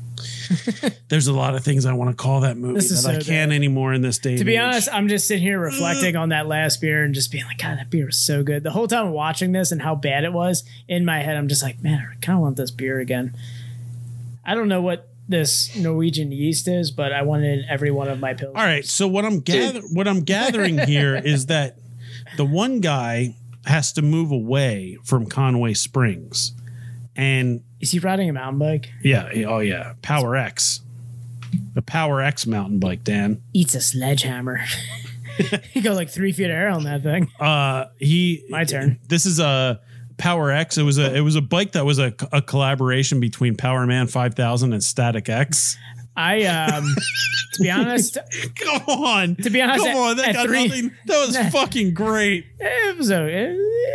S5: There's a lot of things I want to call that movie
S6: This is
S5: that I
S6: so
S5: can't anymore in this day.
S6: To
S5: and
S6: be
S5: age.
S6: honest, I'm just sitting here reflecting on that last beer and just being like, God, that beer was so good. The whole time watching this and how bad it was in my head, I'm just like, man, I kind of want this beer again. I don't know what this Norwegian yeast is, but I want it in every one of my pills.
S5: All right. So what I'm gather what I'm gathering here is that the one guy has to move away from Conway Springs, and
S6: Is he riding a mountain bike?
S5: yeah, oh yeah, Power X, the Power X mountain bike, Dan.
S6: Eats a sledgehammer. he got like three feet of air on that thing.
S5: uh he
S6: My turn.
S5: this is a power x it was a it was a bike that was a, a collaboration between power man 5000 and static x
S6: I um to be honest,
S5: come on
S6: To be honest,
S5: come on that
S6: at
S5: got
S6: three-
S5: nothing that was fucking great
S6: it was a,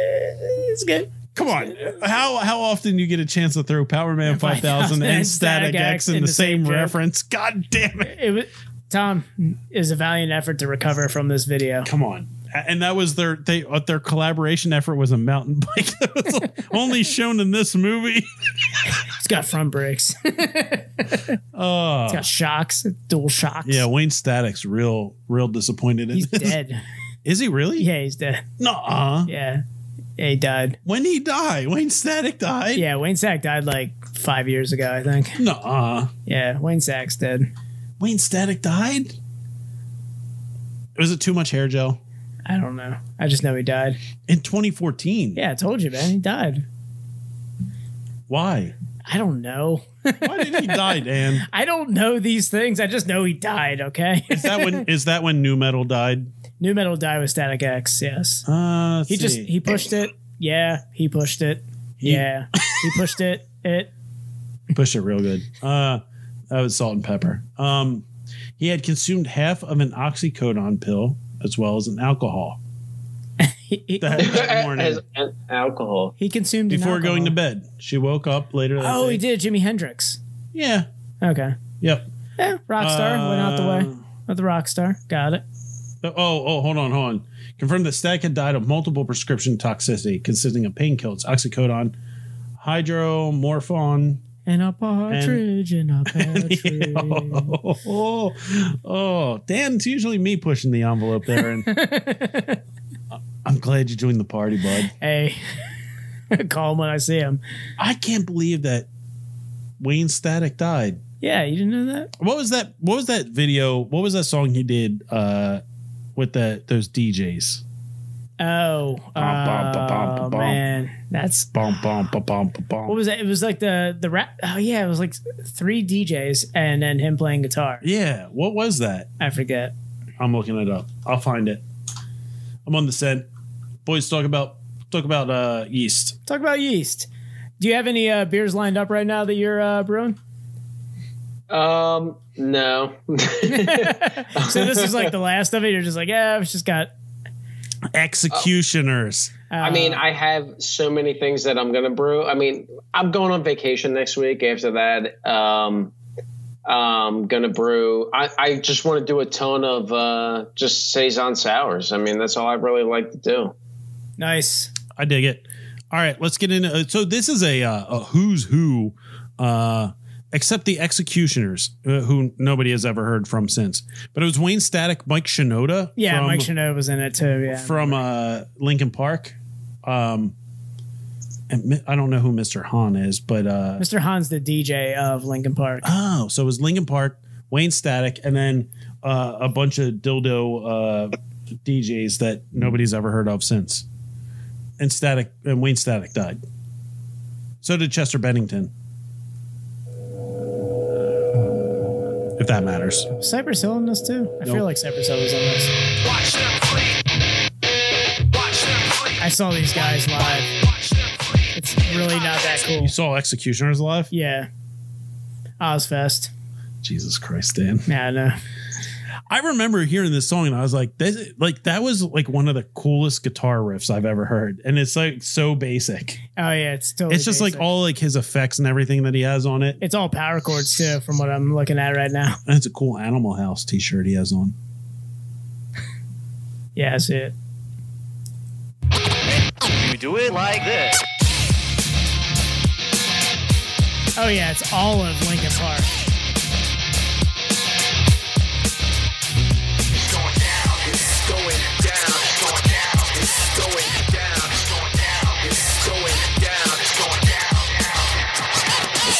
S6: it's good.
S5: come on how how often you get a chance to throw power man 5000 and static x in the same
S6: joke.
S5: reference god damn it
S6: It was Tom is a valiant effort to recover from this video.
S5: come on A- and that was their they uh, their collaboration effort was a mountain bike that was only shown in this movie
S6: It's got front brakes.
S5: oh
S6: It's got shocks, dual shocks.
S5: yeah wayne static's real real disappointed in
S6: he's
S5: this.
S6: dead.
S5: Is he really?
S6: Yeah, he's dead.
S5: Nuh-uh.
S6: Yeah. yeah, he died.
S5: When did he die? Wayne Static died?
S6: Yeah, Wayne Sack died like five years ago, I think.
S5: Nuh-uh.
S6: Yeah, Wayne Sack's dead.
S5: Wayne Static died? Was it too much hair gel?
S6: I don't know. I just know he died.
S5: In 2014.
S6: Yeah, I told you, man. He died.
S5: Why?
S6: I don't know.
S5: Why did he die, Dan?
S6: I don't know these things. I just know he died. Okay.
S5: Is that when is that when New Metal died?
S6: New Metal died with Static X. Yes.
S5: Uh let's
S6: He just
S5: see.
S6: he pushed it. Yeah, he pushed it.
S5: He-
S6: yeah, he pushed it. It.
S5: pushed it real good. Uh that was salt and pepper. Um he had consumed half of an oxycodone pill as well as an alcohol
S6: He, he,
S5: that morning
S7: As, as alcohol.
S6: he consumed an
S5: before going to
S6: alcohol.
S5: bed. She woke up later that
S6: Oh,
S5: day.
S6: he did. Jimi Hendrix.
S5: Yeah.
S6: Okay.
S5: Yep.
S6: Yeah, rock star went out the way.
S5: Uh,
S6: Not the rock star. Got it.
S5: Oh, oh, hold on, hold on. Confirmed that Static had died of multiple prescription toxicity consisting of painkillers, oxycodone, hydromorphone.
S6: And a partridge in a pear tree.
S5: oh, oh, oh, Dan, it's usually me pushing the envelope there. And I'm glad you joined the party, bud.
S6: Hey, call him when I see him.
S5: I can't believe that Wayne Static died.
S6: Yeah, you didn't know that?
S5: What was that? What was that video? What was that song he did uh, with that those DJs?
S6: Oh,
S5: bum, ba, bum, ba,
S6: oh,
S5: bum.
S6: man, that's
S5: Bum bum ba, bum ba, bum.
S6: what was that? It was like the the rap. Oh yeah, it was like three DJs and then him playing guitar.
S5: Yeah, what was that?
S6: I forget.
S5: I'm looking it up. I'll find it. I'm on the set. Boys, talk about talk about uh, yeast.
S6: Talk about yeast. Do you have any uh, beers lined up right now that you're uh, brewing?
S7: Um, no.
S6: So this is like the last of it. You're just like, yeah, I've just got.
S5: Executioners.
S6: Uh,
S7: I mean, I have so many things that I'm gonna brew. I mean, I'm going on vacation next week. After that, um, I'm gonna brew. I, I just want to do a ton of uh, just saison sours. I mean, that's all I really like to do.
S6: nice.
S5: I dig it. All right, let's get into. uh, So this is a, uh, a who's who, uh, except the executioners, uh, who nobody has ever heard from since. But it was Wayne Static, Mike Shinoda.
S6: Yeah,
S5: from-
S6: Mike Shinoda was in it too. Yeah,
S5: from uh, Lincoln Park. Um, and mi- I don't know who Mr. Hahn is, but uh,
S6: Mr. Hahn's the DJ of Lincoln Park.
S5: Oh, so it was Lincoln Park, Wayne Static, and then uh, a bunch of dildo uh, DJs that nobody's ever heard of since. And Static and Wayne Static died. So did Chester Bennington. If that matters.
S6: Cypress Hill in this too. I
S5: Nope.
S6: feel like Cypress Hill was in this. I saw these guys live. It's really not that cool.
S5: You saw Executioners live?
S6: Yeah. Ozfest.
S5: Jesus Christ, Dan.
S6: Yeah, I know.
S5: I remember hearing this song and I was like, this, like that was like one of the coolest guitar riffs I've ever heard. And it's like so basic.
S6: Oh yeah, it's totally.
S5: it's just
S6: basic.
S5: like all like his effects and everything that he has on it.
S6: it's all power chords too, from what I'm looking at right now.
S5: And it's a cool Animal House t shirt he has on.
S6: Yeah, I see it.
S4: You do it like this.
S6: Oh yeah, it's all of Lincoln Park.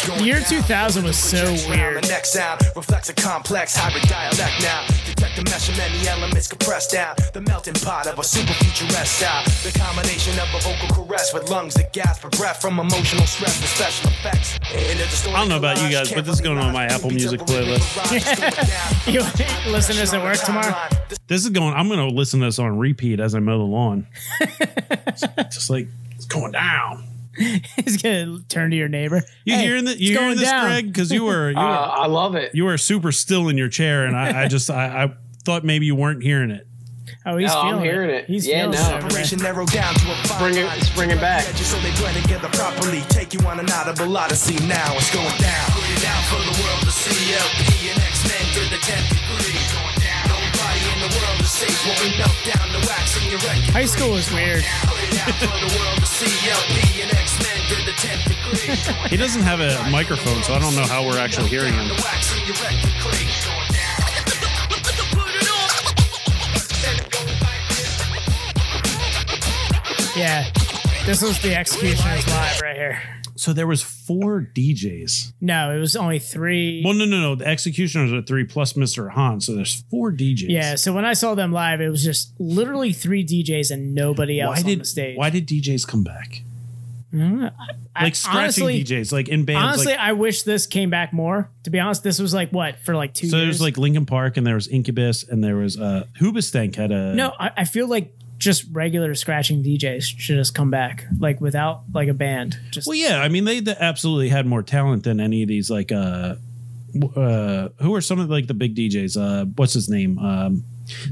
S6: The year 2000 was so weird.
S13: The next sound reflects a complex hybrid dialect now. Detect the mesh of many elements compressed down. The melting pot of a super futurist style. The combination of a vocal caress with lungs that gasp for breath from emotional stress with special effects. In a
S5: I don't know about you guys, but this is going on my Apple Music playlist.
S6: you listen to this at work tomorrow?
S5: This is going, I'm going to listen to this on repeat as I mow the lawn. It's just like, it's going down.
S6: He's gonna turn to your neighbor.
S5: You
S6: Hey,
S5: hearing, the,
S6: it's
S5: you hearing
S6: going
S5: this,
S6: down.
S5: Greg? Because you were, you were
S7: Uh, I love it.
S5: You were super still in your chair, and I, I just, I, I thought maybe you weren't hearing it.
S6: Oh, he's
S7: No, I'm
S6: feeling
S7: hearing it.
S6: He's
S7: Yeah,
S6: feeling
S7: no.
S6: it.
S13: Operation narrowed down to a fine bring it, bring it back. So they blend together properly. Take you on an audible odyssey. Now it's going down. Put it out for the world to see. LP and X-Men through the 10th degree. Going down. Nobody in the world is safe when we melt down the wax in your record.
S6: High school is weird.
S13: Put it out for the world to see. LP and X-Men through the 10th degree. Going
S5: He doesn't have a microphone, so I don't know how we're actually hearing him.
S13: down the wax in your record. Click. Going down. Put it on.
S6: Yeah, this was the Executioners live right here.
S5: So there was four DJs.
S6: No, it was only three.
S5: Well, no, no, no. The Executioners are three plus Mr. Han. So there's four DJs.
S6: Yeah, so when I saw them live, it was just literally three DJs and nobody else
S5: Why
S6: on
S5: did
S6: the stage.
S5: why did DJs come back?
S6: Mm, I-
S5: Like scratching
S6: honestly-
S5: DJs, like in bands.
S6: Honestly,
S5: like,
S6: I wish this came back more. To be honest, this was like what for like two
S5: so
S6: years.
S5: there's like Lincoln Park, and there was Incubus, and there was uh Hoobastank had a
S6: no, I, I feel like just regular scratching DJs should just come back, like without like a band. Just
S5: Well, yeah, I mean they, they absolutely had more talent than any of these like uh w- uh who are some of like the big DJs? Uh what's his name? Um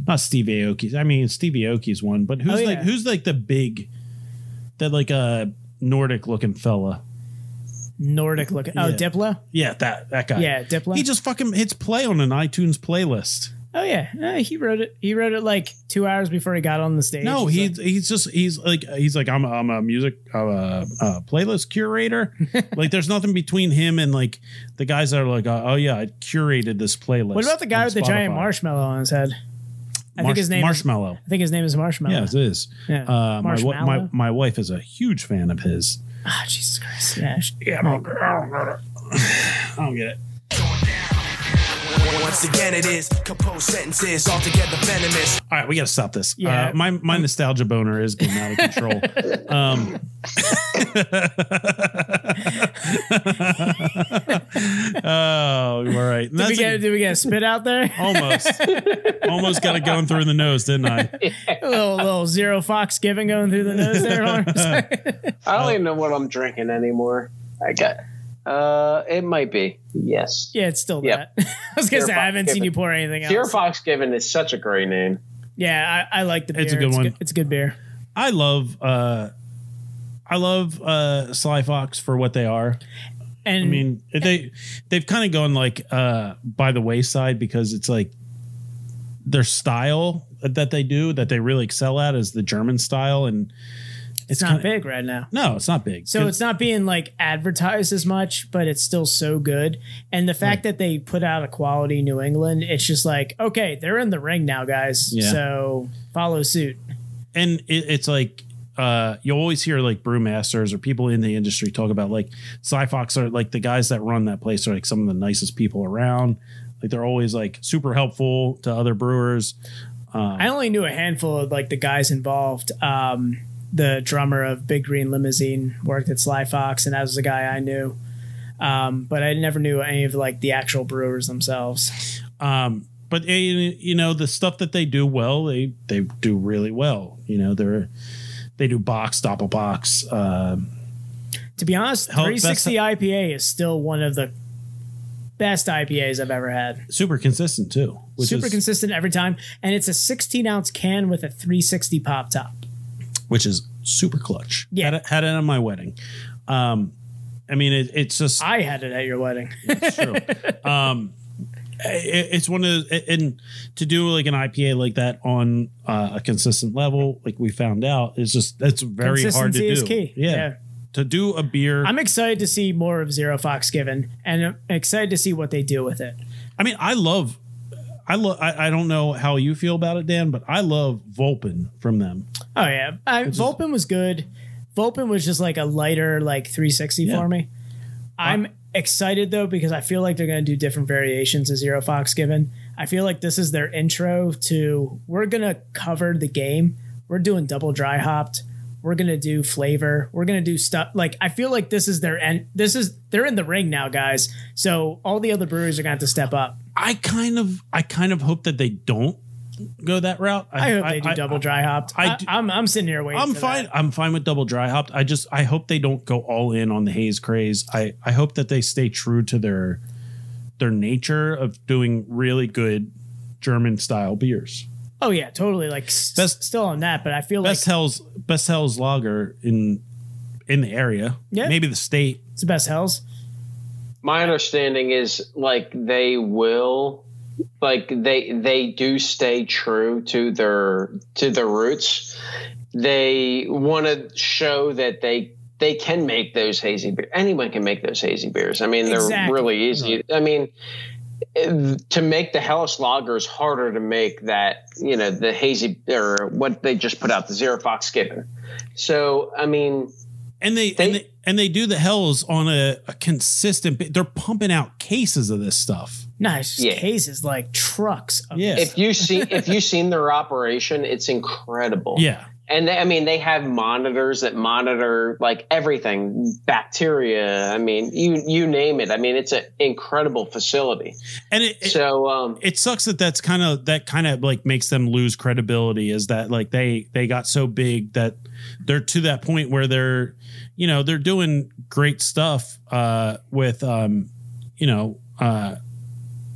S5: not Steve Aoki's. I mean Steve Aoki's one, but who's
S6: Oh,
S5: like
S6: yeah.
S5: who's like the big that like uh Nordic looking fella?
S6: Nordic looking. Oh,
S5: Yeah.
S6: Diplo.
S5: Yeah, that that guy.
S6: Yeah, Diplo.
S5: He just fucking hits play on an iTunes playlist.
S6: Oh yeah, Uh, he wrote it. He wrote it like two hours before he got on the stage.
S5: No,
S6: It's
S5: he
S6: like-
S5: he's just he's like he's like I'm a, I'm a music I'm a, a playlist curator. like there's nothing between him and like the guys that are like oh yeah I curated this playlist.
S6: What about the guy
S5: on
S6: with the giant
S5: Spotify."
S6: marshmallow on his head? I
S5: Marsh-
S6: think his name
S5: Marshmallow.
S6: Is, I think his name is Marshmallow.
S5: Yes, it is.
S6: Yeah.
S5: Uh, my, wa- my
S6: Marshmallow?
S5: my wife is a huge fan of his.
S6: Ah, Jesus Christ. Yeah. sh-
S5: Yeah, I don't, I don't get it. I don't get it.
S13: Once again, it is composed sentences altogether venomous.
S5: All right, we got to stop this.
S13: Yeah.
S5: Uh, my my nostalgia boner is getting out of control. um, oh, all right.
S6: Did we, get, did we get a spit out there?
S5: Almost. almost got it going through the nose, didn't I?
S6: a little, little zero fox giving going through the nose there. Lawrence.
S7: I don't even know what I'm drinking anymore. I got. Uh, it might be yes.
S6: yeah, it's still
S7: Yep.
S6: that. I was going to
S7: Pure
S6: say, I haven't seen
S7: Foxgiven.
S6: you pour anything else.
S7: Pure Foxgiven is such a great name.
S6: Yeah, I, I like the beer.
S5: It's a good one.
S6: it's a good beer.
S5: I love uh I love uh Sly Fox for what they are.
S6: And
S5: I mean they they've kind of gone like uh by the wayside because it's like their style that they do that they really excel at is the German style and
S6: It's not big right now.
S5: No, it's not big.
S6: So it's not being like advertised as much, but it's still so good. And the fact that they put out a quality New England, it's just like, okay, they're in the ring now, guys.
S5: Yeah.
S6: So follow suit.
S5: and it, it's like uh, you always hear like brewmasters or people in the industry talk about like Sci-Fox are like the guys that run that place are like some of the nicest people around. Like they're always like super helpful to other brewers. Um,
S6: I only knew a handful of like the guys involved. Um, the drummer of Big Green Limousine worked at Sly Fox, and that was the guy I knew. Um, but I never knew any of like the actual brewers themselves.
S5: Um, but eh, you know the stuff that they do well, they they do really well. You know they're they do box doppelbox. Um,
S6: To be honest,
S5: Hell, that's-
S6: 360 IPA is still one of the best IPAs I've ever had.
S5: super consistent too. Which
S6: Super
S5: is,
S6: consistent every time, and it's a 16 ounce can with a 360 pop top.
S5: which is super clutch.
S6: Yeah.
S5: had it, had it at my wedding. Um, I mean, it, it's just
S6: I had it at your wedding.
S5: um, it, it's one of the- and to do like an IPA like that on uh, a consistent level, like we found out, is just that's very hard to
S6: Consistency
S5: do.
S6: is key.
S5: Yeah.
S6: Yeah.
S5: to do a beer. i
S6: I'm excited to see more of Zero Fox Given, and I'm excited to see what they do with it.
S5: mean, I love. I, lo- I I don't know how you feel about it, Dan, but I love Vulpin from them.
S6: Oh yeah, I, Vulpin was good. Vulpin was just like a lighter like 360
S5: Yeah.
S6: for me. I'm excited though because I feel like they're going to do different variations of Zero Fox Given. I feel like this is their intro to we're going to cover the game. We're doing double dry hopped. We're going to do flavor. We're going to do stuff like I feel like this is their end. This is they're in the ring now, guys. So all the other breweries are going to have to step up.
S5: I kind of I kind of hope that they don't go that route.
S6: I hope they do double dry hopped.
S5: I
S6: I,
S5: do-
S6: am I'm sitting here waiting.
S5: I'm
S6: for
S5: fine.
S6: that.
S5: I'm fine with double dry hopped. I just I hope they don't go all in on the haze craze. I I hope that they stay true to their their nature of doing really good German style beers.
S6: Oh yeah, totally. Like s-
S5: Best-
S6: still on that, but I feel like
S5: Best Hell's Best Hell's lager in in the area.
S6: Yeah.
S5: maybe the state.
S6: It's the best hells.
S7: My understanding is like they will like they they do stay true to their to their roots. They want to show that they they can make those hazy beers. Anyone can make those hazy beers. I mean, they're
S6: Exactly.
S7: really easy. I mean, eh, to make the Hellas Lager is harder to make that you know the hazy or what they just put out the Zero Fox Skipping. So I mean,
S5: And they, and they and they do the Hells on a, a consistent. ba- They're pumping out cases of this stuff.
S6: Nice
S7: Yeah.
S6: cases like trucks. Of
S5: Yeah.
S7: if you see if you've seen their operation, it's incredible.
S5: Yeah,
S7: and they, I mean they have monitors that monitor like everything, bacteria. I mean, you you name it. I mean, it's an incredible facility.
S5: and it, it-
S7: So um,
S5: it sucks that that's kind of that kind of like makes them lose credibility is that like they they got so big that they're to that point where they're you know they're doing great stuff uh with um you know uh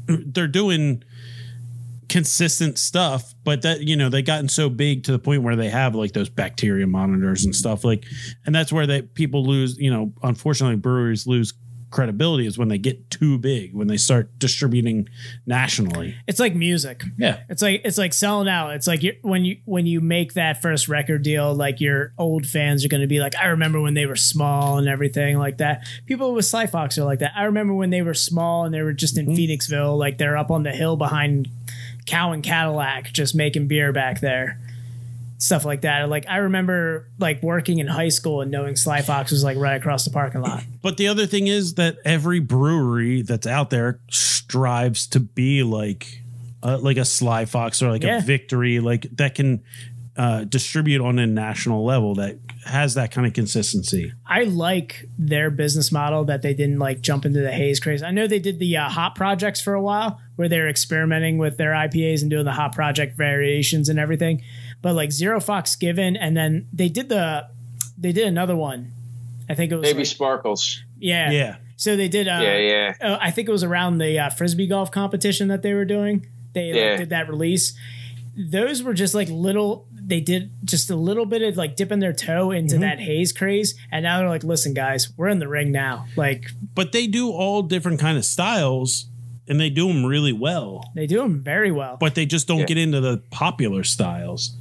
S5: they're doing consistent stuff but that you know they've gotten so big to the point where they have like those bacteria monitors and stuff like and that's where that people lose you know unfortunately breweries lose credibility is when they get too big when they start distributing nationally
S6: It's like music.
S5: yeah
S6: It's like it's like selling out. It's like you're, when you when you make that first record deal, like your old fans are going to be like, I remember when they were small and everything like that. People with Sly Fox are like that. I remember when they were small and they were just in Phoenixville, like they're up on the hill behind Cow and Cadillac, just making beer back there, stuff like that. Like I remember like working in high school and knowing Sly Fox was like right across the parking lot.
S5: But the other thing is that every brewery that's out there strives to be like uh, like a Sly Fox or like
S6: Yeah.
S5: a Victory, like that can uh, distribute on a national level that has that kind of consistency.
S6: I like their business model that they didn't like jump into the haze craze. I know they did the uh, hop projects for a while where they were experimenting with their IPAs and doing the hop project variations and everything. But like Zero Fox Given, and then they did the they did another one. I think it was
S7: maybe
S6: like-
S7: sparkles.
S6: yeah
S5: Yeah.
S6: So they did uh,
S7: Yeah, yeah.
S6: uh, I think it was around the uh, frisbee golf competition that they were doing. They like,
S7: Yeah.
S6: did that release. Those were just like little. They did just a little bit of like dipping their toe into that haze craze, and now they're like, "Listen, guys, we're in the ring now." Like
S5: But they do all different kind of styles and they do them really well,
S6: they do them very well.
S5: but they just don't
S7: Yeah.
S5: get into the popular styles.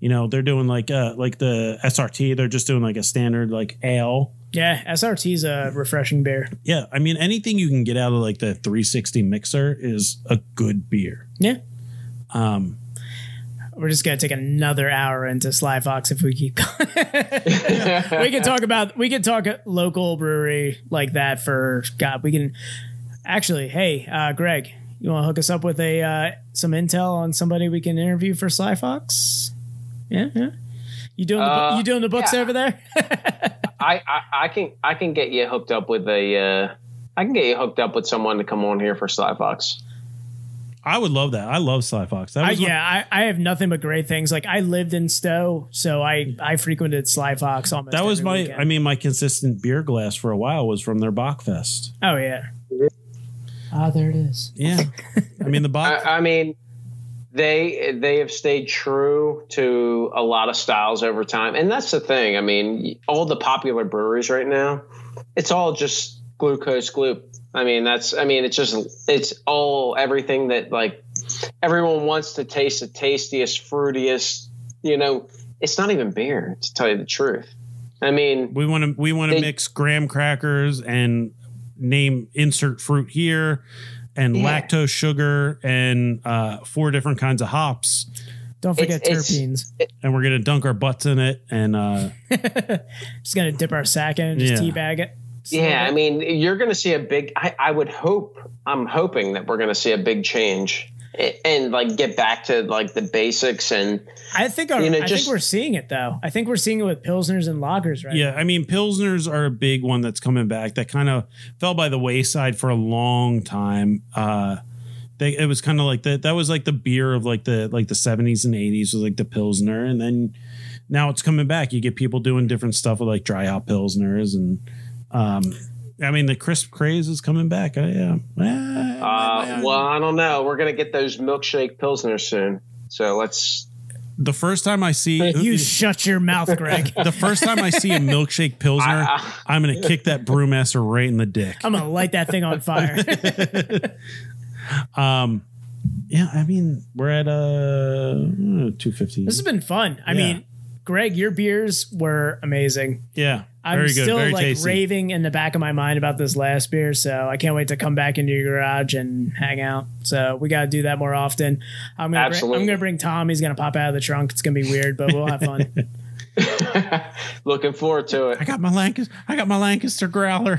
S5: you know, they're doing like uh like the SRT, they're just doing like a standard like ale.
S6: Yeah, SRT's a refreshing beer.
S5: Yeah, I mean anything you can get out of like the 360 mixer is a good beer.
S6: Yeah.
S5: Um
S6: We're just gonna take another hour into Sly Fox if we keep going. we can talk about we can talk a local brewery like that for God. We can actually. Hey, uh, Greg, you want to hook us up with a uh, some intel on somebody we can interview for Sly Fox? Yeah, yeah. You doing the,
S7: Uh,
S6: bu- you doing the books over there?
S7: I, I I can I can get you hooked up with a uh, I can get you hooked up with someone to come on here for Sly Fox.
S5: I would love that. I love Sly Fox. That
S6: I,
S5: was one-
S6: yeah, I, I have nothing but great things. Like I lived in Stowe, so I I frequented Sly Fox almost.
S5: that was
S6: every
S5: my
S6: weekend.
S5: I mean my consistent beer glass for a while was from their Bachfest.
S6: Oh yeah. Ah, there it is.
S5: Yeah. I mean the Bach
S7: I, I mean they they have stayed true to a lot of styles over time, and that's the thing. I mean, all the popular breweries right now, it's all just glucose gloop. I mean, that's I mean, it's just it's all everything that like everyone wants to taste the tastiest, fruitiest. You know, it's not even beer to tell you the truth. I mean,
S5: we want to we want to
S7: They-
S5: mix graham crackers and name insert fruit here and
S7: Yeah.
S5: lactose sugar and uh, four different kinds of hops
S6: Don't forget
S5: It's-
S6: terpenes.
S5: and we're gonna dunk our butts in it and uh,
S6: Just gonna dip our sack in and just
S5: Yeah.
S6: teabag it.
S7: Yeah, I mean, you're going to see a big. I, I would hope. I'm hoping that we're going to see a big change a- and like get back to like the basics and
S6: I think our,
S7: You know,
S6: I
S7: just-
S6: think we're seeing it though. I think we're seeing it with pilsners and lagers right
S5: yeah i mean pilsners are a big one that's coming back that kind of fell by the wayside for a long time uh, they, it was kind of like that that was like the beer of like the like the 70s and 80s was like the pilsner and then now it's coming back you get people doing different stuff with like dry hop pilsners and um i mean the crisp craze is coming back i yeah Ah,
S7: uh, well, I don't know. We're going to get those milkshake pilsners soon. So let's.
S5: the first time i see
S6: now. You shut your mouth, Greg.
S5: the first time i see a milkshake pilsner i'm gonna kick that brewmaster right in the dick
S6: I'm gonna light that thing on fire.
S5: um yeah i mean we're at uh 250
S6: this has been fun. I
S5: Yeah.
S6: mean, Greg, your beers were amazing.
S5: yeah
S6: I'm
S5: very good
S6: still
S5: very
S6: like
S5: tasty
S6: raving in the back of my mind about this last beer, so I can't wait to come back into your garage and hang out. So we got to do that more often. I'm gonna bring, I'm
S7: Absolutely.
S6: gonna bring Tom. He's gonna pop out of the trunk. It's gonna be weird, but we'll have fun.
S7: Looking forward to it.
S5: I got my Lancaster. I got my Lancaster growler.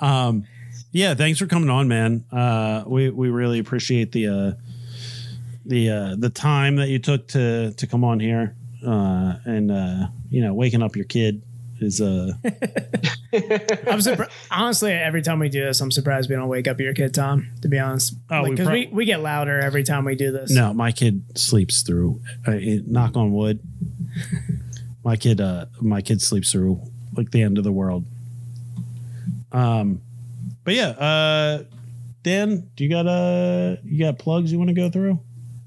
S5: um, yeah, thanks for coming on, man. Uh, we we really appreciate the uh, the uh, the time that you took to to come on here, uh, and uh, you know, waking up your kid is uh,
S6: I'm surprised. Honestly, every time we do this, I'm surprised we don't wake up your kid, Tom. To be honest,
S5: Oh, we
S6: because
S5: prob-
S6: we, we get louder every time we do this.
S5: no. My kid sleeps through. Uh, it, knock on wood. my kid, uh, my kid sleeps through like the end of the world. Um, but yeah, uh, Dan, do you got uh you got plugs you want to go through?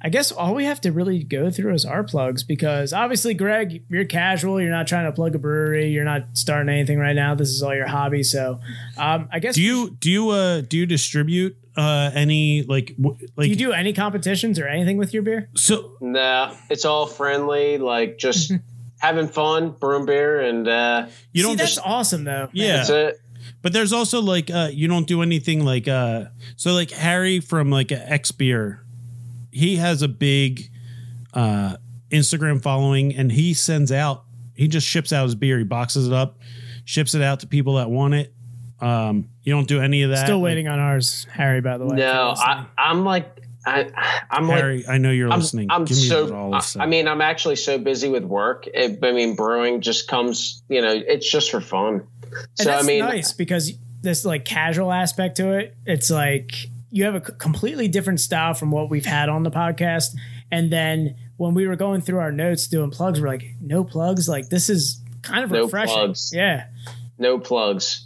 S6: I guess all we have to really go through is our plugs because obviously, Greg, you're casual. You're not trying to plug a brewery. You're not starting anything right now. This is all your hobby. So, um, I guess
S5: Do you do you uh do you distribute uh any like w-
S6: do
S5: like
S6: you do any competitions or anything with your beer?
S5: so
S7: Nah, uh, it's all friendly, like just having fun, brewing beer, and uh,
S5: you
S6: See,
S5: don't
S6: that's
S5: just
S6: awesome though.
S5: yeah
S7: that's it.
S5: but there's also like uh you don't do anything like uh so like Harry from like X beer he has a big uh Instagram following and he sends out he just ships out his beer he boxes it up ships it out to people that want it um you don't do any of that
S6: Still waiting on ours, Harry. By the way,
S7: No, I, I'm like, I, I'm like
S5: Harry I know you're
S7: I'm,
S5: listening
S7: I'm
S5: Give me
S7: so.
S5: your all
S7: I,
S5: of
S7: I mean, I'm actually so busy with work. It, I mean, brewing just comes. You know, it's just for fun.
S6: And
S7: So I
S6: that's
S7: mean,
S6: nice because this like casual aspect to it. It's like you have a c- completely different style from what we've had on the podcast. And then when we were going through our notes doing plugs, we're like, no plugs. Like this is kind of
S7: No
S6: refreshing.
S7: plugs.
S6: Yeah,
S7: no plugs.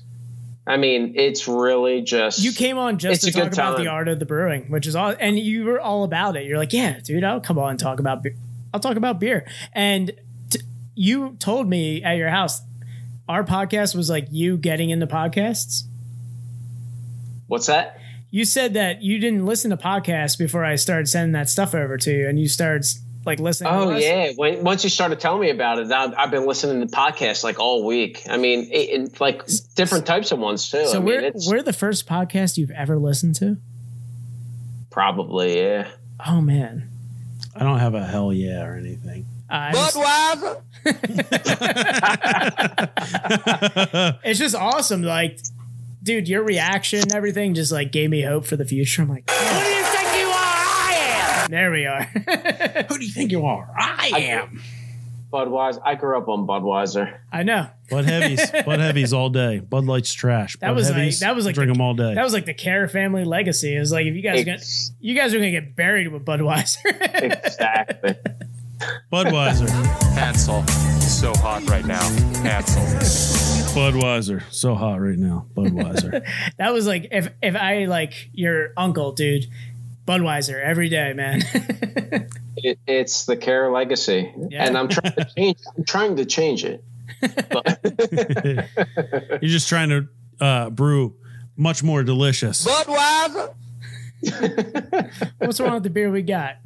S7: I mean, it's really just
S6: you came on just to
S7: It's a
S6: talk
S7: good
S6: about the
S7: time.
S6: art of the brewing, which is all, and you were all about it. You're like, yeah, dude, I'll come on and talk about, beer. I'll talk about beer. And t- you told me at your house, our podcast was like you getting into podcasts.
S7: What's that?
S6: you said that you didn't listen to podcasts before I started sending that stuff over to you, and you started s- like listening. to
S7: Oh
S6: us.
S7: yeah, when, once you started telling me about it, I, I've been listening to podcasts like all week. I mean, it, it, like different types of ones too.
S6: So
S7: I mean,
S6: we're
S7: it's
S6: we're the first podcast you've ever listened to.
S7: probably yeah.
S6: Oh man,
S5: I don't have a hell yeah or anything.
S6: I
S1: Budweiser.
S6: it's just awesome. Like, dude, your reaction and everything just like gave me hope for the future. I'm like,
S4: Who do you think you are? I am.
S6: there we are. Who
S5: do you think you are? I
S7: am. Budweiser. I grew up on Budweiser.
S6: I know
S5: Bud heavies, Bud heavies all day. Bud Light's trash.
S6: That
S5: Bud
S6: was like-
S5: heavies,
S6: that was like
S5: drink
S6: the-
S5: them all day.
S6: that was like the Care family legacy. It was like if you guys are gonna, you guys are gonna get buried with Budweiser.
S7: exactly.
S5: Budweiser.
S10: Hansel, so hot right now. Hansel.
S5: Budweiser, so hot right now. Budweiser.
S6: that was like if if I like your uncle, dude. Budweiser every day, man.
S7: It, it's the Care legacy,
S6: Yeah.
S7: and I'm trying to change. I'm trying to change it.
S5: You're just trying to uh, brew much more delicious.
S1: Budweiser.
S6: What's wrong with the beer we got?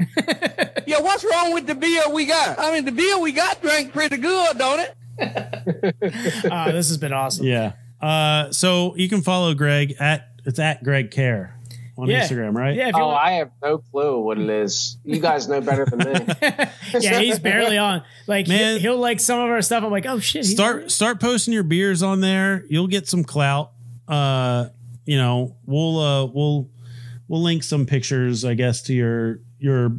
S1: Yeah, what's wrong with the beer we got? I mean, the beer we got drank pretty good, don't it?
S6: Oh, this has been awesome.
S5: Yeah. Uh, so you can follow Greg at it's at Greg Care on
S6: Yeah.
S5: Instagram, right?
S6: Yeah, if you
S7: Oh,
S6: want-
S7: I have no clue what it is. You guys know better than me.
S6: yeah, he's barely on. Like
S5: Man.
S6: he, will like some of our stuff. I'm like, oh shit. he's-
S5: Start start posting your beers on there. You'll get some clout. Uh, you know, we'll uh, we'll we'll link some pictures, I guess, to your your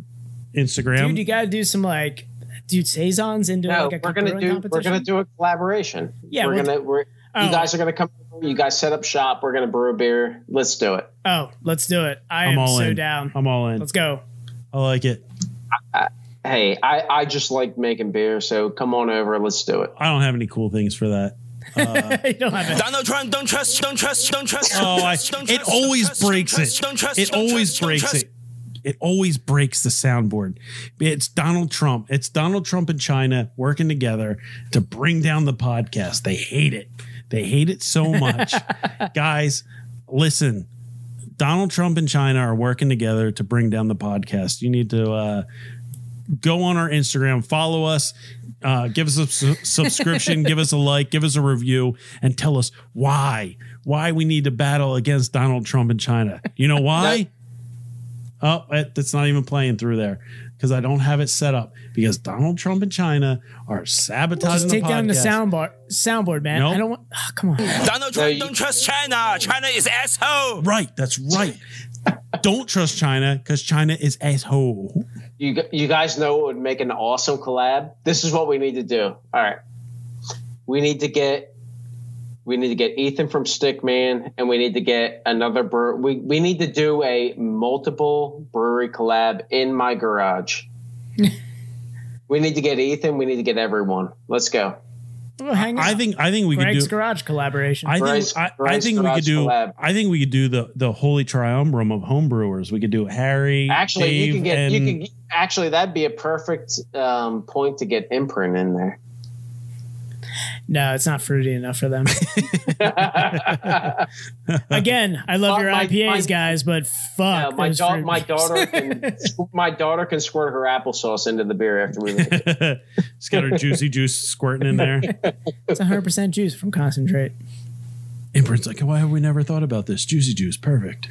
S5: Instagram.
S6: dude. You got to do some like, dude, saisons into
S7: No,
S6: like a
S7: we're gonna
S6: brewing
S7: do we're
S6: competition.
S7: gonna do a collaboration.
S6: Yeah,
S7: we're
S6: we'll-
S7: gonna we're,
S6: Oh.
S7: you guys are gonna come. You guys set up shop. We're gonna brew a beer. Let's do it.
S6: oh, let's do it. I
S5: I'm
S6: am
S5: all
S6: so
S5: in.
S6: down.
S5: I'm all in.
S6: Let's go.
S5: I like it.
S7: Hey, I I just like making beer, so come on over. Let's do it.
S5: I don't have any cool things for that.
S6: you don't have it.
S13: Donald Trump, don't trust, don't trust, don't trust.
S5: Oh,
S13: don't
S5: I,
S13: trust, don't
S5: it
S13: trust,
S5: always
S13: don't trust,
S5: breaks
S13: don't
S5: it.
S13: trust, don't trust,
S5: It
S13: don't
S5: always
S13: trust, don't
S5: breaks
S13: trust.
S5: it. It always breaks the soundboard. It's Donald Trump. It's Donald Trump and China working together to bring down the podcast. They hate it. They hate it so much. Guys, listen. Donald Trump and China are working together to bring down the podcast. You need to uh, go on our Instagram, follow us, uh, give us a su- subscription, give us a like, give us a review, and tell us why why we need to battle against Donald Trump and China. You know why? oh, it, it's not even playing through there because I don't have it set up because Donald Trump and China are sabotaging
S6: Just take
S5: the podcast.
S6: down the soundboard, soundboard, man.
S5: Nope.
S6: I don't want. Oh, come on.
S13: Donald Trump, don't trust China. China is asshole.
S5: Right, that's right. don't trust China because China is asshole.
S7: You gu- you guys know what would make an awesome collab. This is what we need to do. All right, we need to get we need to get Ethan from Stickman, and we need to get another brewer. We we need to do a multiple brewery collab in my garage. we need to get Ethan. We need to get everyone. Let's go.
S6: Well, hang on.
S5: I think I think we
S6: Greg's
S5: could do.
S6: garage collaboration.
S5: I
S7: Bryce-
S5: think I, I
S7: Bryce
S5: think we could
S7: Garage
S5: do.
S7: Collab.
S5: I think we could do the the holy triumvirate of homebrewers. We could do Harry,
S7: Actually, you can
S5: Dave,
S7: get
S5: and
S7: you can actually that'd be a perfect um, point to get imprint in there.
S6: no, it's not fruity enough for them. Again, I love
S7: Uh,
S6: your
S7: my-
S6: IPAs,
S7: my-
S6: guys, but fuck.
S7: Uh, my,
S6: those
S7: da-
S6: fruit
S7: my
S6: beers.
S7: daughter can my daughter can squirt her applesauce into the beer after we leave.
S5: it's got her juicy juice squirting in there.
S6: It's 100% juice from concentrate.
S5: Imprint's like, why have we never thought about this? Juicy juice, perfect.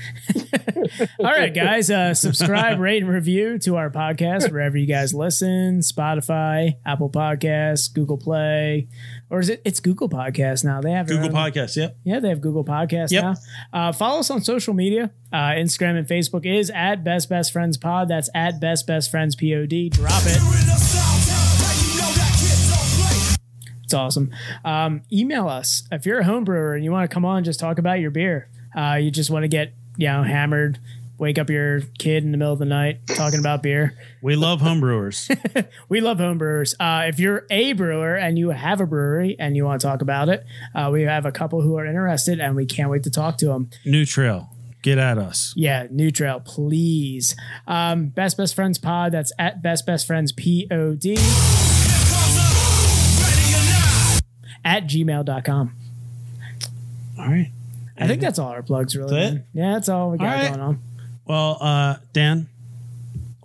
S6: All right, guys, uh, subscribe, rate, and review to our podcast wherever you guys listen Spotify, Apple Podcasts, Google Play, or is it? It's Google Podcasts now. They have their
S5: Google
S6: own-
S5: Podcasts, yep.
S6: Yeah, they have Google Podcasts
S5: Yep.
S6: now. Uh, follow us on social media. Uh, Instagram and Facebook is at Best Best Friends Pod. That's at Best Best Friends Pod. Drop it. It's awesome. Um, email us if you're a home brewer and you want to come on, just talk about your beer. Uh, you just want to get you know hammered, wake up your kid in the middle of the night talking about beer.
S5: We love homebrewers.
S6: We love home brewers. Uh, if you're a brewer and you have a brewery and you want to talk about it, uh, we have a couple who are interested and we can't wait to talk to them.
S5: New trail. Get at us.
S6: Yeah, New Trail, please. Um, Best Best Friends Pod. That's at Best Best Friends Pod. At gmail.com.
S5: All right.
S6: I think that's all our plugs, really.
S5: That's it?
S6: man. Yeah, that's all we got
S5: All right.
S6: going on.
S5: Well, uh, Dan,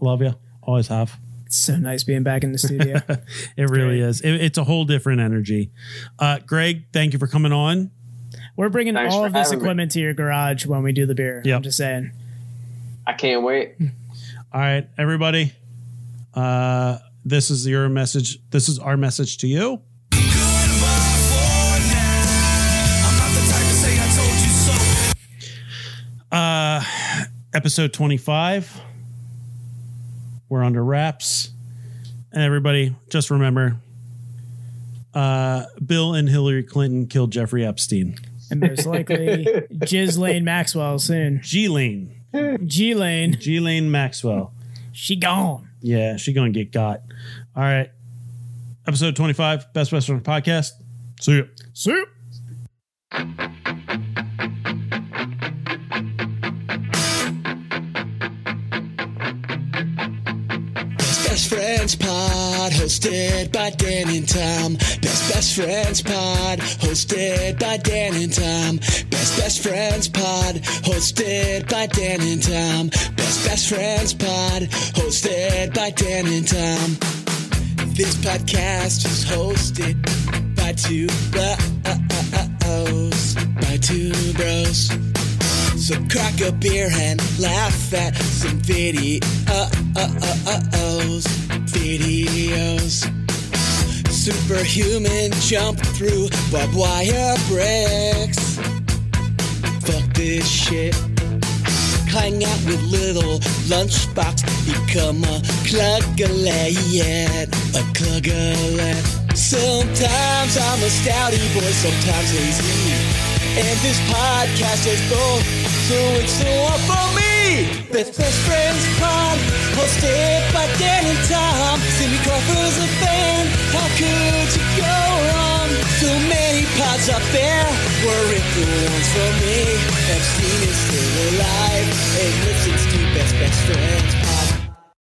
S5: love you. Always have.
S6: It's It's so nice being back in the studio.
S5: It really is. It, it's a whole different energy. Uh, Greg, thank you for coming on.
S6: We're bringing
S7: Thanks
S6: all
S7: for
S6: of this
S7: having me.
S6: equipment to your garage when we do the beer.
S5: Yep.
S6: I'm just saying.
S7: I can't wait.
S5: All right, everybody. Uh, this is your message. This is our message to you. Uh, episode 25. We're under wraps. And everybody, just remember uh, Bill and Hillary Clinton killed Jeffrey Epstein.
S6: And most likely Jiz Lane Maxwell soon.
S5: G Lane.
S6: G Lane.
S5: G Lane Maxwell.
S6: She gone.
S5: Yeah, she gonna get got. All right. Episode 25, Best Western Podcast. See ya.
S6: See ya.
S14: Best Best Friends Pod, hosted by Dan and Tom. Best Best Friends Pod, hosted by Dan and Tom. Best Best Friends Pod, hosted by Dan and Tom. Best Best Friends Pod, hosted by Dan and Tom. This podcast is hosted by two bros, by two bros. So crack a beer and laugh at some videos, videos. Superhuman jump through barbed wire bricks. Fuck this shit. Hang out with little lunchbox, become a cluggalet, a cluggalet. Sometimes I'm a stouty boy, sometimes lazy. And this podcast is both, so it's so up for me. Best Best Friends Pod, hosted by Dan and Tom. Cindy Crawford's a fan, how could you go wrong? So many pods up there, were it the ones for me? Epstein is still alive and listens to Best Best Friends